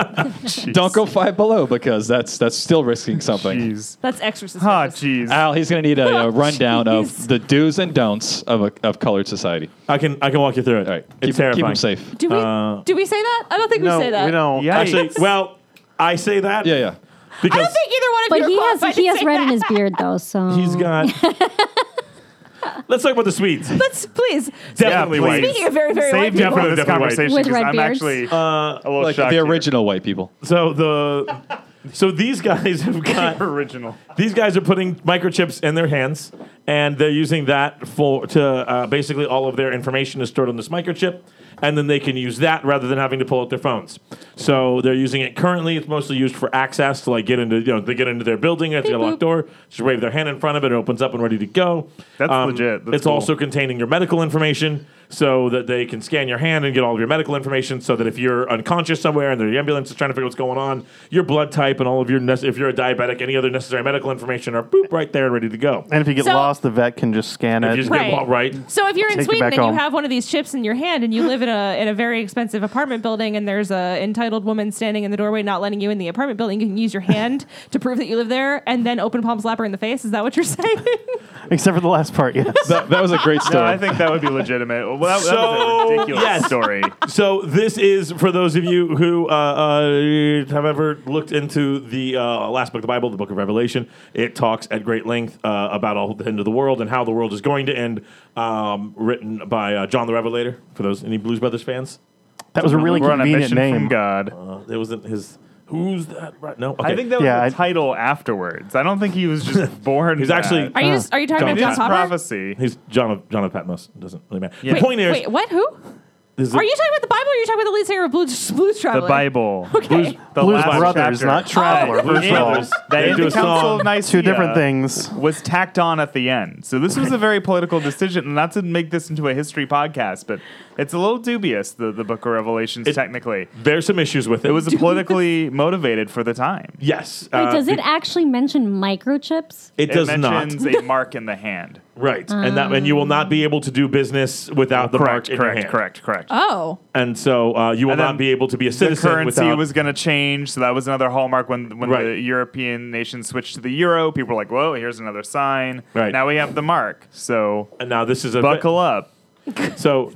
Speaker 3: Don't go five below because that's that's still risking something.
Speaker 2: Jeez.
Speaker 5: That's extra
Speaker 2: Oh,
Speaker 5: suspicious.
Speaker 2: jeez.
Speaker 3: Al, he's going to need a, a rundown
Speaker 5: Jeez.
Speaker 3: of the do's and don'ts of a, of colored society.
Speaker 1: I can I can walk you through it.
Speaker 3: All right,
Speaker 1: It's
Speaker 3: keep,
Speaker 1: terrifying.
Speaker 3: keep him safe.
Speaker 5: do we?
Speaker 1: Uh,
Speaker 5: do we say that? I don't think
Speaker 7: no,
Speaker 5: we say that.
Speaker 7: we don't.
Speaker 2: Yikes.
Speaker 1: Actually, well, I say that.
Speaker 3: Yeah, yeah.
Speaker 5: I
Speaker 1: Because
Speaker 5: don't think either one of you.
Speaker 6: but
Speaker 5: are
Speaker 6: he
Speaker 5: qualified
Speaker 6: has
Speaker 5: to
Speaker 6: he has
Speaker 5: say
Speaker 6: red
Speaker 5: that.
Speaker 6: in his beard though, so
Speaker 1: he's got. Let's talk about the Swedes.
Speaker 5: Let's please.
Speaker 1: Definitely
Speaker 2: please.
Speaker 1: white.
Speaker 5: Speaking of very very
Speaker 2: Save
Speaker 5: white
Speaker 2: me
Speaker 1: people.
Speaker 2: for this
Speaker 1: Definitely white.
Speaker 2: conversation
Speaker 6: With
Speaker 2: because
Speaker 6: red
Speaker 2: I'm
Speaker 6: beards.
Speaker 2: actually a little
Speaker 3: Like
Speaker 2: shocked.
Speaker 3: the
Speaker 2: here.
Speaker 3: original white people.
Speaker 1: So the so these guys have got
Speaker 2: original.
Speaker 1: these guys are putting microchips in their hands and they're using that for to uh, basically all of their information is stored on this microchip and then they can use that rather than having to pull out their phones so they're using it currently it's mostly used for access to like get into you know they get into their building it's got a locked door just wave their hand in front of it it opens up and ready to go Um,
Speaker 2: That's legit. That's
Speaker 1: it's
Speaker 2: cool.
Speaker 1: also containing your medical information so that they can scan your hand and get all of your medical information so that if you're unconscious somewhere and the ambulance is trying to figure what's going on, your blood type and all of your, nece- if you're a diabetic, any other necessary medical information are boop right there and ready to go.
Speaker 7: And if you get
Speaker 5: So-
Speaker 7: lost, the vet can just scan
Speaker 1: If
Speaker 7: it.
Speaker 1: you just
Speaker 5: Right.
Speaker 1: get wa- right.
Speaker 5: So if you're in
Speaker 7: Take it
Speaker 5: Sweden
Speaker 7: back
Speaker 5: and
Speaker 7: home.
Speaker 5: you have one of these chips in your hand and you live in a in a very expensive apartment building and there's a entitled woman standing in the doorway not letting you in the apartment building, you can use your hand to prove that you live there and then open palm slap her in the face. Is that what you're saying?
Speaker 7: Except for the last part, yes.
Speaker 3: That, that was a great
Speaker 2: No,
Speaker 3: story.
Speaker 2: I think that would be legitimate. Well, that, that was
Speaker 1: So,
Speaker 2: a ridiculous
Speaker 1: yes.
Speaker 2: story.
Speaker 1: So this is for those of you who uh, uh, have ever looked into the uh, last book of the Bible, the Book of Revelation. It talks at great length uh, about all the end of the world and how the world is going to end. Um, written by uh, John the Revelator. For those any Blues Brothers fans,
Speaker 7: That was a really
Speaker 2: We're on a
Speaker 7: convenient
Speaker 2: mission
Speaker 7: name.
Speaker 2: from God.
Speaker 1: uh, it wasn't his. Who's that? Right? No. Okay.
Speaker 2: I think that was
Speaker 7: Yeah,
Speaker 2: the
Speaker 7: I-
Speaker 2: title afterwards. I don't think he was just born.
Speaker 1: He's
Speaker 2: that.
Speaker 1: actually-
Speaker 5: Are you just, are you talking
Speaker 1: Uh, Don't
Speaker 5: about John
Speaker 2: It's
Speaker 1: John
Speaker 5: Popper?
Speaker 2: prophecy.
Speaker 1: he's John of John of Patmos. Doesn't really matter.
Speaker 2: Yeah.
Speaker 1: The point is,
Speaker 5: wait, what? Who?
Speaker 1: is that-
Speaker 5: Are you talking about the Bible? or Are you talking about the lead singer of Blues Blues
Speaker 2: The
Speaker 5: Traveler?
Speaker 2: Bible.
Speaker 5: Okay.
Speaker 2: the
Speaker 7: Blues
Speaker 2: last
Speaker 7: Brothers,
Speaker 2: chapter.
Speaker 7: not Traveler.
Speaker 2: That
Speaker 7: first of all,
Speaker 1: Brothers.
Speaker 2: in- that
Speaker 1: They
Speaker 2: in
Speaker 1: do
Speaker 2: the
Speaker 1: a
Speaker 2: Council
Speaker 1: song.
Speaker 2: of Nicaea
Speaker 7: two different things.
Speaker 2: was tacked on at the end. So this was a very political decision, and not to make this into a history podcast, but it's a little dubious. The, the Book of Revelations,
Speaker 1: It-
Speaker 2: technically,
Speaker 1: There's some issues with it.
Speaker 2: it was politically motivated for the time.
Speaker 1: yes.
Speaker 6: Wait,
Speaker 1: uh,
Speaker 6: does it
Speaker 1: It,
Speaker 6: actually mention microchips?
Speaker 1: it does not.
Speaker 2: mentions a mark in the hand.
Speaker 1: Right, and that and you will not be able to do business without the mark
Speaker 2: correct,
Speaker 1: in your
Speaker 2: correct,
Speaker 1: hand.
Speaker 2: correct, correct.
Speaker 5: Oh.
Speaker 1: And so uh, you will
Speaker 2: And then
Speaker 1: not be able to be a
Speaker 2: the
Speaker 1: citizen
Speaker 2: currency
Speaker 1: without.
Speaker 2: was going to change, so that was another hallmark when when
Speaker 1: Right.
Speaker 2: the European nations switched to the euro. People were like, "Whoa, here's another sign."
Speaker 1: Right.
Speaker 2: now we have the mark. So
Speaker 1: and now this is a
Speaker 2: buckle up.
Speaker 1: So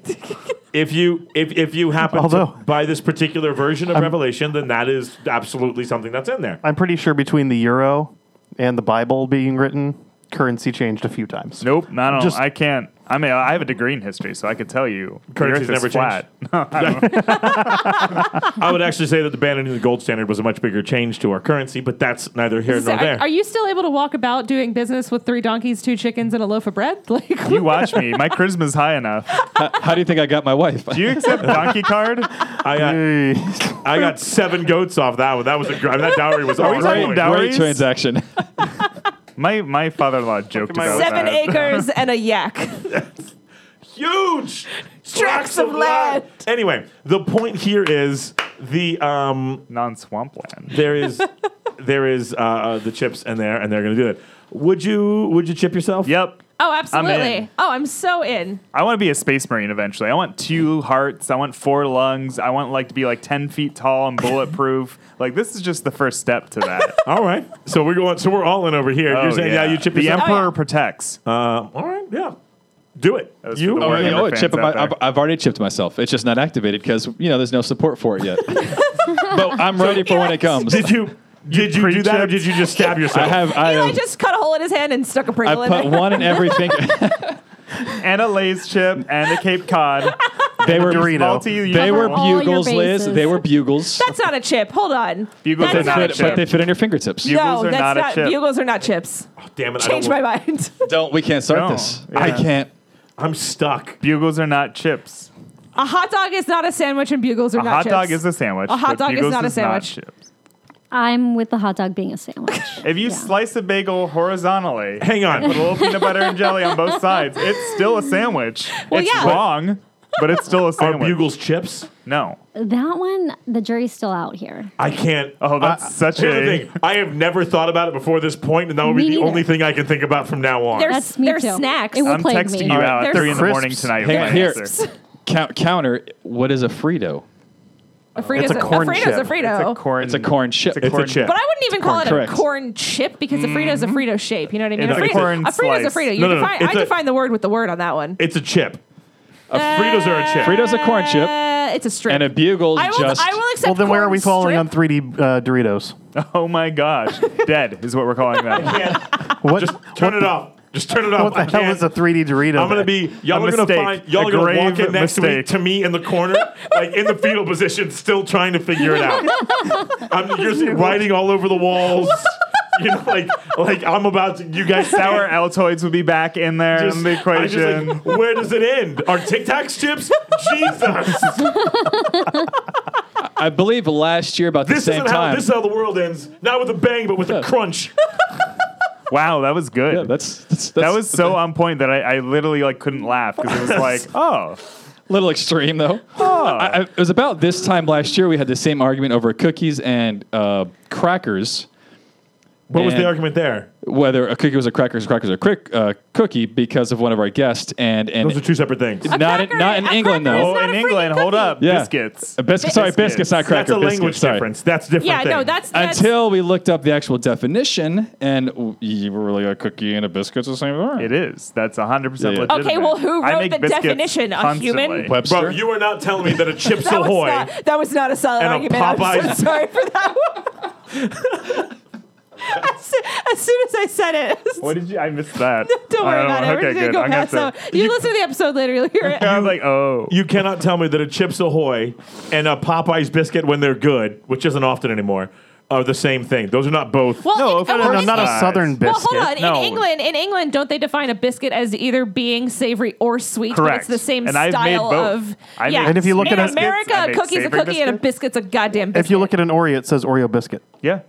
Speaker 1: if you if if you happen
Speaker 7: Although-
Speaker 1: to buy this particular version of Revelation, then that is absolutely something that's in there.
Speaker 7: I'm pretty sure between the euro and the Bible being written, currency changed a few times.
Speaker 2: Nope, not on.
Speaker 7: Just-
Speaker 2: I can't. I mean, I have a degree in history, so I could tell you. the
Speaker 1: Currency's
Speaker 2: Earth is
Speaker 1: never
Speaker 2: flat.
Speaker 1: changed. I would actually say that the abandoning the gold standard was a much bigger change to our currency, but that's neither here
Speaker 5: So
Speaker 1: nor
Speaker 5: are,
Speaker 1: there.
Speaker 5: are you still able to walk about doing business with three donkeys, two chickens, and a loaf of bread? Like,
Speaker 2: you watch me. My charisma's high enough.
Speaker 3: How, how do you think I got my wife?
Speaker 2: Do you accept donkey card?
Speaker 1: I got
Speaker 7: Hey.
Speaker 1: I got seven goats off that one. That was a gr- that dowry was
Speaker 2: Are we talking
Speaker 1: awesome.
Speaker 2: dow-
Speaker 3: Great
Speaker 2: Dowries?
Speaker 3: transaction.
Speaker 2: My my father-in-law joked
Speaker 7: my
Speaker 2: about
Speaker 5: seven
Speaker 2: that.
Speaker 5: acres and a yak.
Speaker 1: huge
Speaker 5: Tracts of land.
Speaker 1: Anyway, the point here is the um
Speaker 2: Non-swampland.
Speaker 1: there is there is uh, uh, the chips in there, and they're going to do it. Would you would you chip yourself?
Speaker 2: Yep.
Speaker 5: Oh, absolutely.
Speaker 2: in.
Speaker 5: Oh, I'm so in.
Speaker 2: I want to be a space marine eventually. I want two hearts. I want four lungs. I want like to be like ten feet tall and bulletproof. like this is just the first step to that.
Speaker 1: All right. So we're going. So we're all in over here. You're
Speaker 2: Oh,
Speaker 1: saying yeah, you chip
Speaker 2: The
Speaker 1: yourself.
Speaker 2: emperor
Speaker 5: Oh, yeah.
Speaker 2: protects.
Speaker 1: Um, all right. Yeah. Do it.
Speaker 2: was
Speaker 1: You.
Speaker 2: for the
Speaker 1: are-
Speaker 2: word.
Speaker 3: You know what,
Speaker 2: fans
Speaker 3: chip
Speaker 2: out
Speaker 3: my-
Speaker 2: there.
Speaker 3: I've, I've already chipped myself. It's just not activated because you know there's no support for it yet. but I'm ready for when it comes.
Speaker 1: Did you? Did you, do that, or
Speaker 2: pre-chipped?
Speaker 1: did you just stab yourself?
Speaker 3: I have. I
Speaker 5: Eli
Speaker 3: have.
Speaker 5: just cut a hole in his hand and stuck a
Speaker 3: I
Speaker 5: Pringle in
Speaker 3: put
Speaker 5: it.
Speaker 3: one in every finger.
Speaker 2: and a Lay's chip and a Cape Cod.
Speaker 3: they were
Speaker 7: Dorito.
Speaker 2: Multi-
Speaker 3: they were
Speaker 6: All your
Speaker 3: bugles, Liz.
Speaker 6: bases.
Speaker 3: They were bugles.
Speaker 5: That's not a chip. Hold on.
Speaker 2: Bugles
Speaker 5: That's
Speaker 2: are
Speaker 5: not
Speaker 2: not
Speaker 5: a
Speaker 2: a
Speaker 3: But, but
Speaker 5: chip.
Speaker 3: they fit in your fingertips.
Speaker 2: You- Bugles are not a chip.
Speaker 5: Bugles are not chips.
Speaker 1: Damn it!
Speaker 5: Change
Speaker 1: I
Speaker 5: my
Speaker 1: don't,
Speaker 5: mind.
Speaker 3: Don't. We can't start
Speaker 2: Don't.
Speaker 3: this.
Speaker 2: Yeah.
Speaker 3: I can't.
Speaker 1: I'm stuck.
Speaker 2: Bugles are not chips.
Speaker 5: a hot dog is not a sandwich, and bugles are
Speaker 2: A
Speaker 5: not
Speaker 2: hot
Speaker 5: chips.
Speaker 2: dog is a sandwich.
Speaker 5: A hot
Speaker 2: but
Speaker 5: dog is
Speaker 2: Bugles
Speaker 5: not a sandwich.
Speaker 2: chips.
Speaker 6: I'm with the hot dog being a sandwich.
Speaker 2: If you
Speaker 6: Yeah.
Speaker 2: slice a bagel horizontally,
Speaker 1: Hang on.
Speaker 2: with a little peanut butter and jelly on both sides, it's still a sandwich.
Speaker 5: Well,
Speaker 2: it's
Speaker 5: yeah.
Speaker 2: wrong, but it's still a
Speaker 1: Are
Speaker 2: sandwich.
Speaker 1: bugles chips?
Speaker 2: No.
Speaker 6: that one, the jury's still out here.
Speaker 1: I can't.
Speaker 2: Oh, that's
Speaker 5: uh,
Speaker 2: such
Speaker 1: Here's the
Speaker 2: a.
Speaker 1: thing. I have never thought about it before this point, and that will be
Speaker 6: Me
Speaker 1: the
Speaker 6: neither.
Speaker 1: only thing I can think about from now on.
Speaker 5: They're,
Speaker 6: That's me
Speaker 5: they're
Speaker 6: too.
Speaker 5: snacks.
Speaker 6: It will-
Speaker 2: I'm
Speaker 6: plague
Speaker 2: texting
Speaker 6: me.
Speaker 2: you
Speaker 6: All
Speaker 5: right,
Speaker 2: out at
Speaker 5: there's-
Speaker 2: 3 in the
Speaker 7: Crisps.
Speaker 2: morning tonight. for
Speaker 3: Hang on
Speaker 2: my
Speaker 3: here.
Speaker 2: answer.
Speaker 3: Count, counter. What is a Frito?
Speaker 5: a Frito's
Speaker 7: It's a corn
Speaker 5: Frito's
Speaker 7: chip.
Speaker 5: a Frito.
Speaker 2: It's a corn.
Speaker 3: It's a corn chip.
Speaker 1: Mm. It's a chip.
Speaker 5: But I wouldn't even call
Speaker 3: corn,
Speaker 5: it
Speaker 3: correct.
Speaker 5: a corn chip because a Frito is a Frito shape. You know what I mean?
Speaker 2: It's
Speaker 5: a
Speaker 2: a
Speaker 5: Frito,
Speaker 2: corn
Speaker 5: a Frito's a
Speaker 2: slice.
Speaker 5: Frito. You
Speaker 1: No, no, no,
Speaker 5: define,
Speaker 1: it's
Speaker 5: I
Speaker 1: a-
Speaker 5: define the word with the word on that one.
Speaker 1: it's a chip. A Fritos are a chip.
Speaker 3: Frito's a corn chip,
Speaker 5: Uh, it's a strip.
Speaker 3: and a bugle
Speaker 5: I will,
Speaker 3: just.
Speaker 5: I will accept
Speaker 7: Well, then where are
Speaker 5: corn
Speaker 7: we falling
Speaker 5: strip.
Speaker 7: on 3D uh, Doritos?
Speaker 2: Oh my gosh. Dead is what we're calling that.
Speaker 7: What,
Speaker 1: Just turn it off. Just turn it off.
Speaker 7: what the
Speaker 1: I
Speaker 7: hell
Speaker 1: can't.
Speaker 7: is a 3D Dorito?
Speaker 1: I'm gonna be y'all
Speaker 2: A
Speaker 1: are
Speaker 2: mistake.
Speaker 1: gonna find y'all
Speaker 2: A
Speaker 1: are gonna walk
Speaker 2: grave
Speaker 1: in next
Speaker 2: mistake.
Speaker 1: week to me in the corner, like in the fetal position, still trying to figure it out. I'm you're writing all over the walls. You know, like like I'm about to you guys
Speaker 2: Sour Altoids will be back in there in the
Speaker 1: I just,
Speaker 2: equation.
Speaker 1: like, where does it end? Are Tic Tacs chips? Jesus!
Speaker 3: I believe last year about
Speaker 1: This
Speaker 3: the same
Speaker 1: isn't
Speaker 3: time.
Speaker 1: how this is how the world ends. Not with a bang, but with a crunch.
Speaker 2: wow, that was good.
Speaker 3: yeah, that's, that's, that's
Speaker 2: that was so on point that I, I literally like couldn't laugh because it was like, oh,
Speaker 3: a little extreme though. I, I, it was about this time last year we had the same argument over cookies and uh, crackers,
Speaker 1: What was the
Speaker 3: And-
Speaker 1: argument there?
Speaker 3: whether a cookie was a cracker, crackers a crick, uh, cookie, because of one of our guests and and
Speaker 1: Those are two separate things.
Speaker 3: not in,
Speaker 5: cracker-
Speaker 3: not in
Speaker 5: a
Speaker 3: England
Speaker 5: cracker
Speaker 3: though.
Speaker 5: is
Speaker 2: oh,
Speaker 5: not
Speaker 2: in
Speaker 5: a
Speaker 2: England,
Speaker 5: freaking
Speaker 2: hold
Speaker 5: cookie.
Speaker 2: up,
Speaker 3: Yeah.
Speaker 2: biscuits.
Speaker 3: A biscuit, sorry,
Speaker 2: Biscuits.
Speaker 3: biscuits, not
Speaker 1: That's
Speaker 3: cracker.
Speaker 1: a language
Speaker 3: biscuits, sorry.
Speaker 1: difference. That's different.
Speaker 5: Yeah,
Speaker 1: thing.
Speaker 5: no, that's, that's
Speaker 3: Until we looked up the actual definition, and w- you were really a cookie and a biscuit's the same thing.
Speaker 2: It is. That's 100%
Speaker 3: Yeah, yeah.
Speaker 2: legitimate.
Speaker 5: Okay, well, who
Speaker 2: I
Speaker 5: wrote
Speaker 2: make
Speaker 5: the
Speaker 2: biscuits
Speaker 5: definition? A
Speaker 2: constantly.
Speaker 5: human?
Speaker 3: Webster.
Speaker 1: Bro, you are not telling me that a Chips
Speaker 5: That was,
Speaker 1: Ahoy.
Speaker 5: not, that was not a solid
Speaker 1: And a
Speaker 5: argument. I'm so
Speaker 1: Popeye's-
Speaker 5: sorry for that one. as, soon, as soon as I said it.
Speaker 2: What did you? I missed that.
Speaker 5: Don't worry
Speaker 2: Oh,
Speaker 5: about it. We're just
Speaker 2: Okay,
Speaker 5: gonna
Speaker 2: good.
Speaker 5: go
Speaker 2: I'm gonna
Speaker 5: past. So
Speaker 2: have
Speaker 5: you, listen to the episode later. You'll hear it.
Speaker 2: to- I was like, oh,
Speaker 1: You cannot tell me that a Chips Ahoy and a Popeyes biscuit when they're good, which isn't often anymore, are the same thing. Those are not both.
Speaker 5: Well,
Speaker 2: No,
Speaker 5: in-
Speaker 2: of course
Speaker 5: well,
Speaker 7: No,
Speaker 5: in-
Speaker 7: not a
Speaker 2: Nice.
Speaker 7: southern
Speaker 5: Well,
Speaker 7: biscuit.
Speaker 5: hold on.
Speaker 2: No.
Speaker 5: In England, in England, don't they define a biscuit as either being savory or sweet? But
Speaker 2: Correct.
Speaker 5: it's the same
Speaker 2: And I've
Speaker 5: style
Speaker 2: made both.
Speaker 5: of.
Speaker 2: I
Speaker 5: yeah.
Speaker 2: make
Speaker 7: And if you look
Speaker 5: in
Speaker 7: at a-
Speaker 5: America,
Speaker 2: I
Speaker 5: a
Speaker 2: make
Speaker 5: cookie's a
Speaker 2: savory
Speaker 5: cookie and a
Speaker 2: biscuit.
Speaker 5: biscuit's a goddamn biscuit.
Speaker 7: If you look at an Oreo, it says Oreo biscuit.
Speaker 2: yeah.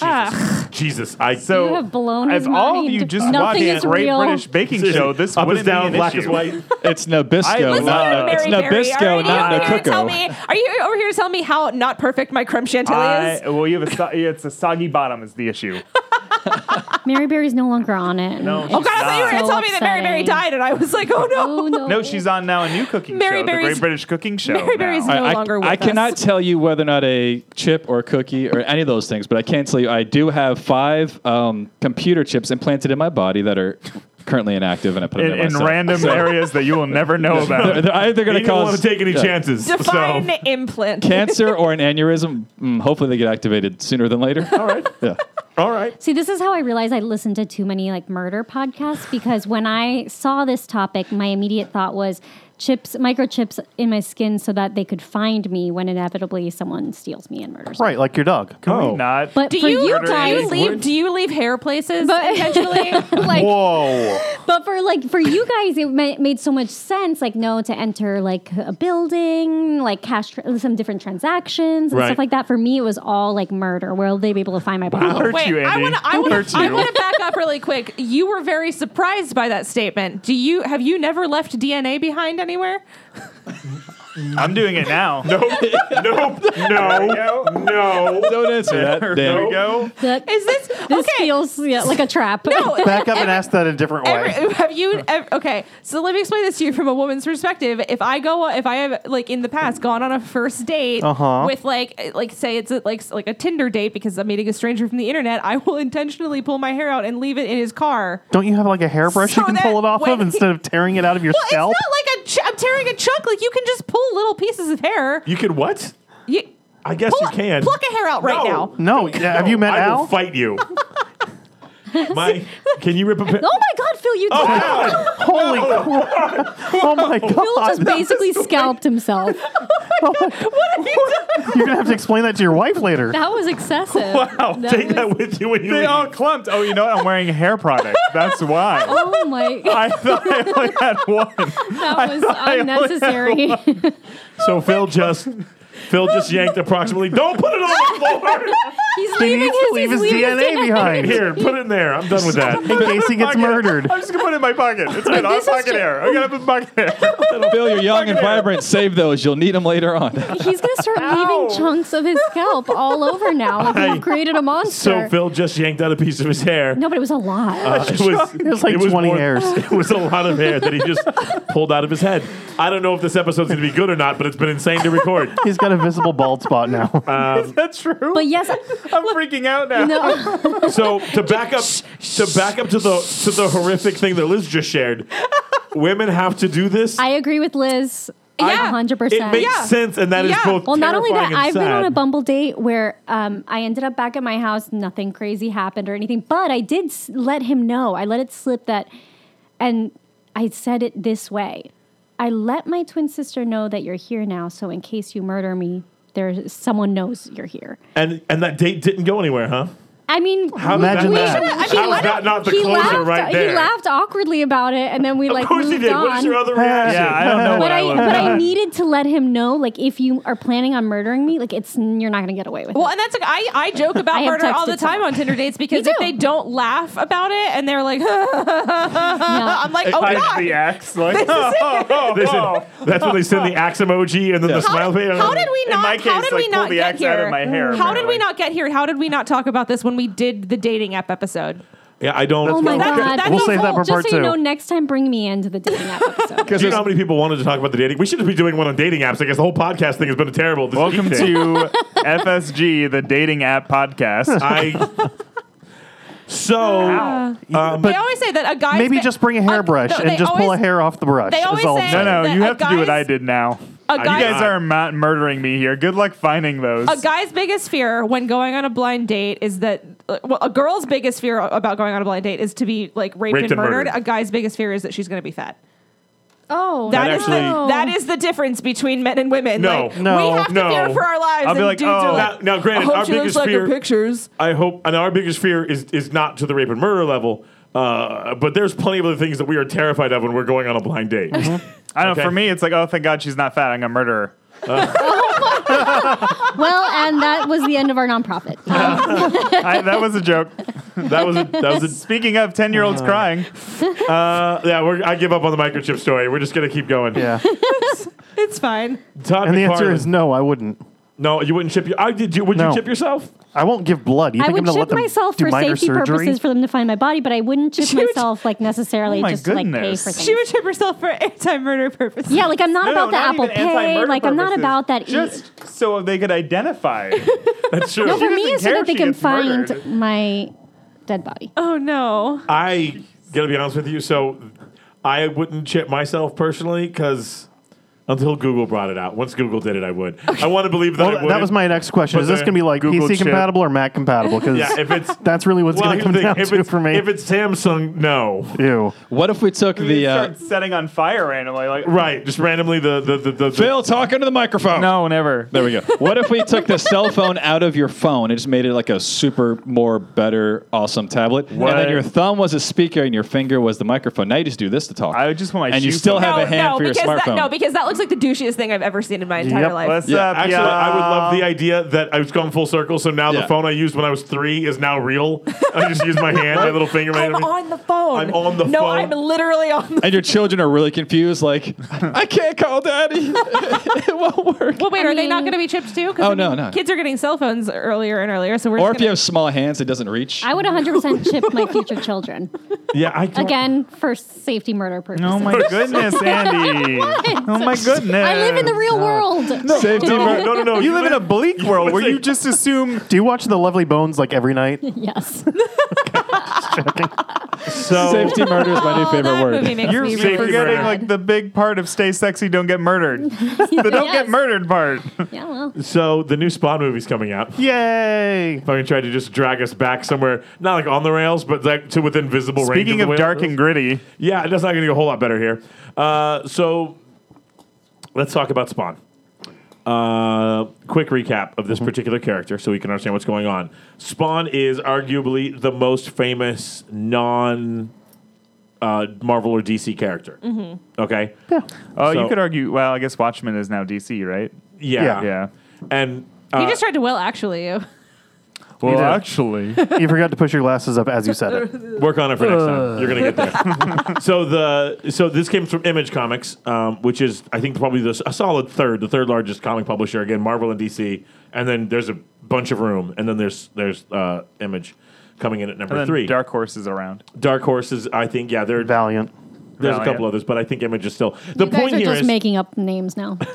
Speaker 5: Ugh.
Speaker 1: Jesus, I
Speaker 2: So
Speaker 6: You have blown
Speaker 2: if
Speaker 6: his
Speaker 2: all of
Speaker 6: mind.
Speaker 2: you just
Speaker 6: Nothing
Speaker 2: watched
Speaker 6: is
Speaker 2: Great
Speaker 6: real.
Speaker 2: British Baking
Speaker 1: Seriously,
Speaker 2: Show, this
Speaker 1: up
Speaker 2: wouldn't
Speaker 1: is down,
Speaker 2: be an
Speaker 1: black
Speaker 2: issue.
Speaker 1: is white.
Speaker 3: It's Nabisco,
Speaker 2: Listen
Speaker 3: not
Speaker 2: to
Speaker 3: no, it's
Speaker 5: Mary Berry.
Speaker 3: Nabisco,
Speaker 5: Are
Speaker 3: not
Speaker 5: you here to tell
Speaker 3: Nabucco.
Speaker 5: me? Are you over here to tell me how not perfect my creme chantilly
Speaker 2: I,
Speaker 5: is?
Speaker 2: well, you have a so- it's a soggy bottom is the issue.
Speaker 6: Mary Berry's no longer on it. and
Speaker 2: No,
Speaker 6: it's
Speaker 2: she's
Speaker 5: Oh God, I thought you were
Speaker 6: so
Speaker 5: going to tell me that Mary Berry
Speaker 6: upsetting.
Speaker 5: died, and I was like, oh no.
Speaker 6: Oh no.
Speaker 2: No, she's on now a new cooking
Speaker 5: Mary
Speaker 2: show, the
Speaker 5: Berry's-
Speaker 2: Great British Cooking Show.
Speaker 5: Mary Berry's
Speaker 2: now.
Speaker 5: no
Speaker 3: I,
Speaker 5: longer with
Speaker 3: I cannot
Speaker 5: us.
Speaker 3: tell you whether or not a chip or a cookie or any of those things, but I can tell you I do have five um, computer chips implanted in my body that are currently inactive, and I put them
Speaker 2: in,
Speaker 3: in,
Speaker 2: in
Speaker 3: myself.
Speaker 2: random
Speaker 3: So
Speaker 2: areas that you will never know
Speaker 3: they're,
Speaker 2: about.
Speaker 3: they're either
Speaker 1: He
Speaker 3: going to
Speaker 1: didn't want
Speaker 3: cause
Speaker 1: to take any
Speaker 3: yeah,
Speaker 1: chances.
Speaker 5: Define
Speaker 1: So.
Speaker 5: implant.
Speaker 3: cancer or an aneurysm. Mm, hopefully, they get activated sooner than later.
Speaker 1: All right.
Speaker 3: Yeah.
Speaker 1: All right.
Speaker 6: See, this is how I realized I listened to too many like murder podcasts because when I saw this topic, my immediate thought was chips, microchips in my skin so that they could find me when inevitably someone steals me and murders. me.
Speaker 7: Right, like your dog.
Speaker 1: Oh.
Speaker 2: Not.
Speaker 6: But
Speaker 5: Do
Speaker 6: for
Speaker 5: you,
Speaker 6: you
Speaker 5: do
Speaker 6: guys,
Speaker 5: you leave do you leave hair places
Speaker 6: But-
Speaker 5: intentionally?
Speaker 6: like,
Speaker 1: Oh.
Speaker 7: Whoa.
Speaker 6: but for like for you guys, it ma- made so much sense. Like, no, to enter like a building, like cash, tra- some different transactions and
Speaker 1: Right.
Speaker 6: stuff like that. For me, it was all like murder. Where will they be able to find my body?
Speaker 2: Hurt
Speaker 5: Wait,
Speaker 2: you,
Speaker 5: I
Speaker 2: Andy.
Speaker 5: want to I
Speaker 2: Who
Speaker 5: want
Speaker 2: hurt
Speaker 5: to I
Speaker 2: you?
Speaker 5: want to back up really quick. You were very surprised by that statement. Do you have you never left DNA behind anywhere?
Speaker 2: I'm doing it now. No,
Speaker 1: Nope. No. No.
Speaker 3: Don't answer that.
Speaker 2: there
Speaker 3: Dan.
Speaker 2: we go.
Speaker 6: The-
Speaker 5: Is this,
Speaker 6: this
Speaker 5: okay?
Speaker 6: feels yeah, like a trap. Oh
Speaker 5: no,
Speaker 7: Back up and ask that a different
Speaker 5: every-
Speaker 7: way.
Speaker 5: have you ev- okay? So let me explain this to you from a woman's perspective. If I go, if I have like in the past gone on a first date
Speaker 7: Uh-huh.
Speaker 5: with like like say it's a, like like a Tinder date because I'm meeting a stranger from the internet, I will intentionally pull my hair out and leave it in his car.
Speaker 7: Don't you have like a hairbrush
Speaker 5: So
Speaker 7: you can
Speaker 5: that
Speaker 7: pull it off
Speaker 5: when
Speaker 7: of
Speaker 5: he-
Speaker 7: instead of tearing it out of your
Speaker 5: Well,
Speaker 7: scalp?
Speaker 5: it's not like a ch- I'm tearing a chunk. Like you can just pull little pieces of hair.
Speaker 1: You can what?
Speaker 5: You,
Speaker 1: I guess
Speaker 5: pull
Speaker 1: you can.
Speaker 5: pluck a hair out right
Speaker 1: No.
Speaker 5: now.
Speaker 7: no, yeah, have you met
Speaker 1: I will
Speaker 7: Al?
Speaker 1: fight you. My, can you rip a pin?
Speaker 6: Oh my God, Phil, you did it.
Speaker 7: Holy crap. Oh my
Speaker 6: Phil just
Speaker 7: god.
Speaker 6: basically scalped himself.
Speaker 5: oh
Speaker 7: You're gonna have to explain that to your wife later.
Speaker 6: That was excessive.
Speaker 2: Wow,
Speaker 1: Take that with you when you
Speaker 2: They
Speaker 1: leave.
Speaker 2: all clumped. Oh, you know what? I'm wearing hair product. That's why.
Speaker 6: Oh my!
Speaker 2: I thought I only had one.
Speaker 6: That was
Speaker 2: I only had
Speaker 6: unnecessary.
Speaker 1: So Phil just Phil just yanked approximately. Don't put it on the floor.
Speaker 6: He's
Speaker 7: He
Speaker 6: leaving
Speaker 7: needs
Speaker 6: his,
Speaker 7: to leave
Speaker 6: he's
Speaker 7: his
Speaker 6: leaving
Speaker 7: DNA behind
Speaker 1: Here, put it in there. I'm done with that.
Speaker 7: in case he gets
Speaker 2: Pocket.
Speaker 7: murdered.
Speaker 2: I'm just gonna put it in my pocket. It's good. I have
Speaker 6: this is
Speaker 2: pocket
Speaker 6: ju-
Speaker 2: hair. I got a pocket hair.
Speaker 3: Phil, you're young and vibrant. Save those. You'll need them later on.
Speaker 6: He's gonna start leaving chunks of his scalp all over now. Like
Speaker 1: Hey.
Speaker 6: we've created a monster.
Speaker 1: So Phil just yanked out a piece of his hair.
Speaker 6: no, but it was a lot.
Speaker 2: Uh,
Speaker 1: It was, it
Speaker 7: was like 20 hairs.
Speaker 1: It was a lot of hair that he just pulled out of his head. I don't know if this episode's going to be good or not, but it's been insane to record.
Speaker 7: He's got a visible bald spot now.
Speaker 2: Is that true?
Speaker 6: but yes,
Speaker 2: I'm freaking out now.
Speaker 6: no,
Speaker 1: So to back up, to back up to the to the horrific thing that Liz just shared, women have to do this.
Speaker 6: I agree with Liz.
Speaker 5: Yeah.
Speaker 6: hundred
Speaker 1: it
Speaker 6: percent.
Speaker 1: makes
Speaker 5: Yeah.
Speaker 1: sense, and that is
Speaker 5: Yeah.
Speaker 1: both.
Speaker 6: Well, not only that,
Speaker 1: terrifying and
Speaker 6: I've been on
Speaker 1: sad.
Speaker 6: a Bumble date where um, I ended up back at my house. Nothing crazy happened or anything, but I did s- let him know. I let it slip that, and I said it this way: I let my twin sister know that you're here now. So in case you murder me, there's someone knows you're here.
Speaker 1: and and that date didn't go anywhere, huh?
Speaker 6: I mean,
Speaker 1: How did
Speaker 7: Imagine
Speaker 1: that,
Speaker 7: that.
Speaker 1: How is that not the
Speaker 6: he
Speaker 1: closer
Speaker 6: laughed.
Speaker 1: right there?
Speaker 6: He laughed awkwardly about it, and then we like
Speaker 1: Of course he
Speaker 6: moved
Speaker 1: did.
Speaker 6: on.
Speaker 1: What is your other reaction?
Speaker 2: Yeah, I don't know what
Speaker 6: but
Speaker 2: I
Speaker 6: I,
Speaker 2: would
Speaker 6: but I
Speaker 2: have.
Speaker 6: needed to let him know, like, if you are planning on murdering me, like, it's you're not gonna get away with it.
Speaker 5: Well, and that's like I, I joke
Speaker 6: I
Speaker 5: about
Speaker 6: have
Speaker 5: murder all the
Speaker 6: texted
Speaker 5: time
Speaker 6: someone.
Speaker 5: on Tinder dates because
Speaker 6: Me
Speaker 5: if
Speaker 6: too.
Speaker 5: they don't laugh about it and they're like,
Speaker 6: Yeah.
Speaker 5: I'm like, oh
Speaker 2: Like
Speaker 5: god,
Speaker 2: the axe, like oh, oh, oh,
Speaker 1: They said-
Speaker 2: oh.
Speaker 1: that's when they send the axe emoji and then the
Speaker 3: Yeah.
Speaker 1: smile
Speaker 5: how,
Speaker 1: face.
Speaker 5: how did we
Speaker 2: In
Speaker 5: not?
Speaker 2: my
Speaker 5: how
Speaker 2: case, like,
Speaker 5: did we
Speaker 2: pull
Speaker 5: not
Speaker 2: the
Speaker 5: get
Speaker 2: axe out
Speaker 5: here?
Speaker 2: of my hair,
Speaker 5: how did
Speaker 2: apparently.
Speaker 5: we not get here? How did we not talk about this when we did the dating app episode?
Speaker 1: Yeah, I don't.
Speaker 6: Oh my
Speaker 5: That's-
Speaker 6: god!
Speaker 5: that's We'll
Speaker 7: save that for
Speaker 6: Just
Speaker 7: part
Speaker 6: so
Speaker 7: two.
Speaker 6: you know, next time bring me into the dating app episode.
Speaker 1: Do you know how many people wanted to talk about the dating? We should be doing one on dating apps. I guess the whole podcast thing has been terrible. This
Speaker 2: Welcome
Speaker 1: geek
Speaker 2: to
Speaker 1: thing.
Speaker 2: FSG, the dating app podcast.
Speaker 1: I. So
Speaker 7: but
Speaker 5: they always say that a guy
Speaker 7: maybe just bring a hairbrush and just pull a hair off the brush.
Speaker 5: they
Speaker 7: is
Speaker 5: always
Speaker 7: all I'm
Speaker 2: no,
Speaker 5: say-
Speaker 7: saying.
Speaker 2: no,
Speaker 5: That
Speaker 2: you
Speaker 5: a
Speaker 2: have to do what I
Speaker 5: guy's-
Speaker 2: did now.
Speaker 5: a
Speaker 1: You
Speaker 5: guy's,
Speaker 2: You guys
Speaker 1: God.
Speaker 2: are not murdering me here. Good luck finding those.
Speaker 5: a guy's biggest fear when going on a blind date is that uh, well, a girl's biggest fear about going on a blind date is to be like raped,
Speaker 1: Raped
Speaker 5: and,
Speaker 1: and
Speaker 5: murdered.
Speaker 1: murdered.
Speaker 5: A guy's biggest fear is that she's going to be fat.
Speaker 4: Oh,
Speaker 1: That
Speaker 5: that is
Speaker 1: actually-
Speaker 5: the, that is the difference between men and women.
Speaker 1: No,
Speaker 5: like,
Speaker 7: no,
Speaker 5: we have
Speaker 1: no.
Speaker 5: to fear for our lives.
Speaker 2: I'll be
Speaker 5: and
Speaker 2: like,
Speaker 5: dudes are
Speaker 2: oh.
Speaker 1: Now, now
Speaker 5: I
Speaker 1: granted,
Speaker 5: hope
Speaker 1: our
Speaker 5: she looks
Speaker 1: biggest
Speaker 5: like her
Speaker 1: fear.
Speaker 5: pictures.
Speaker 1: I hope, and our biggest fear is is not to the rape and murder level, uh, but there's plenty of other things that we are terrified of when we're going on a blind date.
Speaker 2: I don't know.
Speaker 1: Okay.
Speaker 2: For me, it's like, oh, thank God she's not fat. I'm gonna murder her.
Speaker 6: Well, and that was the end of our nonprofit.
Speaker 2: I, that was a joke.
Speaker 1: That was a, that was
Speaker 2: Speaking of ten year olds crying,
Speaker 1: a, uh, yeah. We're, I give up on the microchip story. We're just gonna keep going.
Speaker 7: Yeah.
Speaker 5: It's fine.
Speaker 1: Todd
Speaker 7: and the answer
Speaker 1: McFarlane.
Speaker 7: is no, I wouldn't.
Speaker 1: no. You wouldn't chip your. I did. You would
Speaker 7: No.
Speaker 1: you chip yourself?
Speaker 7: I won't give blood. You
Speaker 6: I
Speaker 7: think I'm
Speaker 6: would
Speaker 7: going to let
Speaker 6: chip
Speaker 7: them
Speaker 6: myself
Speaker 7: do
Speaker 6: for
Speaker 7: minor
Speaker 6: safety
Speaker 7: surgery?
Speaker 6: purposes for them to find my body, but I wouldn't chip
Speaker 5: She would-
Speaker 6: myself like necessarily
Speaker 2: Oh my
Speaker 6: just to like pay
Speaker 2: goodness.
Speaker 6: for things.
Speaker 5: She would chip herself for anti-murder purposes.
Speaker 6: yeah, like I'm not
Speaker 2: No,
Speaker 6: about the
Speaker 2: not
Speaker 6: Apple
Speaker 2: even anti-murder
Speaker 6: Pay. Like I'm not
Speaker 2: purposes.
Speaker 6: about that. e-
Speaker 2: Just so they could identify.
Speaker 1: That's true.
Speaker 6: for me,
Speaker 2: doesn't
Speaker 6: it's so
Speaker 2: care
Speaker 6: that
Speaker 2: if
Speaker 6: they
Speaker 2: she
Speaker 6: can
Speaker 2: gets
Speaker 6: find
Speaker 2: murdered.
Speaker 6: my dead body.
Speaker 5: Oh no.
Speaker 1: I gotta be honest with you. So I wouldn't chip myself personally because until Google brought it out. Once Google did it, I would. I want to believe that. I
Speaker 7: Well, that
Speaker 1: wouldn't.
Speaker 7: was my next question.
Speaker 1: But
Speaker 7: Is this
Speaker 1: the
Speaker 7: going to be like
Speaker 2: Google
Speaker 7: PC
Speaker 2: chip-
Speaker 7: compatible or Mac compatible? Because
Speaker 1: Yeah, if it's
Speaker 7: that's really what's
Speaker 1: well,
Speaker 7: going
Speaker 1: here's
Speaker 7: to come
Speaker 1: the thing.
Speaker 7: down
Speaker 1: if
Speaker 7: to
Speaker 1: it's
Speaker 7: for me.
Speaker 1: if it's Samsung, no.
Speaker 7: Ew.
Speaker 3: What if we took the uh,
Speaker 2: Start setting on fire randomly, like
Speaker 1: Right, just randomly the the the, the, the
Speaker 3: Phil talking to the microphone?
Speaker 2: No, never.
Speaker 3: There we go. What if we took the cell phone out of your phone and just made it like a super, more, better, awesome tablet? And
Speaker 2: What?
Speaker 3: then your thumb was a speaker and your finger was the microphone. Now you just do this to talk.
Speaker 2: I just want my
Speaker 3: And you
Speaker 2: shoe
Speaker 3: still
Speaker 2: phone.
Speaker 3: have
Speaker 5: no,
Speaker 3: a hand
Speaker 5: no,
Speaker 3: for your
Speaker 5: because
Speaker 3: smartphone.
Speaker 5: That, no, because that looks like the douchiest thing I've ever seen in my entire
Speaker 7: Yep,
Speaker 5: liep
Speaker 2: What's
Speaker 3: Yeah,
Speaker 2: up?
Speaker 1: Actually,
Speaker 2: y'all?
Speaker 1: I would love the idea that I was going full circle. So now
Speaker 3: Yeah.
Speaker 1: the phone I used when I was three is now real. I just use my hand, my little finger. My
Speaker 5: I'm on the phone.
Speaker 1: I'm on the
Speaker 5: no,
Speaker 1: phone.
Speaker 5: I'm literally on the
Speaker 3: and your children are really confused, like, I can't call daddy. it won't work.
Speaker 5: Well, wait,
Speaker 6: I
Speaker 5: are they not going
Speaker 6: mean-
Speaker 5: to be chipped too? 'Cause,
Speaker 3: Oh,
Speaker 5: I mean,
Speaker 3: no, no.
Speaker 5: Kids are getting cell phones earlier and earlier, so we're.
Speaker 3: Or
Speaker 5: just
Speaker 3: if you
Speaker 5: gonna,
Speaker 3: have small hands, it doesn't reach.
Speaker 6: I would 100% chip my future children.
Speaker 1: yeah, I don't-
Speaker 6: Again, for safety murder purposes.
Speaker 2: Oh my goodness, Andy! oh my goodness!
Speaker 6: I live in the real world.
Speaker 3: Safety
Speaker 1: No,
Speaker 3: mur-
Speaker 1: no, no, no.
Speaker 2: You live in a bleak world where
Speaker 1: say-
Speaker 2: you just assume
Speaker 7: Do you watch The Lovely Bones like every night?
Speaker 6: Yes.
Speaker 1: so.
Speaker 3: Safety murder is my new
Speaker 5: Oh,
Speaker 3: favorite
Speaker 5: that movie
Speaker 3: word.
Speaker 5: makes
Speaker 2: you're
Speaker 5: me
Speaker 1: safety
Speaker 5: really
Speaker 2: forgetting
Speaker 1: murder.
Speaker 2: like the big part of "Stay Sexy, Don't Get Murdered," the "Don't Get
Speaker 6: Yes.
Speaker 2: Murdered" part.
Speaker 6: Yeah, well.
Speaker 1: So the new Spawn movie's coming out.
Speaker 7: Yay!
Speaker 1: Fucking tried to just drag us back somewhere, not like on the rails, but like to within visible range.
Speaker 2: Speaking
Speaker 1: the
Speaker 2: of
Speaker 1: rails.
Speaker 2: dark and gritty,
Speaker 1: yeah, that's not going to get a whole lot better here. Uh, so let's talk about Spawn. Uh, quick recap of
Speaker 2: Mm-hmm.
Speaker 1: this particular character so we can understand what's going on. Spawn is arguably the most famous non uh, Marvel or DC character. Okay? Yeah.
Speaker 2: oh,
Speaker 1: So-
Speaker 2: you could argue. Well, I guess Watchmen is now DC, right?
Speaker 1: Yeah.
Speaker 2: Yeah.
Speaker 1: And
Speaker 5: You
Speaker 1: uh,
Speaker 5: just tried to will actually you.
Speaker 2: Well,
Speaker 7: did.
Speaker 2: actually,
Speaker 7: You forgot to push your glasses up as you said it.
Speaker 1: Work on it for next time. You're gonna get there. so the so this came from Image Comics, um, which is I think probably the, a solid third, the third largest comic publisher. Again, Marvel and DC, and then there's a bunch of room, and then there's there's uh, Image coming in at number
Speaker 2: and
Speaker 1: three.
Speaker 2: then Dark Horse is around.
Speaker 1: Dark Horses, I think, yeah, they're, there's
Speaker 7: Valiant.
Speaker 1: a
Speaker 2: Valiant.
Speaker 1: couple others, but I think Image is still the
Speaker 6: you guys
Speaker 1: point
Speaker 6: are
Speaker 1: here
Speaker 6: just
Speaker 1: is
Speaker 6: making up names now.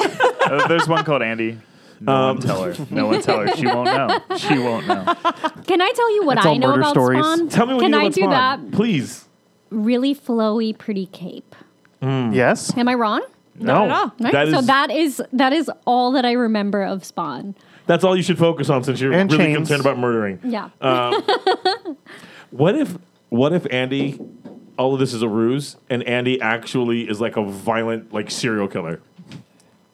Speaker 2: Uh, there's one called Andy. No one tell her. No one tell her. She won't know. She won't know.
Speaker 6: Can I tell you what
Speaker 7: It's all
Speaker 6: I know
Speaker 7: murder
Speaker 6: about
Speaker 7: stories.
Speaker 6: Spawn?
Speaker 1: tell me when
Speaker 6: Can
Speaker 1: you
Speaker 6: I
Speaker 1: about
Speaker 6: do
Speaker 1: Spawn,
Speaker 6: that?
Speaker 1: please.
Speaker 6: Really flowy, pretty cape.
Speaker 7: Yes?
Speaker 6: Am I wrong?
Speaker 5: Not at all.
Speaker 6: Right?
Speaker 1: That
Speaker 6: so
Speaker 1: is-
Speaker 6: that is that is all that I remember of Spawn.
Speaker 1: That's all you should focus on since you're
Speaker 7: And
Speaker 1: really
Speaker 7: chains.
Speaker 1: concerned about murdering.
Speaker 6: Yeah.
Speaker 7: Uh,
Speaker 1: What if what if Andy all of this is a ruse and Andy actually is like a violent like serial killer?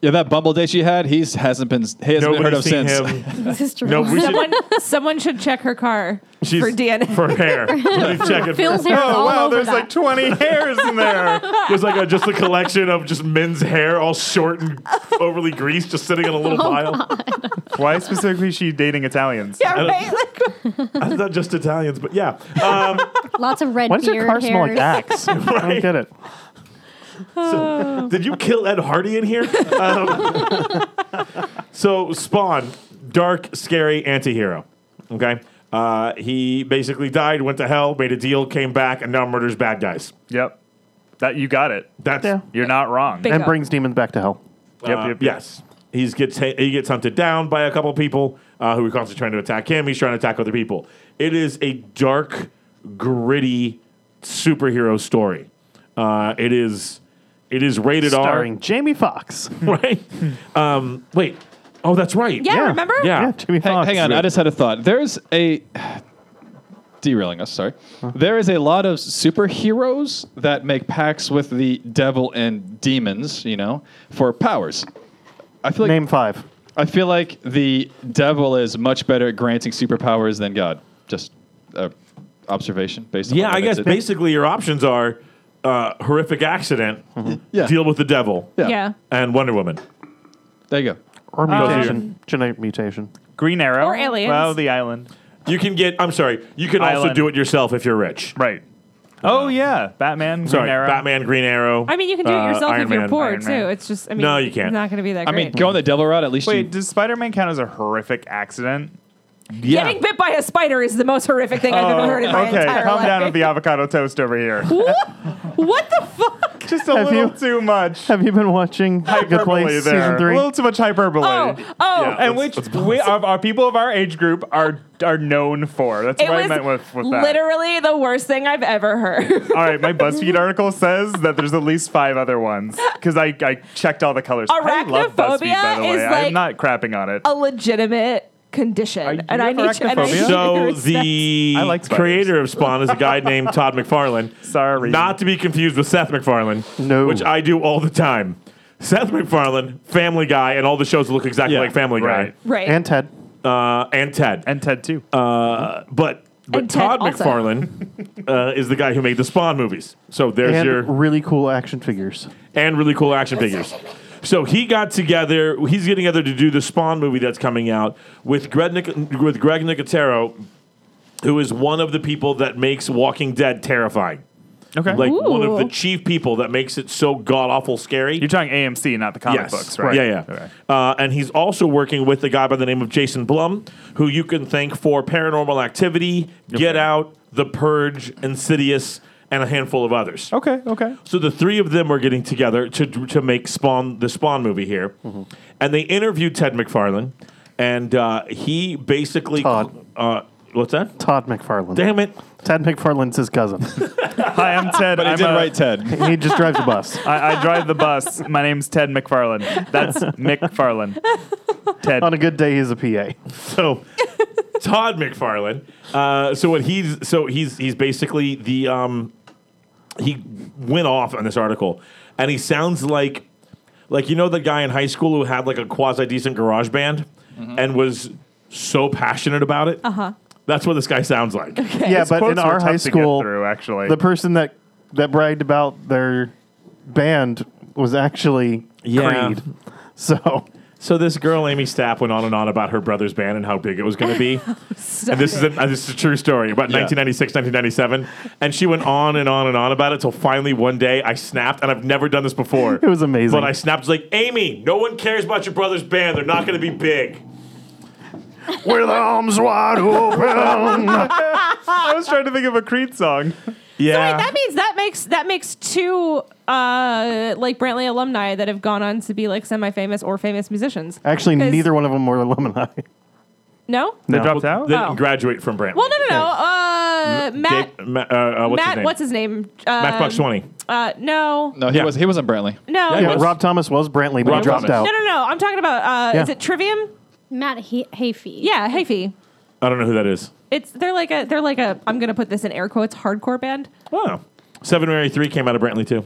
Speaker 3: Yeah, that bumble day she had, he's hasn't been, he hasn't been heard
Speaker 1: Nobody's
Speaker 3: of
Speaker 1: seen
Speaker 3: since.
Speaker 1: him.
Speaker 6: this is true.
Speaker 1: No, we should,
Speaker 5: Someone, someone should check her car
Speaker 1: she's,
Speaker 5: for DNA.
Speaker 1: for hair. Somebody check it.
Speaker 6: Phil's hair is
Speaker 2: Oh
Speaker 6: all
Speaker 2: wow,
Speaker 6: over
Speaker 2: there's
Speaker 6: that.
Speaker 2: like 20 hairs in there.
Speaker 1: There's like a, just a collection of just men's hair, all short and overly greased, just sitting in a
Speaker 6: Oh,
Speaker 1: little pile.
Speaker 2: Why specifically is she dating Italians?
Speaker 5: yeah, right. Like,
Speaker 1: I thought just Italians, but yeah. Um,
Speaker 6: Lots of red
Speaker 7: Why does your
Speaker 6: beard
Speaker 7: car smell like
Speaker 6: hairs.
Speaker 7: axe? I don't get it.
Speaker 1: so, did you kill Ed Hardy in here? Um, so Spawn, dark, scary anti-hero. Okay, uh, he basically died, went to hell, made a deal, came back, and now murders bad guys.
Speaker 2: Yep. That you got it.
Speaker 1: That's
Speaker 7: Yeah.
Speaker 2: You're not wrong.
Speaker 5: Big-
Speaker 7: And
Speaker 5: Yeah.
Speaker 7: brings demons back to hell.
Speaker 2: Yep,
Speaker 1: Uh,
Speaker 2: yep, yep.
Speaker 1: Yes. He gets he gets hunted down by a couple people uh, who are constantly trying to attack him. He's trying to attack other people. It is a dark, gritty superhero story. Uh, it is it is rated
Speaker 7: Starring Jamie Fox.
Speaker 1: R, right? um, wait, oh, that's right.
Speaker 5: yeah,
Speaker 7: Yeah.
Speaker 5: remember?
Speaker 1: yeah.
Speaker 7: Yeah, Jamie
Speaker 3: Hang,
Speaker 7: Fox.
Speaker 3: hang on, I just had a thought. There's a derailing us, sorry. There is a lot of superheroes that make pacts with the devil and demons, you know, for powers. I feel like
Speaker 7: Name five.
Speaker 3: I feel like the devil is much better at granting superpowers than God. Just uh, observation based on
Speaker 1: Yeah,
Speaker 3: what
Speaker 1: I guess
Speaker 3: did.
Speaker 1: basically your options are uh, horrific accident,
Speaker 3: Mm-hmm. Yeah.
Speaker 1: deal with the devil,
Speaker 3: Yeah.
Speaker 5: yeah.
Speaker 1: and Wonder Woman.
Speaker 3: There you go.
Speaker 7: Or mutation. Genetic mutation.
Speaker 2: Green Arrow
Speaker 5: Or aliens.
Speaker 2: Well, the island.
Speaker 1: You can get. I'm sorry. You can also
Speaker 2: Island.
Speaker 1: do it yourself if you're rich.
Speaker 2: Right. Oh yeah, Batman.
Speaker 1: Sorry,
Speaker 2: Green Arrow.
Speaker 1: Batman, Green Arrow.
Speaker 5: I mean, you can do it
Speaker 1: uh,
Speaker 5: yourself
Speaker 1: Iron
Speaker 5: if you're
Speaker 1: Man.
Speaker 5: poor
Speaker 2: Iron
Speaker 5: too.
Speaker 2: Man.
Speaker 5: It's just, I mean,
Speaker 1: No, you can't.
Speaker 5: It's not going to be that
Speaker 3: I
Speaker 5: great.
Speaker 3: mean, go on the devil route. At least
Speaker 2: Wait,
Speaker 3: you.
Speaker 2: does Spider-Man count as a horrific accident?
Speaker 3: yeah.
Speaker 5: Getting bit by a spider is the most horrific thing I've ever heard in my
Speaker 2: okay,
Speaker 5: entire
Speaker 2: calm
Speaker 5: life.
Speaker 2: down with the avocado toast over here.
Speaker 5: what the fuck?
Speaker 2: Just a
Speaker 7: Have
Speaker 2: little
Speaker 7: you-
Speaker 2: too much
Speaker 7: Have you been watching Good
Speaker 2: hyperbole
Speaker 7: Place
Speaker 2: there.
Speaker 7: season
Speaker 2: A
Speaker 7: three?
Speaker 2: little too much hyperbole.
Speaker 5: Oh, oh.
Speaker 2: and which we, our, our people of our age group are are known for. That's
Speaker 5: It
Speaker 2: what I
Speaker 5: was
Speaker 2: meant with, with that.
Speaker 5: literally the worst thing I've ever heard.
Speaker 2: All right, my BuzzFeed article says that there's at least five other ones because I, I checked all the colors. I love BuzzFeed, by the
Speaker 5: Arachnophobia
Speaker 2: way.
Speaker 5: is like-
Speaker 2: I'm not crapping on it.
Speaker 5: a legitimate condition,
Speaker 2: you
Speaker 5: and I
Speaker 2: have
Speaker 5: need to. And
Speaker 2: arachnophobia?
Speaker 5: I need your
Speaker 1: So
Speaker 5: respect.
Speaker 1: the
Speaker 2: I like spiders.
Speaker 1: creator of Spawn is a guy named Todd McFarlane.
Speaker 2: Sorry.
Speaker 1: Not to be confused with Seth MacFarlane.
Speaker 7: No.
Speaker 1: Which I do all the time. Seth MacFarlane, Family Guy, and all the shows look exactly
Speaker 3: Yeah,
Speaker 1: like Family Guy.
Speaker 2: right.
Speaker 5: right.
Speaker 7: And Ted.
Speaker 1: Uh, and Ted.
Speaker 2: and Ted too.
Speaker 1: Uh, but but
Speaker 5: And Ted
Speaker 1: Todd
Speaker 5: also.
Speaker 1: McFarlane uh, is the guy who made the Spawn movies. So there's
Speaker 7: And
Speaker 1: your
Speaker 7: really cool action figures.
Speaker 1: and really cool action figures. So he got together. He's getting together to do the Spawn movie that's coming out with Greg Nic- with Greg Nicotero, who is one of the people that makes Walking Dead terrifying.
Speaker 2: okay,
Speaker 1: Like one of the
Speaker 5: Ooh.
Speaker 1: chief people that makes it so god awful scary.
Speaker 2: you're talking AMC, not the comic books, right?
Speaker 1: Yeah, yeah.
Speaker 2: Okay.
Speaker 1: Uh, and he's also working with a guy by the name of Jason Blum, who you can thank for Paranormal Activity, Get Out, The Purge, Insidious, and a handful of others.
Speaker 2: Okay, okay.
Speaker 1: So the three of them were getting together to to make Spawn the Spawn movie here,
Speaker 2: Mm-hmm.
Speaker 1: and they interviewed Ted McFarlane, and uh, he basically
Speaker 7: Todd.
Speaker 1: Uh, what's that?
Speaker 7: Todd McFarlane.
Speaker 1: Damn it!
Speaker 7: Ted McFarlane's his cousin.
Speaker 2: Hi, I'm Ted.
Speaker 3: But I
Speaker 2: I'm
Speaker 3: did
Speaker 2: a-
Speaker 3: write Ted.
Speaker 7: he just drives a bus.
Speaker 2: I, I drive the bus. My name's Ted McFarlane. That's McFarlane. Ted.
Speaker 7: On a good day, he's a PA.
Speaker 1: So Todd McFarlane. Uh, so what he's so he's he's basically the um, he went off on this article, and he sounds like like you know the guy in high school who had like a quasi decent garage band and was so passionate about it. Uh huh. That's what this guy sounds like.
Speaker 7: Yeah,
Speaker 2: His
Speaker 7: but in
Speaker 2: quotes were
Speaker 7: our
Speaker 2: tough to
Speaker 7: high
Speaker 2: get
Speaker 7: school,
Speaker 2: through actually.
Speaker 7: the person that that bragged about their band was actually
Speaker 1: Yeah.
Speaker 7: Creed. So
Speaker 1: So this girl Amy Stapp went on and on about her brother's band and how big it was going to be. and this is a, uh, this is a true story about 1996, 1997. And she went on and on and on about it till finally one day I snapped, and I've never done this before.
Speaker 7: it was amazing.
Speaker 1: But I snapped like, Amy, no one cares about your brother's band. They're not going to be big.
Speaker 7: with arms wide open.
Speaker 2: I was trying to think of a Creed song.
Speaker 1: Yeah.
Speaker 5: Wait, that means that makes that makes two uh, like Brantley alumni that have gone on to be like semi-famous or famous musicians.
Speaker 7: Actually,
Speaker 5: 'Cause-
Speaker 7: neither one of them were alumni.
Speaker 5: No.
Speaker 2: They
Speaker 7: No.
Speaker 2: dropped out.
Speaker 1: They
Speaker 5: Oh.
Speaker 1: didn't graduate from Brantley.
Speaker 5: Well, no, no, no. Uh, Matt.
Speaker 1: Dave- Ma- uh, uh, what's his
Speaker 5: Matt,
Speaker 1: name?
Speaker 5: what's his name? Uh,
Speaker 1: Matchbox 20.
Speaker 5: Uh, no, no,
Speaker 3: No, he
Speaker 1: Yeah.
Speaker 3: was he wasn't Brantley.
Speaker 1: Yeah,
Speaker 7: Yeah,
Speaker 1: Yes.
Speaker 7: Rob Thomas was Brantley, but
Speaker 1: Rob
Speaker 7: he dropped
Speaker 1: Thomas.
Speaker 7: out.
Speaker 5: no, no, no. I'm talking about. Uh,
Speaker 7: Yeah.
Speaker 5: Is it Trivium?
Speaker 6: Matt he- Hafey.
Speaker 5: Yeah, Hafey.
Speaker 1: I don't know who that is.
Speaker 5: It's they're like a they're like a I'm gonna put this in air quotes hardcore band.
Speaker 1: Oh. Seven Mary 3 came out of Brantley, too.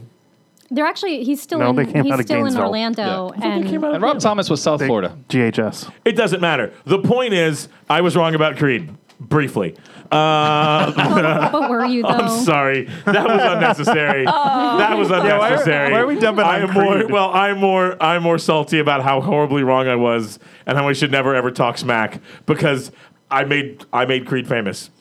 Speaker 6: They're actually he's still
Speaker 7: No,
Speaker 6: in,
Speaker 7: they came out
Speaker 6: he's
Speaker 7: of
Speaker 6: still in
Speaker 7: Gainesville.
Speaker 6: Orlando and
Speaker 3: And Rob Thomas was South Florida.
Speaker 7: GHS.
Speaker 1: It doesn't matter. The point is, I was wrong about Creed briefly. Uh,
Speaker 6: but were you though?
Speaker 1: I'm sorry. That was unnecessary. that was
Speaker 2: Oh. why are-
Speaker 1: unnecessary.
Speaker 2: why are we dumping
Speaker 1: I
Speaker 2: on
Speaker 1: am more,
Speaker 2: Creed?
Speaker 1: well, I'm more I'm more salty about how horribly wrong I was and how I should never ever talk smack because I made I made Creed famous.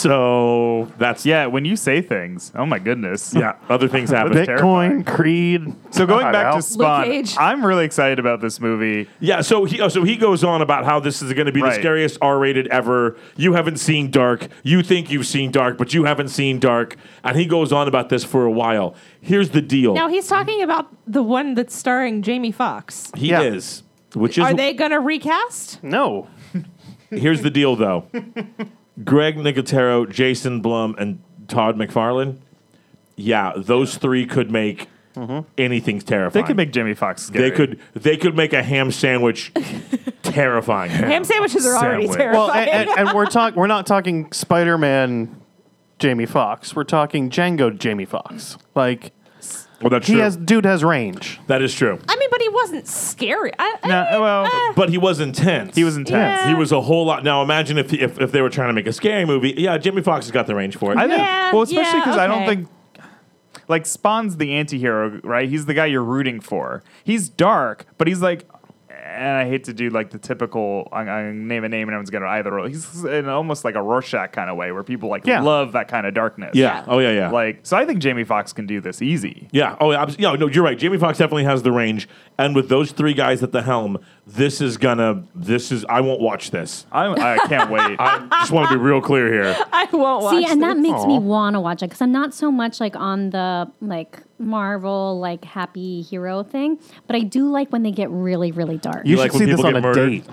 Speaker 1: So that's
Speaker 2: Yeah, when you say things, oh my goodness.
Speaker 1: yeah. Other things happen.
Speaker 2: That's terrifying.
Speaker 7: Bitcoin, Creed.
Speaker 2: So going
Speaker 7: God,
Speaker 2: back
Speaker 7: Al.
Speaker 2: to Spawn,
Speaker 5: Cage.
Speaker 2: I'm really excited about this movie.
Speaker 1: Yeah, so he oh, so he goes on about how this is going to be
Speaker 2: Right.
Speaker 1: the scariest R-rated ever. You haven't seen Dark. You think you've seen Dark, but you haven't seen Dark. And he goes on about this for a while. Here's the deal.
Speaker 5: Now he's talking about the one that's starring Jamie Foxx.
Speaker 1: he
Speaker 7: Yeah.
Speaker 1: is, which is
Speaker 5: Are they gonna recast?
Speaker 7: No.
Speaker 1: Here's the deal, though. Greg Nicotero, Jason Blum, and Todd McFarlane. Yeah, those three could make anything's
Speaker 2: Mm-hmm. They
Speaker 1: terrifying.
Speaker 2: could make Jamie Foxx scary.
Speaker 1: They could they could make a ham sandwich terrifying.
Speaker 5: Ham sandwiches are already
Speaker 1: Sandwich.
Speaker 5: terrifying.
Speaker 7: Well, and, and, and we're talk we're not talking Spider Man, Jamie Fox. We're talking Django Jamie Fox. Like
Speaker 1: Well, Oh, that's
Speaker 7: he
Speaker 1: true.
Speaker 7: has, dude has range.
Speaker 1: that is true.
Speaker 5: I mean, but he wasn't scary. I, I
Speaker 2: No,
Speaker 5: mean,
Speaker 2: well,
Speaker 5: uh,
Speaker 1: But he was intense.
Speaker 2: He was intense.
Speaker 5: Yeah.
Speaker 1: He was a whole lot. Now imagine if, if if they were trying to make a scary movie. Yeah, Jimmy Fox has got the range for it.
Speaker 2: I think,
Speaker 5: Yeah,
Speaker 2: well, especially
Speaker 5: yeah,
Speaker 2: because I don't
Speaker 5: okay.
Speaker 2: think like Spawn's the anti-hero, right? He's the guy you're rooting for. He's dark, but he's like, and I hate to do like the typical I'm, I'm name a name and everyone's gonna either. roll. He's in almost like a Rorschach kind of way where people like
Speaker 7: Yeah.
Speaker 2: love that kind of darkness.
Speaker 1: yeah. Oh yeah. Yeah.
Speaker 2: Like, so I think Jamie Foxx can do this easy.
Speaker 1: yeah. Oh yeah. abs- Yeah. No, you're right. Jamie Fox definitely has the range. And with those three guys at the helm, this is gonna. This is. I won't watch this.
Speaker 2: I, I can't wait.
Speaker 1: I just want to be real clear here.
Speaker 5: I won't watch.
Speaker 6: See, and that
Speaker 5: this.
Speaker 6: makes me
Speaker 7: Aw.
Speaker 6: want to watch it because I'm not so much like on the like Marvel like happy hero thing, but I do like when they get really really dark.
Speaker 7: You,
Speaker 1: like
Speaker 7: should
Speaker 1: when
Speaker 7: see this
Speaker 1: people
Speaker 7: on a
Speaker 1: get murdered?
Speaker 7: date.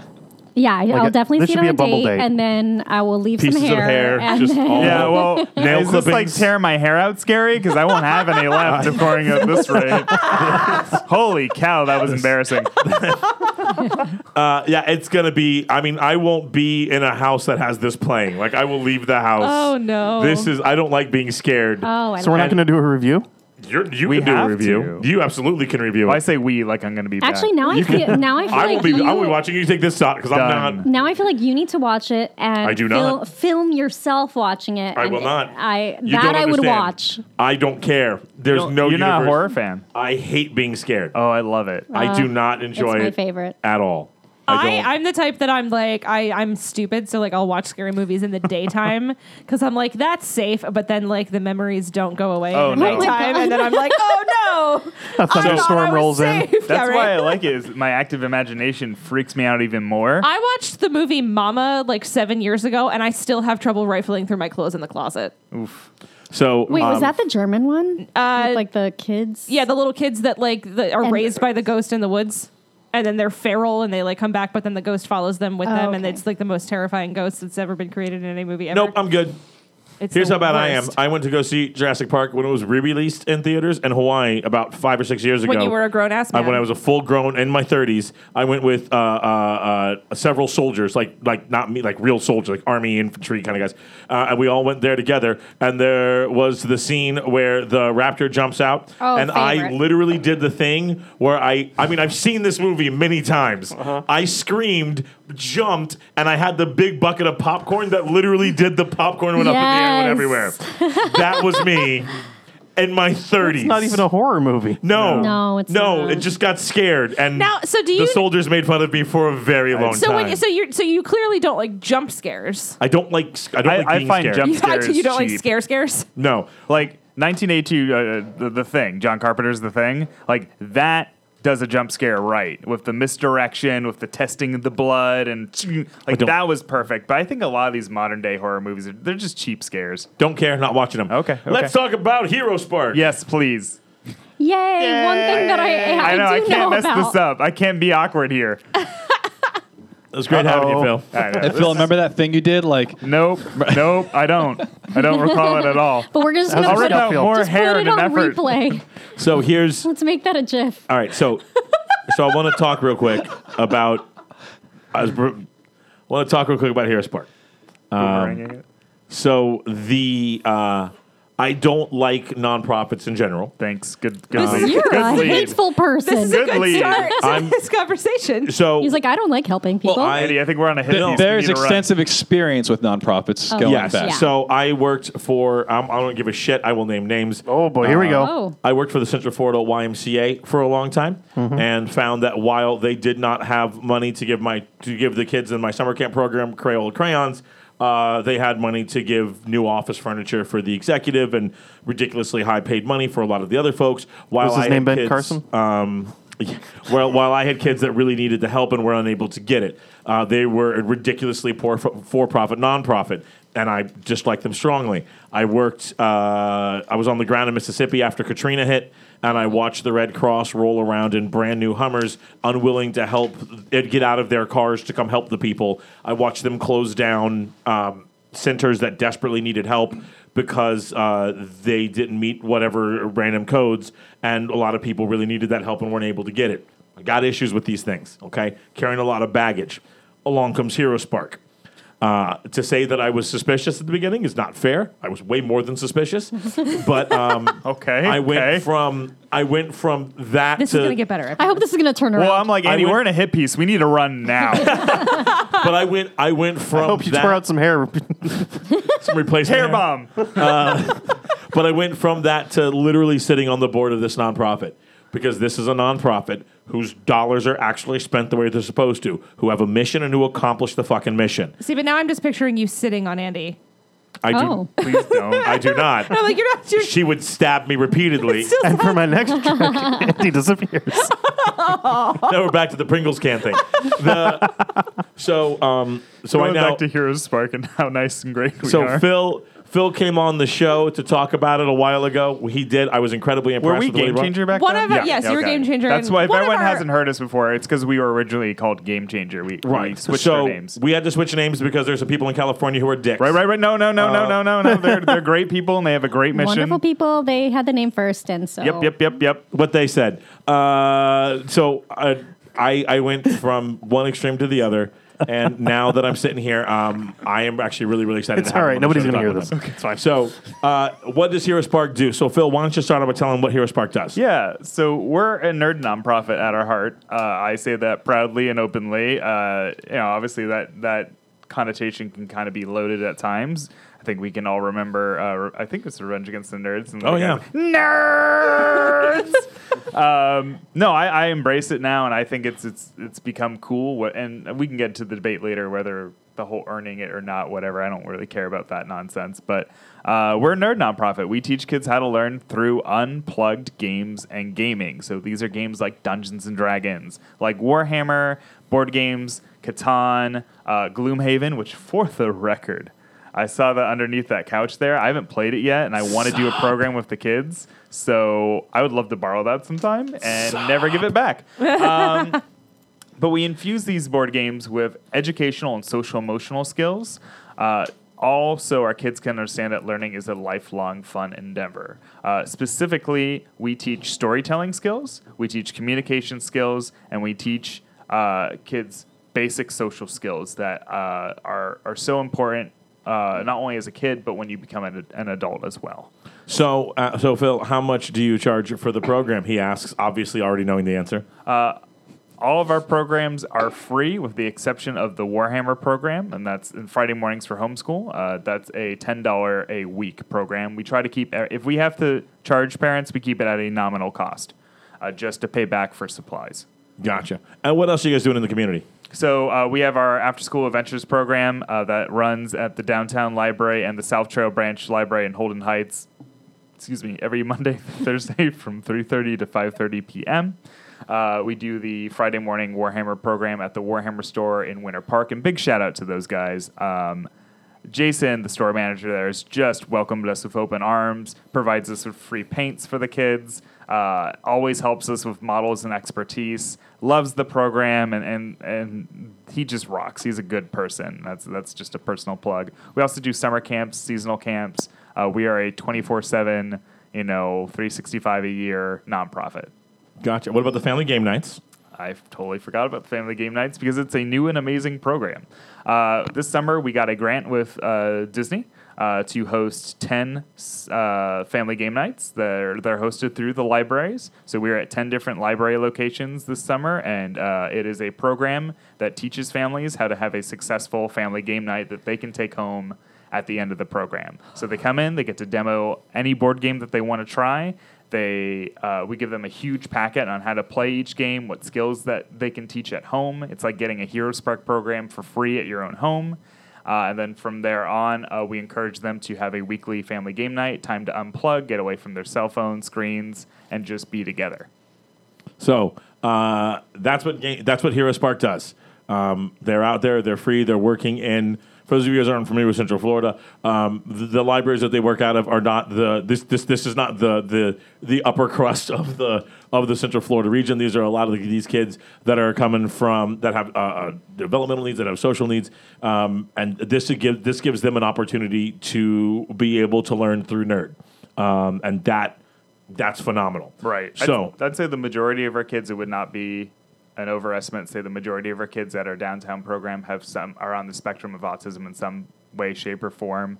Speaker 6: yeah, I I'll
Speaker 7: a-
Speaker 6: definitely
Speaker 7: this
Speaker 6: see it
Speaker 7: should
Speaker 6: on
Speaker 7: be
Speaker 6: a,
Speaker 7: a
Speaker 6: date,
Speaker 7: bubble date.
Speaker 6: and then I will leave
Speaker 1: Pieces
Speaker 6: some hair.
Speaker 1: of hair,
Speaker 6: and
Speaker 1: just
Speaker 6: then-
Speaker 1: all
Speaker 2: yeah, well,
Speaker 1: Nail
Speaker 2: is this like
Speaker 1: clippings.
Speaker 2: tear my hair out scary? Because I won't have any left according at this rate. Holy cow, that was embarrassing.
Speaker 1: Uh, yeah, it's gonna be. I mean, I won't be in a house that has this playing. Like, I will leave the house.
Speaker 5: Oh, no.
Speaker 1: This is. I don't like being scared.
Speaker 6: Oh, I
Speaker 7: So we're not
Speaker 6: like
Speaker 7: going to do a review.
Speaker 1: You're, you
Speaker 2: We
Speaker 1: can do a
Speaker 2: have
Speaker 1: review.
Speaker 2: to.
Speaker 1: You absolutely can review
Speaker 2: Well, I
Speaker 1: it.
Speaker 2: say we like I'm going to be
Speaker 6: it. actually now I feel, now I feel
Speaker 1: I will
Speaker 6: like
Speaker 1: be.
Speaker 6: you,
Speaker 1: I will be watching you take this shot because I'm
Speaker 2: Done.
Speaker 1: not.
Speaker 6: Now I feel like you need to watch it and
Speaker 1: I do
Speaker 6: fil-
Speaker 1: not.
Speaker 6: film yourself watching it.
Speaker 1: I
Speaker 6: and
Speaker 1: will
Speaker 6: it-
Speaker 1: not.
Speaker 6: I
Speaker 1: You
Speaker 6: that
Speaker 1: don't
Speaker 6: I would
Speaker 1: understand.
Speaker 6: watch.
Speaker 1: I don't care. There's
Speaker 2: back.
Speaker 1: no.
Speaker 2: You're not a
Speaker 1: universe.
Speaker 2: horror fan.
Speaker 1: I hate being scared.
Speaker 2: Oh, I love it.
Speaker 1: I do not enjoy
Speaker 6: Uh, it's my
Speaker 1: it
Speaker 6: favorite.
Speaker 1: at all.
Speaker 5: I,
Speaker 1: don't.
Speaker 5: I'm the type that I'm like I I'm stupid, so like I'll watch scary movies in the daytime because I'm like that's safe, but then like the memories don't go away
Speaker 2: Oh,
Speaker 5: in the
Speaker 2: no.
Speaker 5: nighttime, and then I'm like oh no,
Speaker 7: A
Speaker 5: I thought I
Speaker 7: thunderstorm
Speaker 5: was
Speaker 7: rolls in.
Speaker 5: safe. Yeah,
Speaker 2: That's
Speaker 5: right?
Speaker 2: why I like it. Is my active imagination freaks me out even more.
Speaker 5: I watched the movie Mama like seven years ago, and I still have trouble rifling through my clothes in the closet.
Speaker 1: so
Speaker 6: Wait, was
Speaker 1: um,
Speaker 6: that the German one?
Speaker 5: Uh,
Speaker 6: With, like the kids?
Speaker 5: Yeah, the little kids that like the, are
Speaker 6: And-
Speaker 5: raised by the ghost in the woods, and then they're feral and they like come back, but then the ghost follows them with
Speaker 6: Oh,
Speaker 5: them, and
Speaker 6: okay.
Speaker 5: it's like the most terrifying ghost that's ever been created in any movie ever.
Speaker 1: Nope, I'm good.
Speaker 5: It's
Speaker 1: Here's
Speaker 5: the
Speaker 1: how bad I am.
Speaker 5: worst.
Speaker 1: I went to go see Jurassic Park when it was re-released in theaters in Hawaii about five or six years ago.
Speaker 5: When you were a grown ass
Speaker 1: Uh,
Speaker 5: man.
Speaker 1: when I was a full grown in my 30s, I went with uh, uh, uh, several soldiers, like like not me, like real soldiers, like army infantry kind of guys, uh, and we all went there together. And there was the scene where the raptor jumps out,
Speaker 6: Oh,
Speaker 1: and I
Speaker 6: favorite.
Speaker 1: literally did the thing where I, I mean, I've seen this movie many times.
Speaker 7: Uh-huh.
Speaker 1: I screamed, jumped, and I had the big bucket of popcorn that literally did the popcorn went up in the air, and went
Speaker 6: Yes.
Speaker 1: everywhere. that was me. In my 30s.
Speaker 7: It's not even a horror movie.
Speaker 1: No,
Speaker 6: No, it's
Speaker 1: no.
Speaker 6: not.
Speaker 1: It just got scared, and
Speaker 5: Now, so do
Speaker 1: the
Speaker 5: you-
Speaker 1: soldiers made fun of me for a very long
Speaker 5: so
Speaker 1: time.
Speaker 5: when you, so you so you clearly don't like jump scares.
Speaker 1: I don't like. sc- I don't
Speaker 2: I-
Speaker 1: like
Speaker 2: I
Speaker 1: being
Speaker 2: find
Speaker 1: scared.
Speaker 2: jump-
Speaker 5: You,
Speaker 2: Scares
Speaker 5: you don't like
Speaker 2: cheap.
Speaker 5: scare scares.
Speaker 1: no,
Speaker 2: like 1982, uh, the, the thing, John Carpenter's The Thing, like that does a jump scare right with the misdirection, with the testing of the blood, and like
Speaker 1: don't-
Speaker 2: that was perfect. But I think a lot of these modern day horror movies, are, they're just cheap scares.
Speaker 1: don't care. Not watching them.
Speaker 2: Okay,
Speaker 1: Let's talk about Hero Spark.
Speaker 2: Yes, please.
Speaker 6: Yay! One thing that I I,
Speaker 2: I know
Speaker 6: do
Speaker 2: I can't
Speaker 6: know
Speaker 2: mess
Speaker 6: about.
Speaker 2: this up. I can't be awkward here.
Speaker 1: it was great having you,
Speaker 2: Uh-oh.
Speaker 1: Phil.
Speaker 2: I know.
Speaker 3: Hey, Phil, remember that thing you did? Like,
Speaker 2: Nope, nope. I don't. I don't recall it at all.
Speaker 6: But we're just
Speaker 7: That was
Speaker 2: I'll
Speaker 6: gonna put,
Speaker 7: Just
Speaker 2: write
Speaker 7: don't
Speaker 2: out
Speaker 7: feel-
Speaker 2: more
Speaker 6: just put
Speaker 2: hair
Speaker 6: it
Speaker 2: in an
Speaker 6: on
Speaker 2: effort.
Speaker 6: replay.
Speaker 1: So here's.
Speaker 6: Let's make that a GIF.
Speaker 1: All right. So, so I want to talk real quick about. I was, want to talk real quick about Hero Spark.
Speaker 2: Boomeranging it.
Speaker 1: So the. Uh, I don't like nonprofits in general.
Speaker 2: Thanks. Good. Good.
Speaker 6: Oh,
Speaker 2: lead.
Speaker 6: you're
Speaker 2: good
Speaker 6: a
Speaker 2: lead.
Speaker 6: hateful person.
Speaker 5: This is
Speaker 2: Good
Speaker 5: a good
Speaker 2: lead.
Speaker 5: start to
Speaker 1: I'm-
Speaker 5: this conversation.
Speaker 1: So
Speaker 6: He's like, I don't like helping people.
Speaker 1: I-
Speaker 2: Eddie, I think we're on a hit.
Speaker 3: th-
Speaker 2: piece. We
Speaker 3: there's
Speaker 2: need to run.
Speaker 3: extensive experience with nonprofits going
Speaker 6: yes.
Speaker 3: back.
Speaker 6: Yeah.
Speaker 1: So I worked for. Um, I don't give a shit. I will name names.
Speaker 7: Oh boy, here we go.
Speaker 6: oh,
Speaker 1: I worked for the Central Florida YMCA for a long time, and found that while they did not have money to give my to give the kids in my summer camp program Crayola crayons, uh, they had money to give new office furniture for the executive and ridiculously high paid money for a lot of the other folks. While
Speaker 7: Was his
Speaker 1: I had
Speaker 7: name Ben
Speaker 1: kids-
Speaker 7: Carson?
Speaker 1: um, well, while I had kids that really needed the help and were unable to get it, uh, they were a ridiculously poor for profit nonprofit, and I disliked them strongly. I worked, uh, I was on the ground in Mississippi after Katrina hit, and I watched the Red Cross roll around in brand new Hummers, unwilling to help it get out of their cars to come help the people. I watched them close down. Um, centers that desperately needed help because uh, they didn't meet whatever random codes, and a lot of people really needed that help and weren't able to get it. I got issues with these things, okay? Carrying a lot of baggage. Along comes Hero Spark. Uh, to say that I was suspicious at the beginning is not fair. I was way more than suspicious, but um,
Speaker 2: Okay,
Speaker 1: I
Speaker 2: okay.
Speaker 1: went from I went from that
Speaker 5: This
Speaker 1: to
Speaker 5: is going to get better.
Speaker 6: I hope this is going to turn around.
Speaker 2: Well, I'm like,
Speaker 1: I
Speaker 2: Andy,
Speaker 1: went-
Speaker 2: we're in a hit piece. We need to run now.
Speaker 1: but I went I went from
Speaker 7: I hope you
Speaker 1: that
Speaker 7: tore out some hair.
Speaker 1: some replacement
Speaker 2: Hair bomb.
Speaker 1: But I went from that to literally sitting on the board of this nonprofit because this is a nonprofit whose dollars are actually spent the way they're supposed to, who have a mission and who accomplish the fucking mission.
Speaker 5: See, but now I'm just picturing you sitting on Andy.
Speaker 1: I do
Speaker 6: oh,
Speaker 2: Please don't.
Speaker 1: I do not.
Speaker 5: I'm like, you're not doing
Speaker 1: She would stab me repeatedly.
Speaker 5: still
Speaker 7: and for my next joke, Andy disappears.
Speaker 1: now we're back to the Pringles can thing. The- so um, so
Speaker 2: Going
Speaker 1: I now
Speaker 2: back to Heroes Spark and how nice and great we
Speaker 1: so
Speaker 2: are.
Speaker 1: Phil Phil came on the show to talk about it a while ago. He did. I was incredibly impressed.
Speaker 2: were we
Speaker 1: with the way he
Speaker 2: Game
Speaker 1: run-
Speaker 2: Changer back
Speaker 5: One
Speaker 2: then?
Speaker 5: of our- Yeah, yes, you were Game Changer
Speaker 2: That's
Speaker 5: and
Speaker 2: why if
Speaker 5: one of
Speaker 2: everyone
Speaker 5: our-
Speaker 2: hasn't heard us before, it's because we were originally called Game Changer. We, we
Speaker 1: Right.
Speaker 2: switched
Speaker 1: so
Speaker 2: our names.
Speaker 1: we had to switch names because there's some people in California who are dicks.
Speaker 2: Right, right, right. No, no, no, no, no, no,
Speaker 1: Uh,
Speaker 2: no. They're they're great people and they have a great mission.
Speaker 6: wonderful people. They had the name first, and so
Speaker 2: Yep, yep, yep, yep.
Speaker 1: what they said. Uh, so uh, I I went from one extreme to the other, and now that I'm sitting here, um, I am actually really really excited.
Speaker 7: It's
Speaker 1: to have
Speaker 7: all
Speaker 1: him
Speaker 7: right.
Speaker 1: on the
Speaker 7: Nobody's
Speaker 1: show
Speaker 7: going to
Speaker 1: talk
Speaker 7: hear
Speaker 1: about
Speaker 7: this.
Speaker 1: that.
Speaker 7: It's
Speaker 1: So,
Speaker 7: fine.
Speaker 1: uh, what does Hero Spark do? So, Phil, why don't you start out by telling what Hero Spark does?
Speaker 2: Yeah, so we're a nerd nonprofit at our heart. Uh, I say that proudly and openly. Uh, you know, obviously that that connotation can kind of be loaded at times. I think we can all remember. Uh, re- I think it's Revenge Against the Nerds. And the
Speaker 1: Oh,
Speaker 2: guy
Speaker 1: yeah.
Speaker 2: was, nerds. um, no, I, I embrace it now, and I think it's it's it's become cool. What, and we can get to the debate later whether the whole earning it or not, whatever. I don't really care about that nonsense. But uh, we're a nerd nonprofit. We teach kids how to learn through unplugged games and gaming. So these are games like Dungeons and Dragons, like Warhammer, board games, Catan, uh, Gloomhaven. Which, for the record. I saw that underneath that couch there. I haven't played it yet, and I want to do a program with the kids. So I would love to borrow that sometime and never give it back. Um, but we infuse these board games with educational and social emotional skills. Uh, also, our kids can understand that learning is a lifelong fun endeavor. Uh, specifically, we teach storytelling skills, we teach communication skills, and we teach uh, kids basic social skills that uh, are, are so important, uh, not only as a kid, but when you become an, an adult as well.
Speaker 1: So, uh, so Phil, how much do you charge for the program? He asks, obviously already knowing the answer.
Speaker 2: all of our programs are free with the exception of the warhammer program and that's in friday mornings for homeschool uh, that's a $10 a week program we try to keep uh, if we have to charge parents we keep it at a nominal cost uh, just to pay back for supplies
Speaker 1: Gotcha. And what else are you guys doing in the community?
Speaker 2: so uh, we have our after school adventures program uh, that runs at the downtown library and the south trail branch library in holden heights excuse me, every Monday, Thursday from 3.30 to 5.30 p.m. Uh, we do the Friday morning Warhammer program at the Warhammer store in Winter Park. And big shout out to those guys. Um, Jason, the store manager there, has just welcomed us with open arms, provides us with free paints for the kids, uh, always helps us with models and expertise, loves the program, and, and, and he just rocks. He's a good person. That's, that's just a personal plug. We also do summer camps, seasonal camps. Uh, we are a 24 7, you know, 365 a year nonprofit.
Speaker 1: Gotcha. What about the family game nights?
Speaker 2: I totally forgot about the family game nights because it's a new and amazing program. Uh, this summer, we got a grant with uh, Disney uh, to host 10 s- uh, family game nights. They're, they're hosted through the libraries. So we're at 10 different library locations this summer, and uh, it is a program that teaches families how to have a successful family game night that they can take home at the end of the program. So they come in, they get to demo any board game that they want to try. They uh, we give them a huge packet on how to play each game, what skills that they can teach at home. It's like getting a Hero Spark program for free at your own home. Uh, and then from there on, uh, we encourage them to have a weekly family game night, time to unplug, get away from their cell phone screens, and just be together.
Speaker 1: So uh, that's what ga- that's what Hero Spark does. Um, they're out there, they're free, they're working in For those of you guys who aren't familiar with Central Florida, um, the, the libraries that they work out of are not the this this this is not the the the upper crust of the of the Central Florida region. These are a lot of the, these kids that are coming from that have uh, uh, developmental needs, that have social needs, um, and this to give this gives them an opportunity to be able to learn through nerd, um, and that that's phenomenal.
Speaker 2: Right. I'd-
Speaker 1: So
Speaker 2: I'd, say the majority of our kids, it would not be an overestimate. Say the majority of our kids at our downtown program have some are on the spectrum of autism in some way, shape, or form.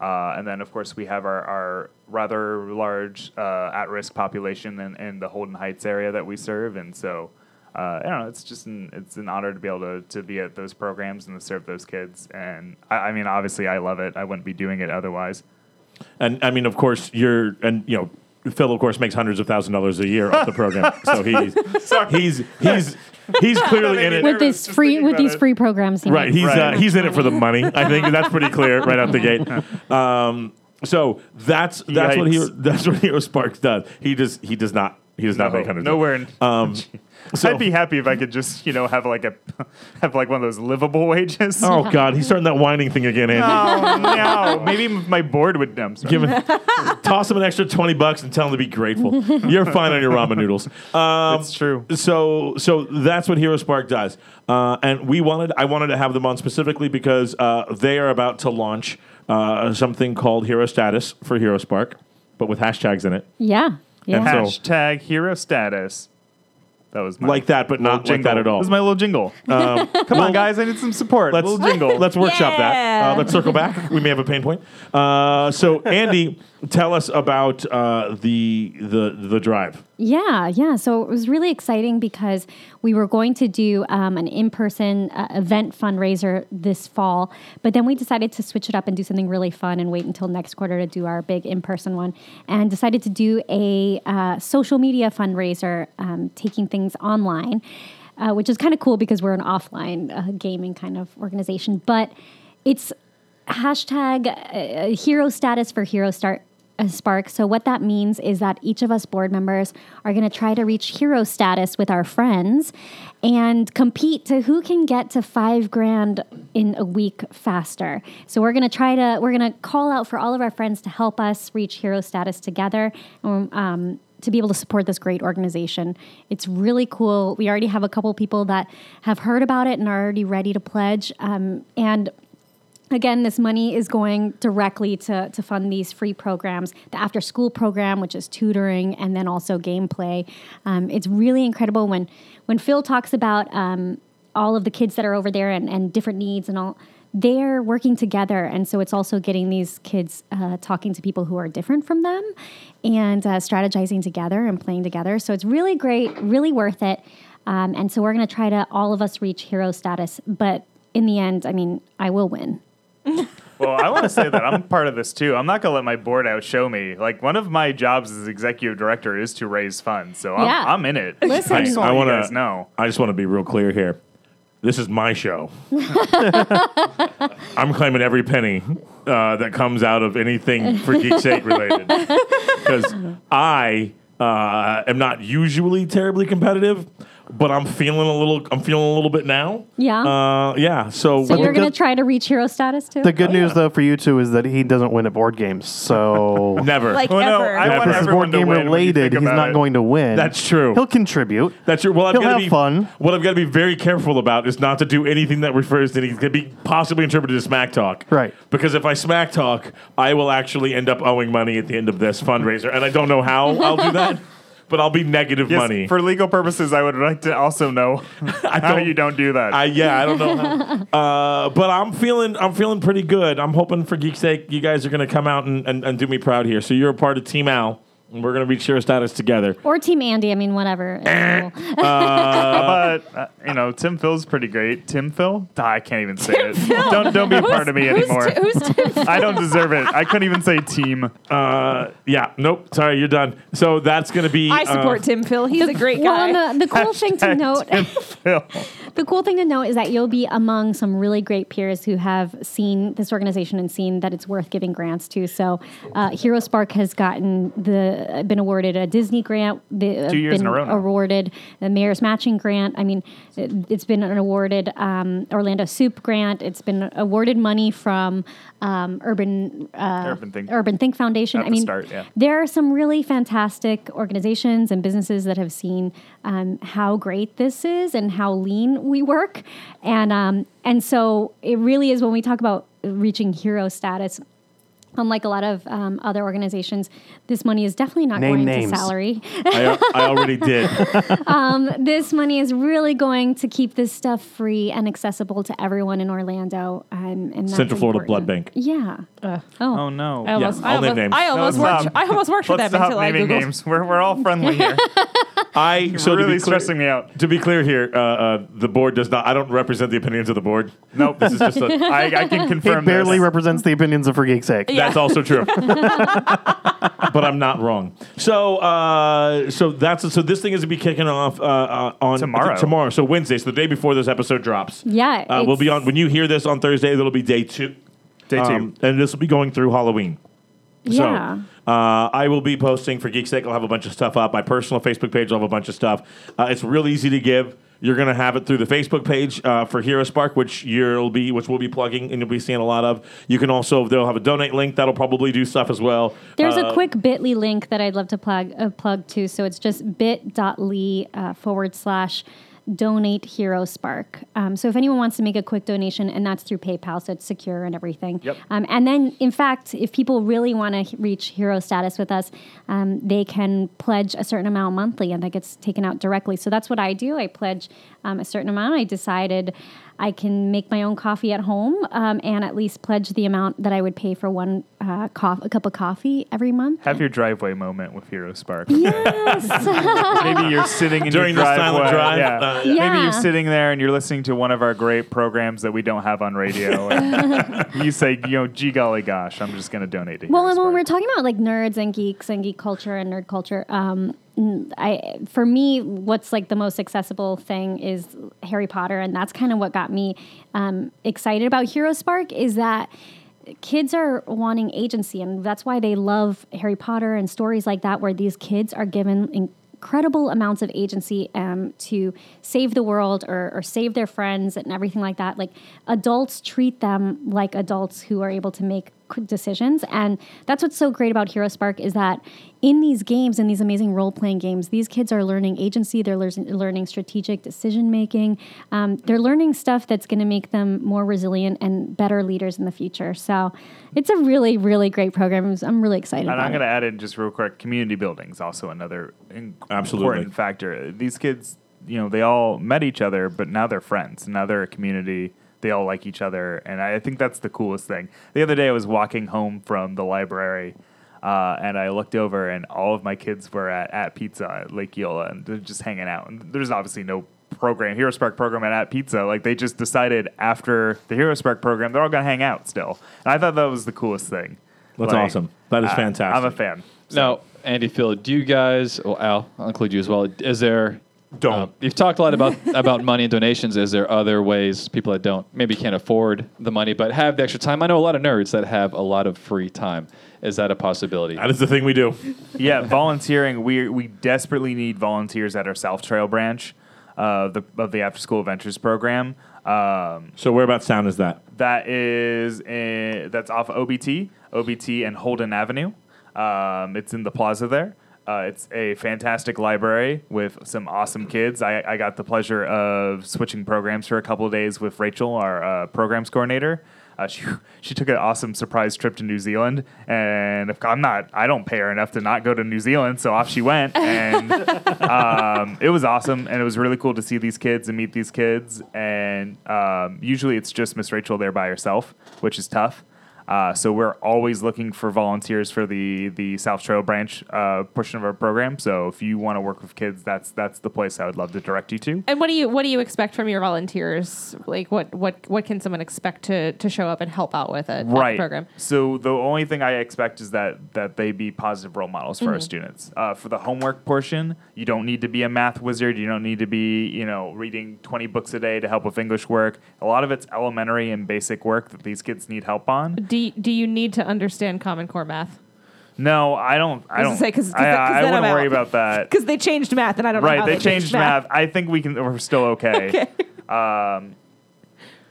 Speaker 2: Uh, and then, of course, we have our, our rather large uh, at risk population in, in the Holden Heights area that we serve. And so, uh, I don't know, it's just an, it's an honor to be able to, to be at those programs and to serve those kids. And I, I mean, obviously, I love it. I wouldn't be doing it otherwise.
Speaker 1: And I mean, of course, you're, and you know, Phil, of course, makes hundreds of thousand dollars a year off the program, so he's he's he's he's clearly in it.
Speaker 6: with this
Speaker 2: just
Speaker 6: free
Speaker 2: thinking
Speaker 6: with
Speaker 2: about
Speaker 6: these
Speaker 2: it.
Speaker 6: free programs. he
Speaker 1: Right,
Speaker 6: makes.
Speaker 1: he's
Speaker 2: Right.
Speaker 1: Uh, he's in it for the money. I think that's pretty clear right out the gate. Um, so that's that's what he
Speaker 2: Yikes.
Speaker 1: that's what Hero Sparks does. He just he does not he does not
Speaker 2: No,
Speaker 1: make hundreds. of-
Speaker 2: nowhere in.
Speaker 1: Um, so-
Speaker 2: I'd be happy if I could just, you know, have like a have like one of those livable wages.
Speaker 1: Oh God, he's starting that whining thing again, Andy.
Speaker 2: no, no. Maybe my board would no, I'm sorry.
Speaker 1: Give him, toss him an extra twenty bucks and tell him to be grateful. You're fine on your ramen noodles. Um,
Speaker 2: It's true.
Speaker 1: So, so that's what Hero Spark does, uh, and we wanted I wanted to have them on specifically because uh, they are about to launch uh, something called Hero Status for Hero Spark, but with hashtags in it,
Speaker 6: Yeah. Yeah.
Speaker 1: so-
Speaker 2: Hashtag hero status. That was my
Speaker 1: like that, but
Speaker 2: little
Speaker 1: not like that at all. Um,
Speaker 2: This is my little jingle. Come on, guys! I need some support.
Speaker 1: Let's-
Speaker 2: little jingle.
Speaker 1: Let's workshop
Speaker 5: Yeah.
Speaker 1: that. Uh, let's circle back. We may have a pain point. Uh, so, Andy, tell us about uh, the the the drive.
Speaker 6: Yeah, yeah. So it was really exciting because we were going to do um, an in person uh, event fundraiser this fall, but then we decided to switch it up and do something really fun and wait until next quarter to do our big in person one and decided to do a uh, social media fundraiser, um, taking things online, uh, which is kind of cool because we're an offline uh, gaming kind of organization. But it's hashtag uh, hero status for hero start uh, spark so what that means is that each of us board members are going to try to reach hero status with our friends and compete to who can get to five grand in a week faster so we're going to try to we're going to call out for all of our friends to help us reach hero status together um, um, to be able to support this great organization. It's really cool. We already have a couple people that have heard about it and are already ready to pledge. Um, and Again, this money is going directly to, to fund these free programs the after school program, which is tutoring, and then also gameplay. Um, it's really incredible when, when Phil talks about um, all of the kids that are over there and, and different needs and all. They're working together, and so it's also getting these kids uh, talking to people who are different from them and uh, strategizing together and playing together. So it's really great, really worth it. Um, and so we're going to try to all of us reach hero status, but in the end, I mean, I will win.
Speaker 2: well, I want to say that I'm part of this too. I'm not gonna let my board outshow me. Like one of my jobs as executive director is to raise funds, so I'm,
Speaker 6: Yeah.
Speaker 2: I'm in it. Listen, I just want
Speaker 1: wanna-
Speaker 2: you guys to know.
Speaker 1: I just want to be real clear here. This is my show. I'm claiming every penny uh, that comes out of anything for Geek State related because I uh, am not usually terribly competitive, but I'm feeling a little. I'm feeling a little bit now.
Speaker 6: Yeah.
Speaker 1: Uh, yeah. So,
Speaker 6: So
Speaker 7: the
Speaker 6: you're going
Speaker 7: good-
Speaker 6: to try to reach hero status too?
Speaker 7: The good news, though, for you two is that he doesn't win at board games. So
Speaker 1: never.
Speaker 5: Like
Speaker 2: Well, no,
Speaker 5: ever.
Speaker 2: I
Speaker 1: Yeah,
Speaker 2: want
Speaker 1: this is
Speaker 7: this is
Speaker 2: everyone
Speaker 7: board
Speaker 2: to
Speaker 7: game
Speaker 2: win when you think
Speaker 7: related. He's
Speaker 2: about
Speaker 7: not
Speaker 2: it.
Speaker 7: going to win.
Speaker 1: That's true.
Speaker 7: He'll contribute.
Speaker 1: That's your. Well, I've
Speaker 7: He'll
Speaker 1: got to
Speaker 7: have
Speaker 1: be
Speaker 7: fun.
Speaker 1: What I've got to be very careful about is not to do anything that refers to anything that could be possibly interpreted as smack talk.
Speaker 7: Right.
Speaker 1: Because if I smack talk, I will actually end up owing money at the end of this fundraiser, and I don't know how I'll do that. But I'll be negative
Speaker 2: Yes,
Speaker 1: money.
Speaker 2: For legal purposes, I would like to also know
Speaker 1: I
Speaker 2: how you don't do that.
Speaker 1: I, yeah, I don't know. how. uh, but I'm feeling I'm feeling pretty good. I'm hoping for geek's sake, you guys are gonna come out and, and, and do me proud here. So you're a part of Team Al, and we're gonna reach hero status together.
Speaker 6: or Team Andy, I mean, whatever.
Speaker 2: Eh,
Speaker 6: It's cool.
Speaker 2: but uh, you know, Tim Phil's pretty great. Tim Phil? Ah, I can't even say it. Don't don't be a part of me
Speaker 5: Who's-
Speaker 2: anymore.
Speaker 5: Who's, who's
Speaker 2: I don't deserve it. I couldn't even say team.
Speaker 1: Uh, yeah, nope. Sorry, you're done. So that's gonna be
Speaker 5: I support
Speaker 1: uh,
Speaker 5: Tim Phil. He's a great guy.
Speaker 6: well, and the, the cool thing to note
Speaker 2: Tim Phil.
Speaker 6: the cool thing to know is that you'll be among some really great peers who have seen this organization and seen that it's worth giving grants to. So, uh, Hero Spark has gotten the been awarded a Disney grant, the, uh,
Speaker 2: Two years
Speaker 6: been
Speaker 2: in a row now.
Speaker 6: awarded the mayor's matching grant. I mean, it, it's been an awarded um, Orlando Soup grant. It's been awarded money from um, Urban uh,
Speaker 2: Urban Think.
Speaker 6: Urban Think Foundation.
Speaker 2: At
Speaker 6: I
Speaker 2: the
Speaker 6: mean,
Speaker 2: start, yeah.
Speaker 6: there are some really fantastic organizations and businesses that have seen um, how great this is and how lean we work, and um, and so it really is when we talk about reaching hero status. Unlike a lot of um, other organizations, this money is definitely not
Speaker 7: Name
Speaker 6: going
Speaker 7: names.
Speaker 6: to salary.
Speaker 1: I, I already did.
Speaker 6: this money is really going to keep this stuff free and accessible to everyone in Orlando. Um, and that's
Speaker 1: Central Florida Blood Bank.
Speaker 6: important. Yeah. oh.
Speaker 2: Oh no.
Speaker 5: I almost,
Speaker 1: I'll
Speaker 5: I
Speaker 1: name
Speaker 5: almost,
Speaker 1: names.
Speaker 5: I almost
Speaker 2: No,
Speaker 5: worked.
Speaker 2: stop.
Speaker 5: I almost worked for
Speaker 2: Let's
Speaker 5: them
Speaker 2: stop
Speaker 5: until I
Speaker 2: naming
Speaker 5: googled.
Speaker 2: names. We're, we're all friendly here.
Speaker 1: I so
Speaker 2: You're
Speaker 1: to
Speaker 2: really
Speaker 1: be clear,
Speaker 2: stressing me out.
Speaker 1: To be clear here, uh, uh, the board does not. I don't represent the opinions of the board. Nope. This is just a.
Speaker 2: I, I can
Speaker 7: He
Speaker 2: confirm.
Speaker 7: barely
Speaker 2: this.
Speaker 7: represents the opinions of For Geek's Sake.
Speaker 1: That's also true. but I'm not wrong. So uh, so that's so this thing is to be kicking off uh, uh, on
Speaker 2: Tomorrow.
Speaker 1: Tomorrow. So Wednesday. So the day before this episode drops.
Speaker 6: Yeah,
Speaker 1: Uh, we'll be
Speaker 6: it's-
Speaker 1: on when you hear this on Thursday. That'll be day two.
Speaker 2: Day two.
Speaker 1: Um, and this will be going through Halloween.
Speaker 6: Yeah.
Speaker 1: So, uh, I will be posting for Geek's Sake. I'll have a bunch of stuff up. My personal Facebook page will have a bunch of stuff. Uh, it's real easy to give. You're gonna have it through the Facebook page uh, for Hero Spark, which you'll be, which we'll be plugging, and you'll be seeing a lot of. You can also they'll have a donate link that'll probably do stuff as well.
Speaker 6: There's
Speaker 1: Uh,
Speaker 6: a quick bit.ly link that I'd love to plug, uh, plug to. So it's just bit.ly uh, forward slash donate hero spark. Um, so if anyone wants to make a quick donation, and that's through PayPal, so it's secure and everything.
Speaker 1: Yep.
Speaker 6: Um, and then, in fact, if people really want to reach hero status with us, um, they can pledge a certain amount monthly, and that gets taken out directly. So that's what I do. I pledge um, a certain amount. I decided. I can make my own coffee at home um, and at least pledge the amount that I would pay for one uh, cof- a cup of coffee every month.
Speaker 2: Have your driveway moment with Hero Spark.
Speaker 6: Yes.
Speaker 2: Maybe you're sitting in
Speaker 1: during
Speaker 2: your
Speaker 1: this
Speaker 2: driveway.
Speaker 1: silent drive.
Speaker 2: Yeah.
Speaker 1: uh,
Speaker 2: Maybe
Speaker 6: Yeah.
Speaker 2: you're sitting there and you're listening to one of our great programs that we don't have on radio. and you say, you know, gee golly gosh, I'm just going to donate to
Speaker 6: well,
Speaker 2: Hero
Speaker 6: and when
Speaker 2: Spark.
Speaker 6: we're talking about like nerds and geeks and geek culture and nerd culture, um, n- I for me, what's like the most accessible thing is Harry Potter, and that's kind of what got me um, excited about Hero Spark is that. Kids are wanting agency, and that's why they love Harry Potter and stories like that, where these kids are given incredible amounts of agency um, to save the world or, or save their friends and everything like that. Like adults treat them like adults who are able to make qu- decisions, and that's what's so great about Hero Spark is that in these games, in these amazing role playing games, these kids are learning agency. They're lear- learning strategic decision making. Um, they're learning stuff that's going to make them more resilient and better leaders in the future. So it's a really, really great program. I'm really excited.
Speaker 2: And
Speaker 6: about
Speaker 2: I'm
Speaker 6: it.
Speaker 2: going to add in just real quick community buildings, also another in-
Speaker 1: Absolutely.
Speaker 2: important factor. These kids, you know, they all met each other, but now they're friends. Now they're a community. They all like each other. And I I think that's the coolest thing. The other day, I was walking home from the library. Uh, and I looked over, and all of my kids were at, at Pizza at Lake Yola, and they're just hanging out. And there's obviously no program, Hero Spark program at, at Pizza. Like they just decided after the Hero Spark program, they're all gonna hang out still. And I thought that was the coolest thing.
Speaker 1: That's awesome. That is fantastic.
Speaker 2: Uh, I'm a fan.
Speaker 3: Now, Andy, Phil, do you guys? Well, Al, I'll include you as well. Is there? um,
Speaker 1: Don't.
Speaker 3: you've talked a lot about about money and donations. Is there other ways people that don't maybe can't afford the money but have the extra time? I know a lot of nerds that have a lot of free time. Is that a possibility?
Speaker 1: that is the thing we do.
Speaker 2: yeah, volunteering. We we desperately need volunteers at our South Trail branch uh, the, of the After School Adventures program. Um,
Speaker 1: So whereabouts sound is that?
Speaker 2: that is in, that's off OBT, OBT and Holden Avenue. Um, it's in the plaza there. Uh, it's a fantastic library with some awesome kids. I, I got the pleasure of switching programs for a couple of days with Rachel, our uh, programs coordinator. Uh, she, she took an awesome surprise trip to New Zealand, and if I'm not, I don't pay her enough to not go to New Zealand, so off she went, and um, it was awesome, and it was really cool to see these kids and meet these kids. And um, usually, it's just Miss Rachel there by herself, which is tough. Uh, so we're always looking for volunteers for the the South Trail branch uh, portion of our program. So if you want to work with kids, that's that's the place I would love to direct you to.
Speaker 5: And what do you what do you expect from your volunteers? Like what what what can someone expect to to show up and help out with a
Speaker 2: right
Speaker 5: program?
Speaker 2: So the only thing I expect is that that they be positive role models
Speaker 5: Mm-hmm.
Speaker 2: for our students. Uh, for the homework portion, you don't need to be a math wizard. You don't need to be you know reading twenty books a day to help with English work. A lot of it's elementary and basic work that these kids need help on.
Speaker 5: Do you, do you need to understand Common Core math?
Speaker 2: No, I don't. I
Speaker 5: was gonna
Speaker 2: don't.
Speaker 5: say, 'cause- 'cause
Speaker 2: I,
Speaker 5: th- 'cause
Speaker 2: I, I
Speaker 5: then I'm
Speaker 2: wouldn't worry
Speaker 5: out.
Speaker 2: about that.
Speaker 5: Because they changed math, and I don't know
Speaker 2: Right,
Speaker 5: how
Speaker 2: they changed math. I think we can. We're still okay. Um,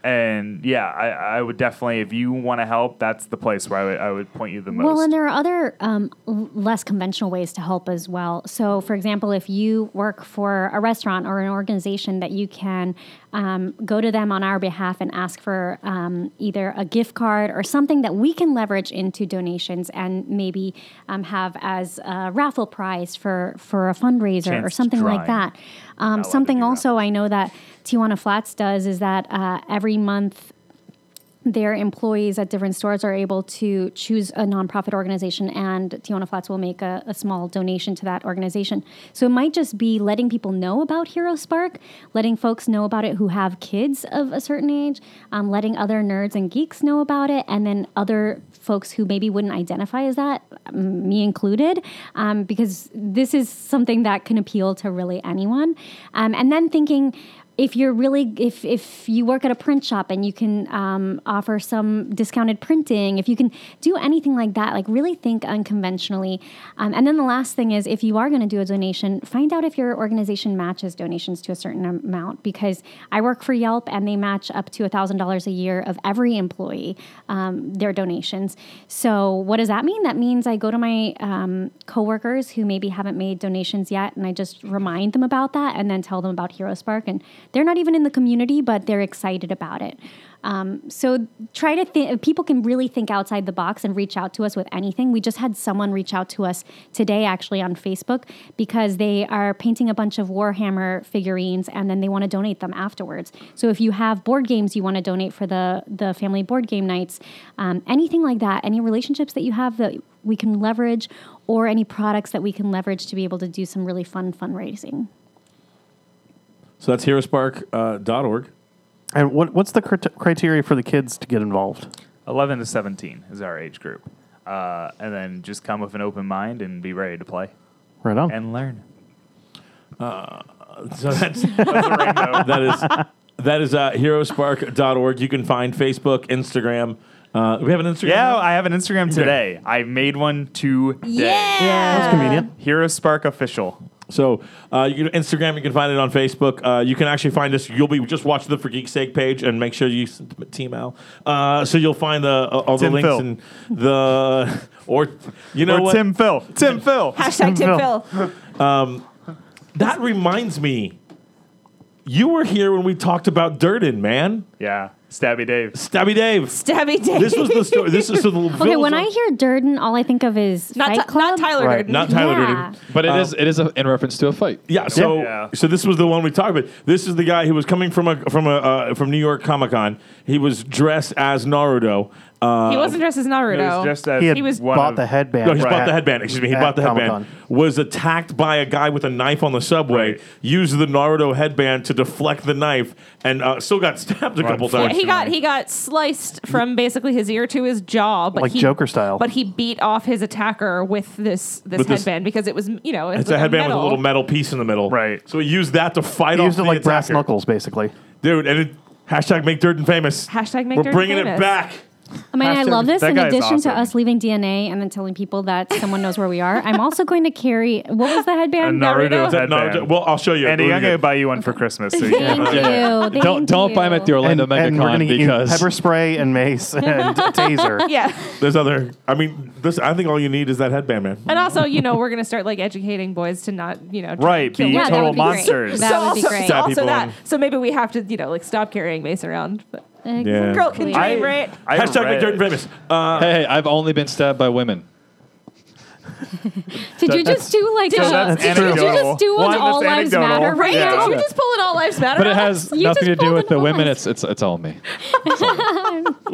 Speaker 2: and yeah, I, I would definitely. If you want to help, that's the place where I would, I would point you the most.
Speaker 6: Well, and there are other um, l- less conventional ways to help as well. So, for example, if you work for a restaurant or an organization that you can um, go to them on our behalf and ask for um, either a gift card or something that we can leverage into donations and maybe um, have as a raffle prize for, for a fundraiser or
Speaker 2: Chance
Speaker 6: something like
Speaker 2: drawing.
Speaker 6: that. Um,
Speaker 2: to
Speaker 6: something
Speaker 2: do
Speaker 6: also I know that Tijuana Flats does is that uh, every month their employees at different stores are able to choose a nonprofit organization, and Tijuana Flats will make a, a small donation to that organization. So it might just be letting people know about Hero Spark, letting folks know about it who have kids of a certain age, um, letting other nerds and geeks know about it, and then other folks who maybe wouldn't identify as that, um, me included, um, because this is something that can appeal to really anyone. Um, and then thinking, if you're really if if you work at a print shop and you can um, offer some discounted printing if you can do anything like that like really think unconventionally um, and then the last thing is if you are going to do a donation find out if your organization matches donations to a certain amount because i work for yelp and they match up to $1000 a year of every employee um, their donations so what does that mean that means i go to my um, coworkers who maybe haven't made donations yet and i just remind them about that and then tell them about hero spark and they're not even in the community but they're excited about it um, so try to think people can really think outside the box and reach out to us with anything we just had someone reach out to us today actually on facebook because they are painting a bunch of warhammer figurines and then they want to donate them afterwards so if you have board games you want to donate for the the family board game nights um, anything like that any relationships that you have that we can leverage or any products that we can leverage to be able to do some really fun fundraising
Speaker 1: So that's herospark.org. Uh, .org.
Speaker 7: And what, what's the crit- criteria for the kids to get involved?
Speaker 2: 11 to 17 is our age group. Uh, and then just come with an open mind and be ready to play
Speaker 7: Right on.
Speaker 2: and learn.
Speaker 1: So that's, that is that is uh, herospark.org. You can find Facebook, Instagram. Uh, we have an Instagram.
Speaker 2: Yeah, I have an Instagram today. I made one today.
Speaker 7: That's convenient.
Speaker 2: Hero Spark Official.
Speaker 1: So uh, you can Instagram, you can find it on Facebook. Uh, you can actually find us. You'll be just watch the For Geek's Sake page and make sure you s- Team Al. Uh, so you'll find the uh, all the
Speaker 2: Tim
Speaker 1: links
Speaker 2: Phil.
Speaker 1: and the or you know
Speaker 2: or
Speaker 1: what
Speaker 2: Tim Phil. Tim Phil.
Speaker 5: Hashtag Tim Phil.
Speaker 1: that reminds me. You were here when we talked about Durden, man.
Speaker 2: Yeah. Stabby Dave.
Speaker 1: Stabby Dave.
Speaker 5: Stabby Dave.
Speaker 1: This was the story. This is so the
Speaker 6: okay when i hear durden all i think of is
Speaker 5: not,
Speaker 6: Fight
Speaker 5: Ty-
Speaker 6: Club.
Speaker 5: not Tyler
Speaker 7: Right,
Speaker 5: Durden.
Speaker 1: not Tyler
Speaker 6: Yeah.
Speaker 1: Durden.
Speaker 3: But it is it is a, in reference to a fight.
Speaker 1: Yeah, so
Speaker 2: Yeah.
Speaker 1: so this was the one we talked about. This is the guy who was coming from a from a uh, from New York Comic Con. He was dressed as Naruto. Uh,
Speaker 5: he wasn't dressed as Naruto.
Speaker 2: It was just as
Speaker 7: He had
Speaker 5: He was-
Speaker 2: one
Speaker 7: bought
Speaker 2: of-
Speaker 7: the headband.
Speaker 1: no, he bought
Speaker 7: at-
Speaker 1: the headband. Excuse me, he
Speaker 7: at
Speaker 1: bought the headband.
Speaker 7: Comic-Con.
Speaker 1: Was attacked by a guy with a knife on the subway.
Speaker 2: Right.
Speaker 1: Used the Naruto headband to deflect the knife, and uh, still got stabbed a couple
Speaker 5: Yeah,
Speaker 1: times.
Speaker 5: he got he got sliced from basically his ear to his jaw, but
Speaker 7: Like
Speaker 5: he,
Speaker 7: Joker style.
Speaker 5: But he beat off his attacker with this this
Speaker 1: With this-
Speaker 5: headband because it was you know it
Speaker 1: It's
Speaker 5: was
Speaker 1: a headband
Speaker 5: metal.
Speaker 1: with a little metal piece in the middle.
Speaker 2: Right.
Speaker 1: So he used that to fight
Speaker 7: He
Speaker 1: off
Speaker 7: used it
Speaker 1: the
Speaker 7: like brass
Speaker 1: attacker.
Speaker 7: knuckles, basically.
Speaker 1: dude. And it, hashtag make Durden famous.
Speaker 5: Hashtag make
Speaker 1: We're
Speaker 5: Durden
Speaker 1: bringing it
Speaker 5: famous.
Speaker 1: back.
Speaker 6: I mean, I
Speaker 2: Hashtag-
Speaker 6: love this.
Speaker 2: That
Speaker 6: In
Speaker 2: guy is
Speaker 6: addition
Speaker 2: awesome.
Speaker 6: to us leaving DNA and then telling people that someone knows where we are, I'm also going to carry. What was the
Speaker 2: a
Speaker 6: headband?
Speaker 2: Naruto,
Speaker 5: Naruto?
Speaker 2: headband.
Speaker 1: Naruto- well, I'll show you.
Speaker 2: Andy,
Speaker 1: We're
Speaker 2: I'm
Speaker 1: gonna-
Speaker 2: going to buy you one for Christmas. So you
Speaker 6: Thank
Speaker 2: can
Speaker 6: you. Thank
Speaker 3: Don't don't buy him at the
Speaker 6: you.
Speaker 3: Orlando
Speaker 7: and we're
Speaker 3: MegaCon
Speaker 7: gonna get you
Speaker 3: because
Speaker 7: pepper spray and mace and a taser.
Speaker 5: Yeah,
Speaker 1: There's other. I mean, this. I think all you need is that headband, man.
Speaker 5: and also you know we're gonna start like educating boys to not you know try
Speaker 2: Right,
Speaker 5: and kill
Speaker 2: be
Speaker 6: Yeah,
Speaker 5: women.
Speaker 6: that
Speaker 2: total
Speaker 6: would be great.
Speaker 2: monsters.
Speaker 6: That
Speaker 5: so
Speaker 6: would be
Speaker 5: also,
Speaker 6: great.
Speaker 5: so
Speaker 1: Stab
Speaker 5: also
Speaker 1: people
Speaker 5: that
Speaker 1: in.
Speaker 5: so maybe we have to you know like stop carrying Mace around. But
Speaker 1: Yeah.
Speaker 5: girl can dream,
Speaker 2: I-
Speaker 5: right?
Speaker 2: I
Speaker 1: Hashtag make
Speaker 2: read-
Speaker 1: Durden famous. Uh,
Speaker 3: hey, hey, I've only been stabbed by women.
Speaker 6: Did you
Speaker 7: That-
Speaker 6: just do like
Speaker 2: So
Speaker 6: a,
Speaker 2: that's
Speaker 6: did you
Speaker 2: anecdotal.
Speaker 6: just do
Speaker 2: One,
Speaker 6: an
Speaker 2: that's
Speaker 6: all lives
Speaker 2: anecdotal.
Speaker 6: matter right
Speaker 2: Yeah.
Speaker 6: now?
Speaker 5: Did you just pull it all lives matter?
Speaker 3: But it has
Speaker 6: You
Speaker 3: nothing
Speaker 6: just
Speaker 3: to do
Speaker 6: pulled
Speaker 3: with
Speaker 6: an
Speaker 3: the women.
Speaker 6: Oz.
Speaker 3: It's it's it's all me.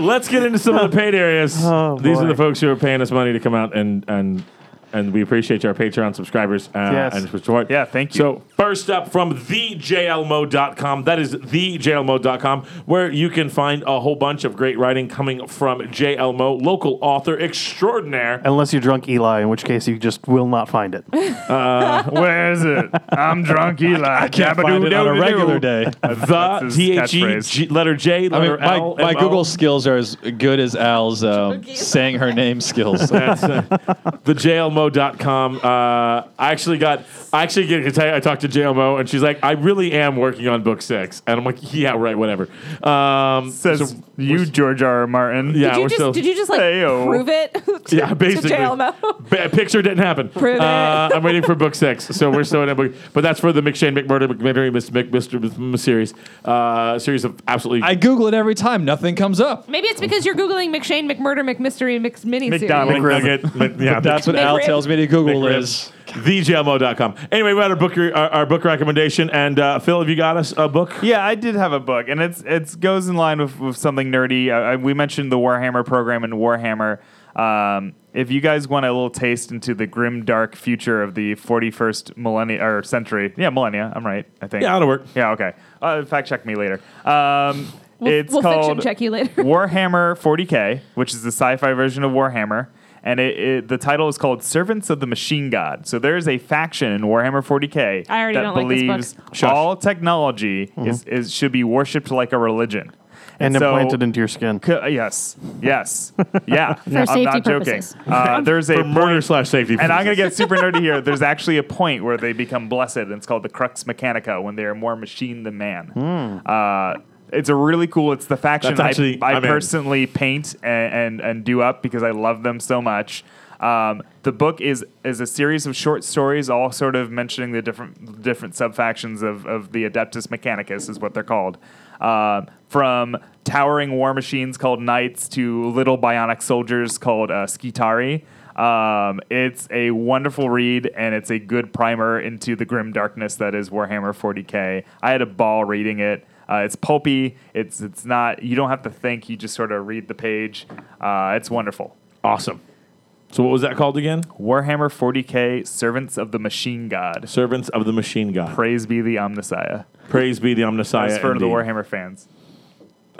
Speaker 1: Let's get into some of the paid areas.
Speaker 7: Oh,
Speaker 1: These are
Speaker 7: boy.
Speaker 1: the folks who are paying us money to come out and and and we appreciate our Patreon subscribers uh,
Speaker 7: Yes.
Speaker 1: and support.
Speaker 2: Yeah, thank you.
Speaker 1: So first up from thejlmo.com. That is thejlmo.com, where you can find a whole bunch of great writing coming from JLmo, local author extraordinaire.
Speaker 7: Unless you're drunk, Eli, in which case you just will not find it.
Speaker 2: Where is it? I'm drunk, Eli. I
Speaker 3: Can't find it on a regular day.
Speaker 1: The
Speaker 2: his
Speaker 1: T H E
Speaker 2: catchphrase.
Speaker 1: G- letter J
Speaker 3: I
Speaker 1: letter
Speaker 3: mean, my,
Speaker 1: L,
Speaker 3: my
Speaker 1: M O.
Speaker 3: Google skills are as good as Al's um, saying her name skills.
Speaker 1: That's uh, thejlmo.com. Uh, I actually got, I actually get, I, tell you, I talked to JLmo and she's like, I really am working on book six. And I'm like, yeah, right, whatever. Um,
Speaker 2: Says
Speaker 1: so-
Speaker 2: you, George R. R. Martin.
Speaker 1: Yeah.
Speaker 5: did you
Speaker 1: we're
Speaker 5: just
Speaker 1: still-
Speaker 5: did you just like
Speaker 2: Hey-o.
Speaker 5: prove it? to-
Speaker 1: yeah, basically.
Speaker 5: To JLMO?
Speaker 1: Ba- picture didn't happen.
Speaker 5: Prove it.
Speaker 1: Uh, I'm waiting for book six, so we're still in that book. But that's for the McShane, McMurder, McMurder, Mr. Mc, Mr. Mr. series. Uh, series of absolutely.
Speaker 3: I Google it every time. Nothing comes up.
Speaker 5: Maybe it's because you're googling McShane, McMurder, McMystery, McMini
Speaker 2: McDonald.
Speaker 1: McNugget, Mc- yeah,
Speaker 3: That's what
Speaker 5: Big
Speaker 3: Al
Speaker 5: rib.
Speaker 3: tells me to Google
Speaker 1: Big rib.
Speaker 3: is.
Speaker 1: thejlmo.com. Anyway, we had our book, re- our, our book recommendation, and uh, Phil, have you got us a book?
Speaker 2: Yeah, I did have a book, and it's it's goes in line with, with something nerdy. I, I, we mentioned the Warhammer program in Warhammer. Um, if you guys want a little taste into the grim, dark future of the 41st millennia or century, yeah, millennia, I'm right, I think.
Speaker 1: Yeah, that'll work.
Speaker 2: Yeah, okay. Uh, fact check me later. Um,
Speaker 5: We'll,
Speaker 2: it's
Speaker 5: we'll
Speaker 2: called
Speaker 5: fiction check you later.
Speaker 2: Warhammer 40k, which is the sci-fi version of Warhammer, and it, it, the title is called "Servants of the Machine God." So there is a faction in Warhammer 40k
Speaker 5: I already
Speaker 2: that
Speaker 5: don't like this book.
Speaker 2: believes all technology is, is should be worshipped like a religion,
Speaker 7: Mm-hmm. And
Speaker 2: so-
Speaker 7: implanted into your skin.
Speaker 2: C- uh, yes, yes, yeah. I'm
Speaker 6: safety
Speaker 2: not joking.
Speaker 6: purposes.
Speaker 2: Uh, there's a
Speaker 1: For murder
Speaker 2: point,
Speaker 1: slash safety.
Speaker 2: and I'm gonna get super nerdy here. There's actually a point where they become blessed, and it's called the Crux Mechanica, when they are more machine than man.
Speaker 7: Hmm.
Speaker 2: Uh, it's a really cool. It's the faction
Speaker 1: That's actually-
Speaker 2: I, I
Speaker 1: I'm in.
Speaker 2: personally paint and, and and do up because I love them so much. Um, the book is is a series of short stories, all sort of mentioning the different different sub factions of of the Adeptus Mechanicus is what they're called. Um from towering war machines called knights to little bionic soldiers called uh, Skitari. Um, it's a wonderful read, and it's a good primer into the grim darkness that is Warhammer 40k. I had a ball reading it. Uh, it's pulpy. It's it's not. You don't have to think. You just sort of read the page. Uh, it's wonderful.
Speaker 1: awesome. So what was that called again?
Speaker 2: Warhammer 40k, Servants of the Machine God.
Speaker 1: Servants of the Machine God.
Speaker 2: Praise be the Omnissiah.
Speaker 1: Praise be the Omnissiah.
Speaker 2: That's for the
Speaker 1: indeed.
Speaker 2: Warhammer fans.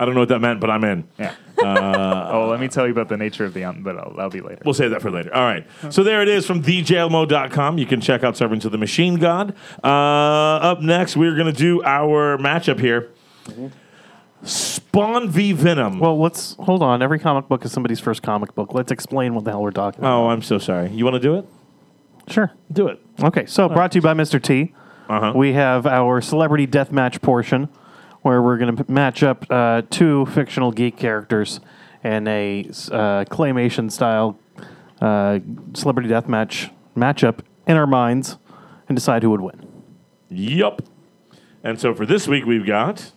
Speaker 1: I don't know what that meant, but I'm in.
Speaker 2: Yeah. oh, let me tell you about the nature of the Om, but I'll, that'll be later.
Speaker 1: We'll save that for later. All right. So there it is from thejlmo.com. You can check out Servants of the Machine God. Uh, up next, we're going to do our matchup here. Spawn v Venom.
Speaker 7: Well, let's hold on. Every comic book is somebody's first comic book. Let's explain what the hell we're talking about.
Speaker 1: oh, I'm so sorry. You want to do it?
Speaker 7: Sure.
Speaker 1: Do it.
Speaker 7: Okay, so brought to you by Mr. T.
Speaker 1: Uh-huh.
Speaker 7: We have our celebrity deathmatch portion where we're going to match up uh, two fictional geek characters in a uh, claymation style uh, celebrity deathmatch matchup in our minds and decide who would win.
Speaker 1: Yup. And so for this week, we've got.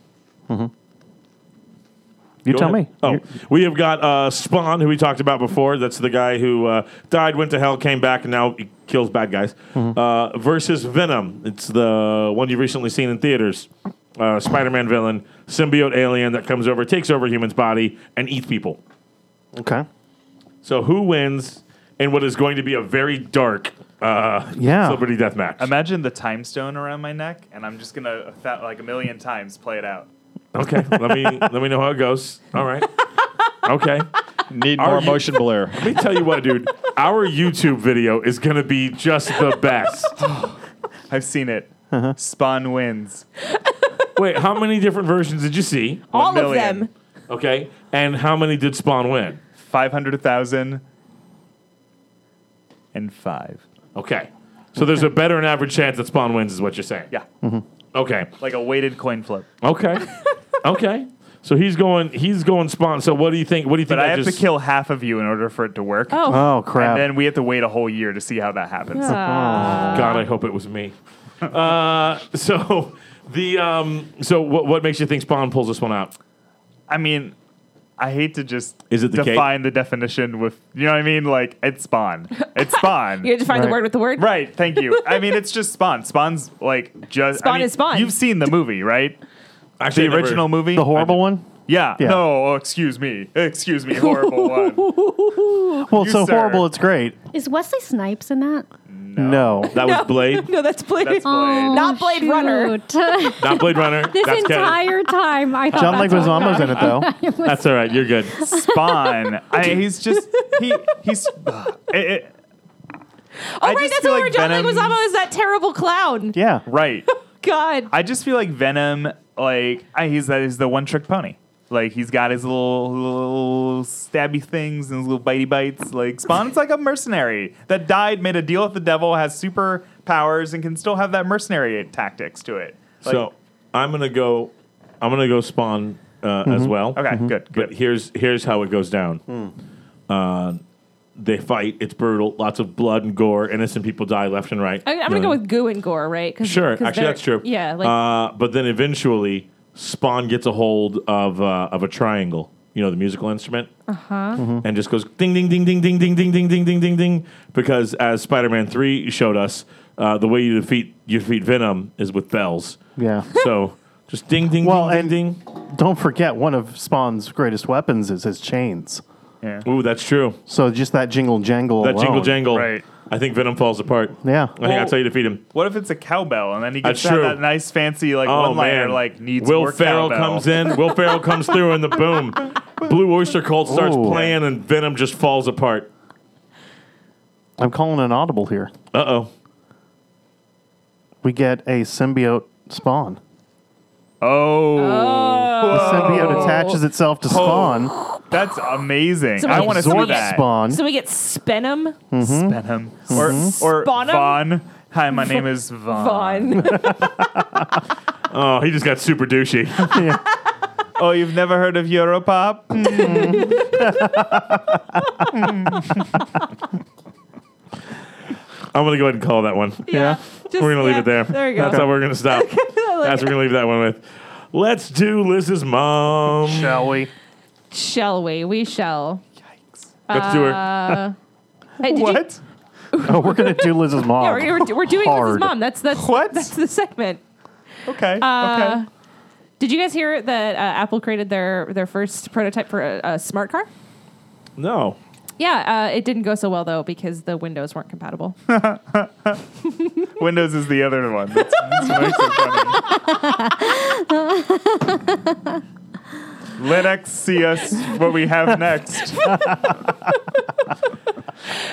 Speaker 7: You
Speaker 1: Go
Speaker 7: tell
Speaker 1: ahead.
Speaker 7: me.
Speaker 1: Oh,
Speaker 7: You're-
Speaker 1: we have got uh, Spawn, who we talked about before. That's the guy who uh, died, went to hell, came back, and now he kills bad guys.
Speaker 7: Mm-hmm.
Speaker 1: Uh, versus Venom. It's the one you've recently seen in theaters. Uh, Spider-Man villain, symbiote alien that comes over, takes over human's body, and eats people.
Speaker 7: Okay.
Speaker 1: So who wins in what is going to be a very dark uh,
Speaker 7: Yeah.
Speaker 1: celebrity death match?
Speaker 2: Imagine the time stone around my neck, and I'm just gonna a thou- like a million times play it out.
Speaker 1: okay, let me let me know how it goes. All right. Okay.
Speaker 3: Need
Speaker 1: Are
Speaker 3: more
Speaker 1: you-
Speaker 3: motion blur.
Speaker 1: Let me tell you what, dude. Our YouTube video is going to be just the best.
Speaker 2: I've seen it. Spawn wins.
Speaker 1: Wait, how many different versions did you see?
Speaker 5: All of
Speaker 2: million.
Speaker 5: them.
Speaker 1: Okay. And how many did Spawn win?
Speaker 2: Five hundred thousand and five.
Speaker 1: Okay. So there's a better than average chance that Spawn wins, is what you're saying.
Speaker 2: Yeah,
Speaker 1: Okay.
Speaker 2: like a weighted coin flip.
Speaker 1: Okay. okay. So he's going. He's going Spawn. So what do you think? What do you think?
Speaker 2: But I have
Speaker 1: just,
Speaker 2: to kill half of you in order for it to work.
Speaker 5: Oh.
Speaker 7: Oh, crap.
Speaker 2: And then we have to wait a whole year to see how that happens.
Speaker 1: God, I hope it was me. uh, so the um, so what what makes you think Spawn pulls this one out?
Speaker 2: I mean, I hate to just
Speaker 1: Is it the cake?
Speaker 2: define the definition with you know what I mean? Like it's spawn. It's spawn.
Speaker 5: You had to find the
Speaker 7: Right.
Speaker 5: word with the word.
Speaker 2: Right, thank you. I mean, it's just Spawn. Spawn's like just I
Speaker 5: Spawn
Speaker 2: mean,
Speaker 5: is Spawn.
Speaker 2: You've seen the movie, right?
Speaker 1: Actually, I
Speaker 2: The
Speaker 1: never-
Speaker 2: original movie,
Speaker 7: The horrible one.
Speaker 2: Yeah.
Speaker 7: Yeah.
Speaker 2: No, oh, excuse me, excuse me, horrible one.
Speaker 7: Well,
Speaker 2: You,
Speaker 7: it's so
Speaker 2: sir.
Speaker 7: horrible, it's great.
Speaker 6: Is Wesley Snipes in that?
Speaker 7: No,
Speaker 1: That was Blade,
Speaker 5: No, that's Blade. Oh,
Speaker 2: That's Blade.
Speaker 5: Not Blade
Speaker 6: Oh, shoot.
Speaker 5: Runner.
Speaker 6: this
Speaker 1: not Blade Runner. that's Canon.
Speaker 6: entire time, I thought
Speaker 7: John
Speaker 6: Oh, that's what-
Speaker 7: Leguizamo's in it though.
Speaker 1: That's all right. You're good.
Speaker 2: Spawn. I, he's just he he's. ugh. It- it-
Speaker 5: Oh,
Speaker 2: I
Speaker 5: right,
Speaker 2: just
Speaker 5: that's
Speaker 2: feel
Speaker 5: where
Speaker 2: like
Speaker 5: John
Speaker 2: Venom's-
Speaker 5: Leguizamo is that terrible clown.
Speaker 7: Yeah,
Speaker 2: right.
Speaker 5: God.
Speaker 2: I just feel like Venom. Like I, he's that is the one trick pony. Like he's got his little, little stabby things and his little bitey bites. Like Spawn's like a mercenary that died, made a deal with the devil, has super powers, and can still have that mercenary tactics to it. Like,
Speaker 1: so I'm gonna go. I'm gonna go Spawn uh,
Speaker 5: Mm-hmm.
Speaker 1: as well.
Speaker 2: okay, good, Hmm.
Speaker 1: But
Speaker 2: good.
Speaker 1: here's here's how it goes down. Uh, they fight. It's brutal. Lots of blood and gore. Innocent people die left and right.
Speaker 5: I, am going to go with goo and gore, right? 'Cause-
Speaker 1: Sure,
Speaker 5: 'cause
Speaker 1: actually
Speaker 5: they're-
Speaker 1: that's true.
Speaker 5: Yeah, like
Speaker 1: uh, but then eventually, Spawn gets a hold of uh, of a triangle. You know, the musical instrument. Uh
Speaker 5: Uh-huh.
Speaker 1: huh.
Speaker 2: Mm-hmm.
Speaker 1: And just goes ding ding ding ding ding ding ding ding ding ding ding ding. Because as Spider Man Three showed us, uh, the way you defeat you defeat Venom is with bells.
Speaker 7: yeah.
Speaker 1: So just ding ding
Speaker 7: Well,
Speaker 1: ding
Speaker 7: and-
Speaker 1: ding ding.
Speaker 7: Don't forget, one of Spawn's greatest weapons is his chains.
Speaker 2: Yeah.
Speaker 1: Ooh, that's true.
Speaker 7: So just that jingle jangle.
Speaker 1: That jingle
Speaker 7: alone.
Speaker 1: jangle.
Speaker 2: Right.
Speaker 1: I think Venom falls apart.
Speaker 7: Yeah.
Speaker 1: I think that's how you defeat him.
Speaker 2: What if it's a cowbell and then he gets
Speaker 1: That's
Speaker 2: to
Speaker 1: true.
Speaker 2: have that nice fancy like
Speaker 1: Oh
Speaker 2: one liner
Speaker 1: man!
Speaker 2: like needs
Speaker 1: Will
Speaker 2: more
Speaker 1: Ferrell
Speaker 2: cowbell.
Speaker 1: comes in. Will Ferrell comes through, and the boom, Blue Oyster Cult starts
Speaker 7: Ooh.
Speaker 1: playing, and Venom just falls apart.
Speaker 7: I'm calling an audible here.
Speaker 1: Uh oh.
Speaker 7: We get a symbiote Spawn.
Speaker 2: Oh,
Speaker 7: The symbiote attaches itself to Spawn.
Speaker 2: that's amazing!
Speaker 5: So
Speaker 2: I
Speaker 5: we
Speaker 2: want to
Speaker 5: absorb
Speaker 2: see
Speaker 7: Zorb
Speaker 2: that.
Speaker 7: Spawn.
Speaker 5: so we get Spenom
Speaker 1: Hmm?
Speaker 2: Benham or or
Speaker 5: Bonham?
Speaker 2: Vaughn. Hi, my name is
Speaker 1: Uh,
Speaker 2: Vaughn.
Speaker 5: Vaughn.
Speaker 1: Oh, he just got super douchey.
Speaker 2: Oh, you've never heard of Europop?
Speaker 1: I'm gonna go ahead and call that one.
Speaker 5: yeah. Just-
Speaker 1: We're gonna leave
Speaker 5: yeah,
Speaker 1: it there.
Speaker 5: There you go.
Speaker 1: That's how we're gonna stop. That's what we're gonna leave that one with. Let's do Liz's mom.
Speaker 7: Shall we?
Speaker 5: Shall we? We shall.
Speaker 1: Let's do her.
Speaker 5: Uh. Hey, did you-
Speaker 2: what?
Speaker 7: Oh, we're gonna do Liz's mom.
Speaker 5: yeah, we're, we're, we're doing Liz's
Speaker 7: Hard.
Speaker 5: mom. That's that's
Speaker 2: What?
Speaker 5: that's the segment.
Speaker 2: Okay.
Speaker 5: Uh,
Speaker 2: okay.
Speaker 5: Did you guys hear that uh, Apple created their their first prototype for a, a smart car?
Speaker 1: No.
Speaker 5: Yeah, uh, it didn't go so well though because the windows weren't compatible.
Speaker 2: Windows is the other one. That's, that's what makes it funny. Linux, see us what we have next.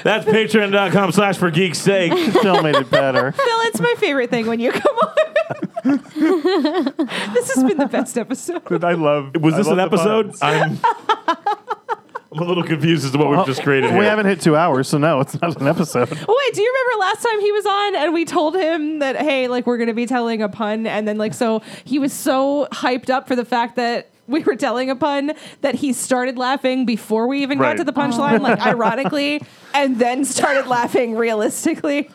Speaker 1: That's patreon.com slash for geek's sake.
Speaker 7: Still made it better.
Speaker 5: Phil, it's my favorite thing when you come on. this has been the best episode.
Speaker 2: I love.
Speaker 1: Was
Speaker 2: I
Speaker 1: this
Speaker 2: love
Speaker 1: an
Speaker 2: the
Speaker 1: episode?
Speaker 2: puns.
Speaker 1: I'm, I'm a little confused as to what we've just created
Speaker 7: we
Speaker 1: here.
Speaker 7: haven't hit two hours, so no, it's not an episode.
Speaker 5: Wait, do you remember last time he was on and we told him that hey, like we're gonna be telling a pun, and then like so he was so hyped up for the fact that we were telling a pun that he started laughing before we even
Speaker 2: Right.
Speaker 5: got to the punchline, like ironically, and then started laughing realistically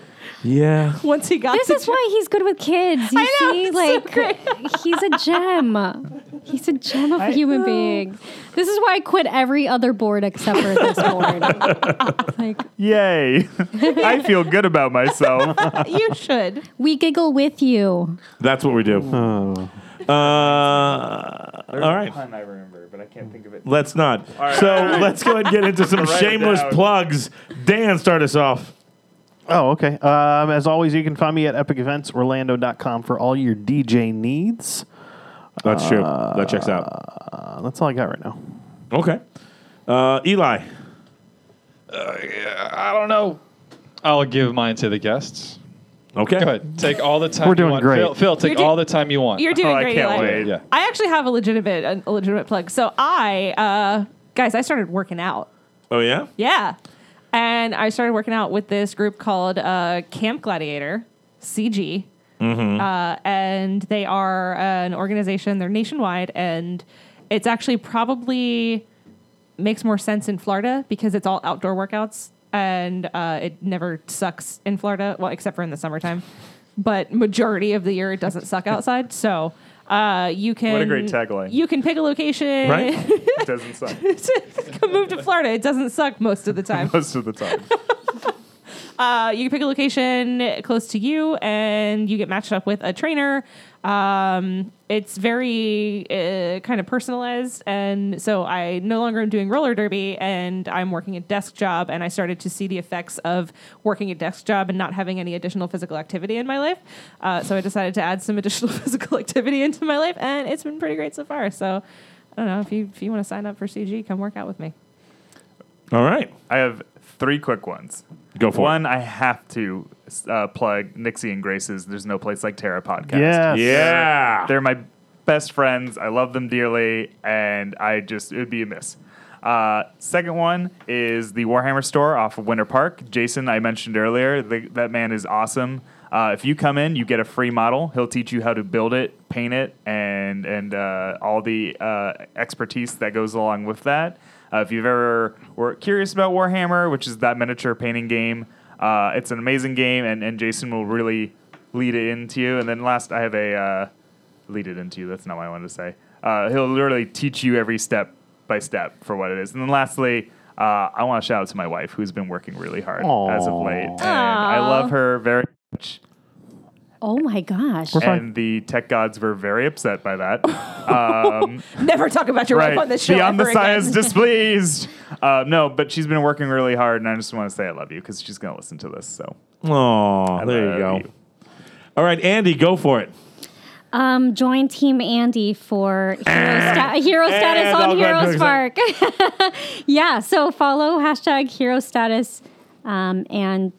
Speaker 1: yeah.
Speaker 5: once he got to
Speaker 6: is why he's good with kids. You
Speaker 5: I know,
Speaker 6: see,
Speaker 5: it's so
Speaker 6: like
Speaker 5: great.
Speaker 6: he's a gem. He's a gem of a human being. This is why I quit every other board except for this board. like
Speaker 2: Yay! I feel good about myself.
Speaker 5: you should.
Speaker 6: we giggle with you.
Speaker 1: That's what we do. Uh, all right.
Speaker 2: I remember, but I can't think of it.
Speaker 1: Let's not.
Speaker 2: right,
Speaker 1: so
Speaker 2: all right.
Speaker 1: let's go ahead and get into some
Speaker 2: Write it
Speaker 1: shameless
Speaker 2: down.
Speaker 1: plugs. Dan, start us off.
Speaker 7: Oh, okay. Um, as always, you can find me at epiceventsorlando.com for all your DJ needs.
Speaker 1: That's true. That checks out.
Speaker 7: Uh, that's all I got right now.
Speaker 1: Okay. Uh, Eli.
Speaker 3: I don't know. I'll give mine to the guests.
Speaker 1: Okay.
Speaker 3: Go ahead. Take all the time
Speaker 7: We're
Speaker 3: you
Speaker 7: doing
Speaker 3: want.
Speaker 7: great.
Speaker 3: Phil, Phil, take
Speaker 5: You're do-
Speaker 3: all the time you want.
Speaker 5: You're doing
Speaker 2: Oh, I
Speaker 5: great.
Speaker 2: can't
Speaker 5: Eli.
Speaker 2: wait.
Speaker 3: yeah.
Speaker 5: I actually have a legitimate a legitimate plug. So I uh guys, I started working out.
Speaker 1: Oh, yeah?
Speaker 5: Yeah. And I started working out with this group called uh, Camp Gladiator, CG.
Speaker 2: Mm-hmm.
Speaker 5: Uh, and they are an organization, they're nationwide, and it's actually probably makes more sense in Florida because it's all outdoor workouts and uh, it never sucks in Florida, well, except for in the summertime. But majority of the year, it doesn't suck outside. So Uh, you can
Speaker 2: What a great tagline.
Speaker 5: You can pick a location.
Speaker 1: Right?
Speaker 2: It doesn't suck
Speaker 5: Come move to Florida. It doesn't suck most of the time.
Speaker 2: most of the time.
Speaker 5: Uh, you can pick a location close to you, and you get matched up with a trainer. Um, it's very uh, kind of personalized, and so I no longer am doing roller derby, and I'm working a desk job, and I started to see the effects of working a desk job and not having any additional physical activity in my life. Uh, so I decided to add some additional physical activity into my life, and it's been pretty great so far. So I don't know if you if you want to sign up for CG, come work out with me.
Speaker 1: All right.
Speaker 2: I have three quick ones.
Speaker 1: Go for
Speaker 2: One, I have to uh, plug Nixie and Grace's There's No Place Like Terra podcast.
Speaker 7: Yes.
Speaker 1: it. Yeah.
Speaker 2: They're my best friends. I love them dearly, and I just, it would be a miss. Uh, second one is the Warhammer store off of Winter Park. Jason, I mentioned earlier, the, that man is awesome. Uh, if you come in, you get a free model. He'll teach you how to build it, paint it, and and uh, all the uh, expertise that goes along with that. Uh, if you've ever were curious about Warhammer, which is that miniature painting game, uh, it's an amazing game, and, and Jason will really lead it into you. And then last, I have a uh, lead it into you. That's not what I wanted to say. Uh, he'll literally teach you every step by step for what it is. And then lastly, uh, I want to shout out to my wife who's been working really hard as of late. And I
Speaker 5: Aw.
Speaker 2: love her very much.
Speaker 6: Oh my gosh.
Speaker 7: fine.
Speaker 2: And the tech gods were very upset by that. um,
Speaker 5: Never talk about your
Speaker 2: right.
Speaker 5: wife on this show.
Speaker 2: Beyond
Speaker 5: ever
Speaker 2: the
Speaker 5: again.
Speaker 2: science displeased. Uh, no, but she's been working really hard, and I just want to say I love you because she's going to listen to this. So
Speaker 1: Oh, there you go.
Speaker 2: love
Speaker 1: All right, Andy, go for it.
Speaker 6: Um, join Team Andy for hero, sta- hero
Speaker 1: And
Speaker 6: status
Speaker 1: I'll go
Speaker 6: on Hero
Speaker 1: and
Speaker 6: Spark. yeah, so follow hashtag hero status um, and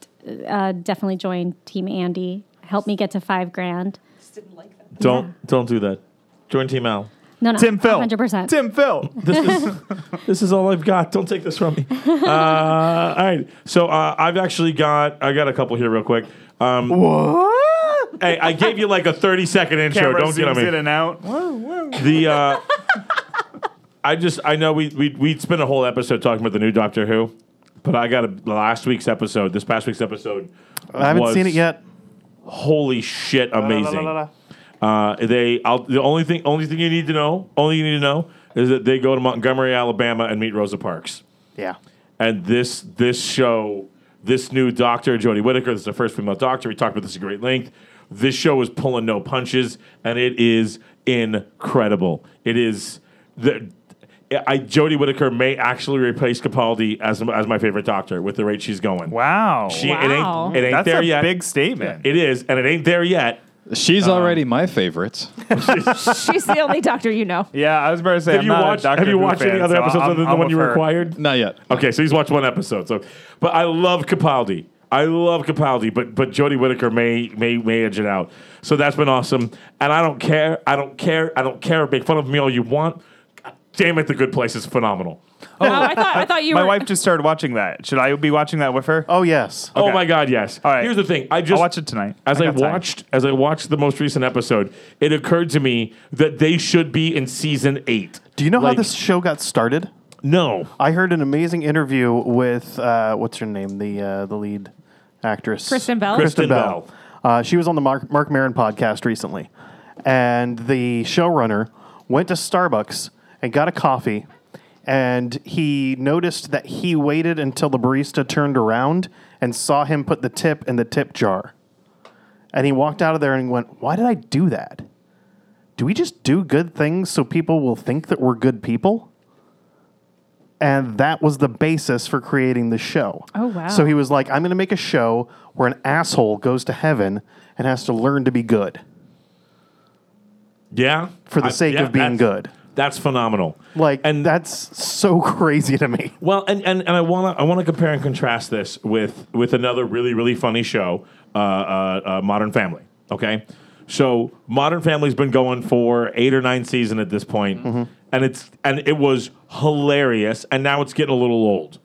Speaker 6: uh, definitely join Team Andy. Help me get to five grand.
Speaker 1: Don't don't do that. Join Team Al.
Speaker 6: No, no,
Speaker 2: Tim Phil.
Speaker 6: 100%.
Speaker 2: Tim Phil.
Speaker 1: This is this is all I've got. Don't take this from me. Uh, all right, so uh, I've actually got I got a couple here real quick. Um,
Speaker 2: what?
Speaker 1: Hey, I gave you like a thirty second intro.
Speaker 2: Camera
Speaker 1: Don't get on
Speaker 2: zooms
Speaker 1: me.
Speaker 2: in and out.
Speaker 7: Oh,
Speaker 1: The uh, I just I know we we we spent a whole episode talking about the new Doctor Who, but I got a last week's episode. This past week's episode.
Speaker 7: I haven't
Speaker 1: was
Speaker 7: seen it yet.
Speaker 1: Holy shit! Amazing.
Speaker 7: La, la, la, la.
Speaker 1: Uh, they I'll, the only thing only thing you need to know only you need to know is that they go to Montgomery, Alabama, and meet Rosa Parks.
Speaker 7: Yeah.
Speaker 1: And this this show, this new doctor, Jodie Whittaker, this is the first female doctor. We talked about this at great length. This show is pulling no punches, and it is incredible. It is the I Jodie Whittaker may actually replace Capaldi as as my favorite doctor with the rate she's going.
Speaker 2: Wow.
Speaker 1: She, It
Speaker 5: Wow.
Speaker 1: ain't, it ain't
Speaker 2: That's
Speaker 1: there
Speaker 2: a
Speaker 1: yet.
Speaker 2: big statement.
Speaker 1: it is, and it ain't there yet.
Speaker 3: She's already my favorite.
Speaker 5: She's the only doctor you know.
Speaker 2: yeah, I was about to say.
Speaker 1: Have
Speaker 2: I'm
Speaker 1: you
Speaker 2: not a
Speaker 1: watched
Speaker 2: Doctor
Speaker 1: Have you
Speaker 2: Who
Speaker 1: watched
Speaker 2: fan,
Speaker 1: any other
Speaker 2: so
Speaker 1: episodes
Speaker 2: I'm-
Speaker 1: other than the
Speaker 2: I'm
Speaker 1: one
Speaker 2: with
Speaker 1: you
Speaker 2: her.
Speaker 1: required?
Speaker 3: Not yet.
Speaker 1: Okay, so he's watched one episode. So, but I love Capaldi. I love Capaldi, but but Jodie Whittaker may may may edge it out. So that's been awesome. And I don't care. I don't care. I don't care. Make fun of me all you want. God damn it, the good place is phenomenal.
Speaker 5: Oh, I thought I thought you
Speaker 2: My
Speaker 5: were.
Speaker 2: wife just started watching that. Should I be watching that with her?
Speaker 7: Oh yes.
Speaker 1: Oh my god, yes. All
Speaker 2: right.
Speaker 1: Here's the thing. I just
Speaker 2: I'll watch it tonight.
Speaker 1: As I,
Speaker 2: got time.
Speaker 1: watched as I watched the most recent episode, it occurred to me that they should be in season eight.
Speaker 7: Do you know
Speaker 1: Like-
Speaker 7: how this show got started?
Speaker 1: No.
Speaker 7: I heard an amazing interview with uh, what's her name, the uh, the lead actress,
Speaker 5: Kristen Bell?
Speaker 1: Kristen Bell.
Speaker 7: Uh, she was on the Mark Mark Maron podcast recently, and the showrunner went to Starbucks and got a coffee, and he noticed that he waited until the barista turned around and saw him put the tip in the tip jar, and he walked out of there and went, "Why did I do that? Do we just do good things so people will think that we're good people?" and that was the basis for creating the show.
Speaker 5: Oh, wow.
Speaker 7: So he was like, "I'm going to make a show where an asshole goes to heaven and has to learn to be good
Speaker 1: Yeah.
Speaker 7: for the
Speaker 1: I-
Speaker 7: sake
Speaker 1: yeah,
Speaker 7: of being
Speaker 1: that's-
Speaker 7: good."
Speaker 1: That's phenomenal.
Speaker 7: Like,
Speaker 1: and
Speaker 7: and that's so crazy to me.
Speaker 1: Well, and, and, and I want to I want to compare and contrast this with with another really really funny show, uh, uh, uh, Modern Family. Okay, so Modern Family's been going for eight or nine season at this point, and it's and it was hilarious, and now it's getting a little old.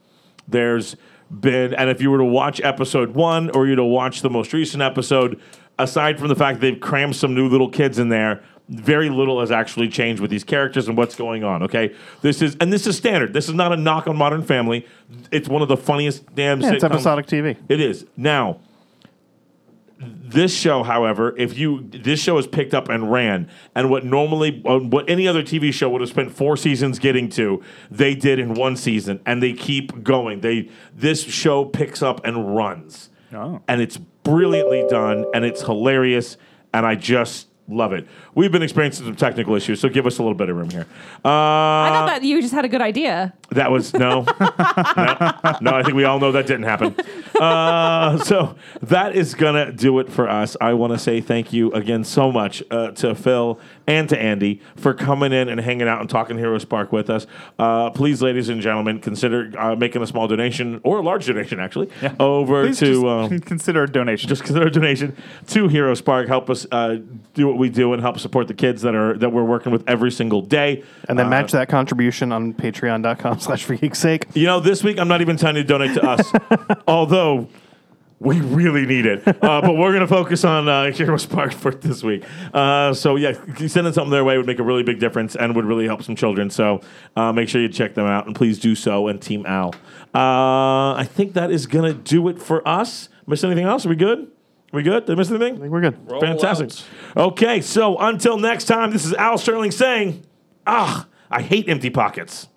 Speaker 1: There's been and if you were to watch episode one or you to watch the most recent episode, aside from the fact they've crammed some new little kids in there, very little has actually changed with these characters and what's going on. Okay, this is and this is standard. This is not a knock on Modern Family. It's one of the funniest damn.
Speaker 7: Yeah, it's
Speaker 1: sitcoms-
Speaker 7: episodic TV.
Speaker 1: It is now. This show, however, if you this show is picked up and ran, and what normally uh, what any other TV show would have spent four seasons getting to, they did in one season, and they keep going. They this show picks up and runs,
Speaker 2: Oh.
Speaker 1: and it's brilliantly done, and it's hilarious, and I just love it. We've been experiencing some technical issues, so give us a little bit of room here. Uh,
Speaker 5: I thought that you just had a good idea.
Speaker 1: that was no, no, no. I think we all know that didn't happen. Uh, so that is gonna do it for us. I want to say thank you again so much uh, to Phil and to Andy for coming in and hanging out and talking Hero Spark with us. Uh, please, ladies and gentlemen, consider uh, making a small donation or a large donation actually over
Speaker 2: Please
Speaker 1: to.
Speaker 2: just
Speaker 1: um,
Speaker 2: consider a donation.
Speaker 1: just consider a donation to Hero Spark. Help us uh, do what we do and help support the kids that are that we're working with every single day.
Speaker 7: And then
Speaker 1: Uh,
Speaker 7: match that contribution on patreon.com slash for geek's sake.
Speaker 1: You know, this week I'm not even telling you to donate to us, although we really need it. Uh, but we're going to focus on uh, Hero Spark for this week. Uh, so, yeah, sending something their way would make a really big difference and would really help some children. So, uh, make sure you check them out and please do so. And Team Owl. Uh, I think that is going to do it for us. Miss anything else? Are we good? We good? Did I miss anything?
Speaker 7: I think we're good.
Speaker 1: Fantastic. Okay, so until next time, this is Al Sterling saying, ah, I hate empty pockets.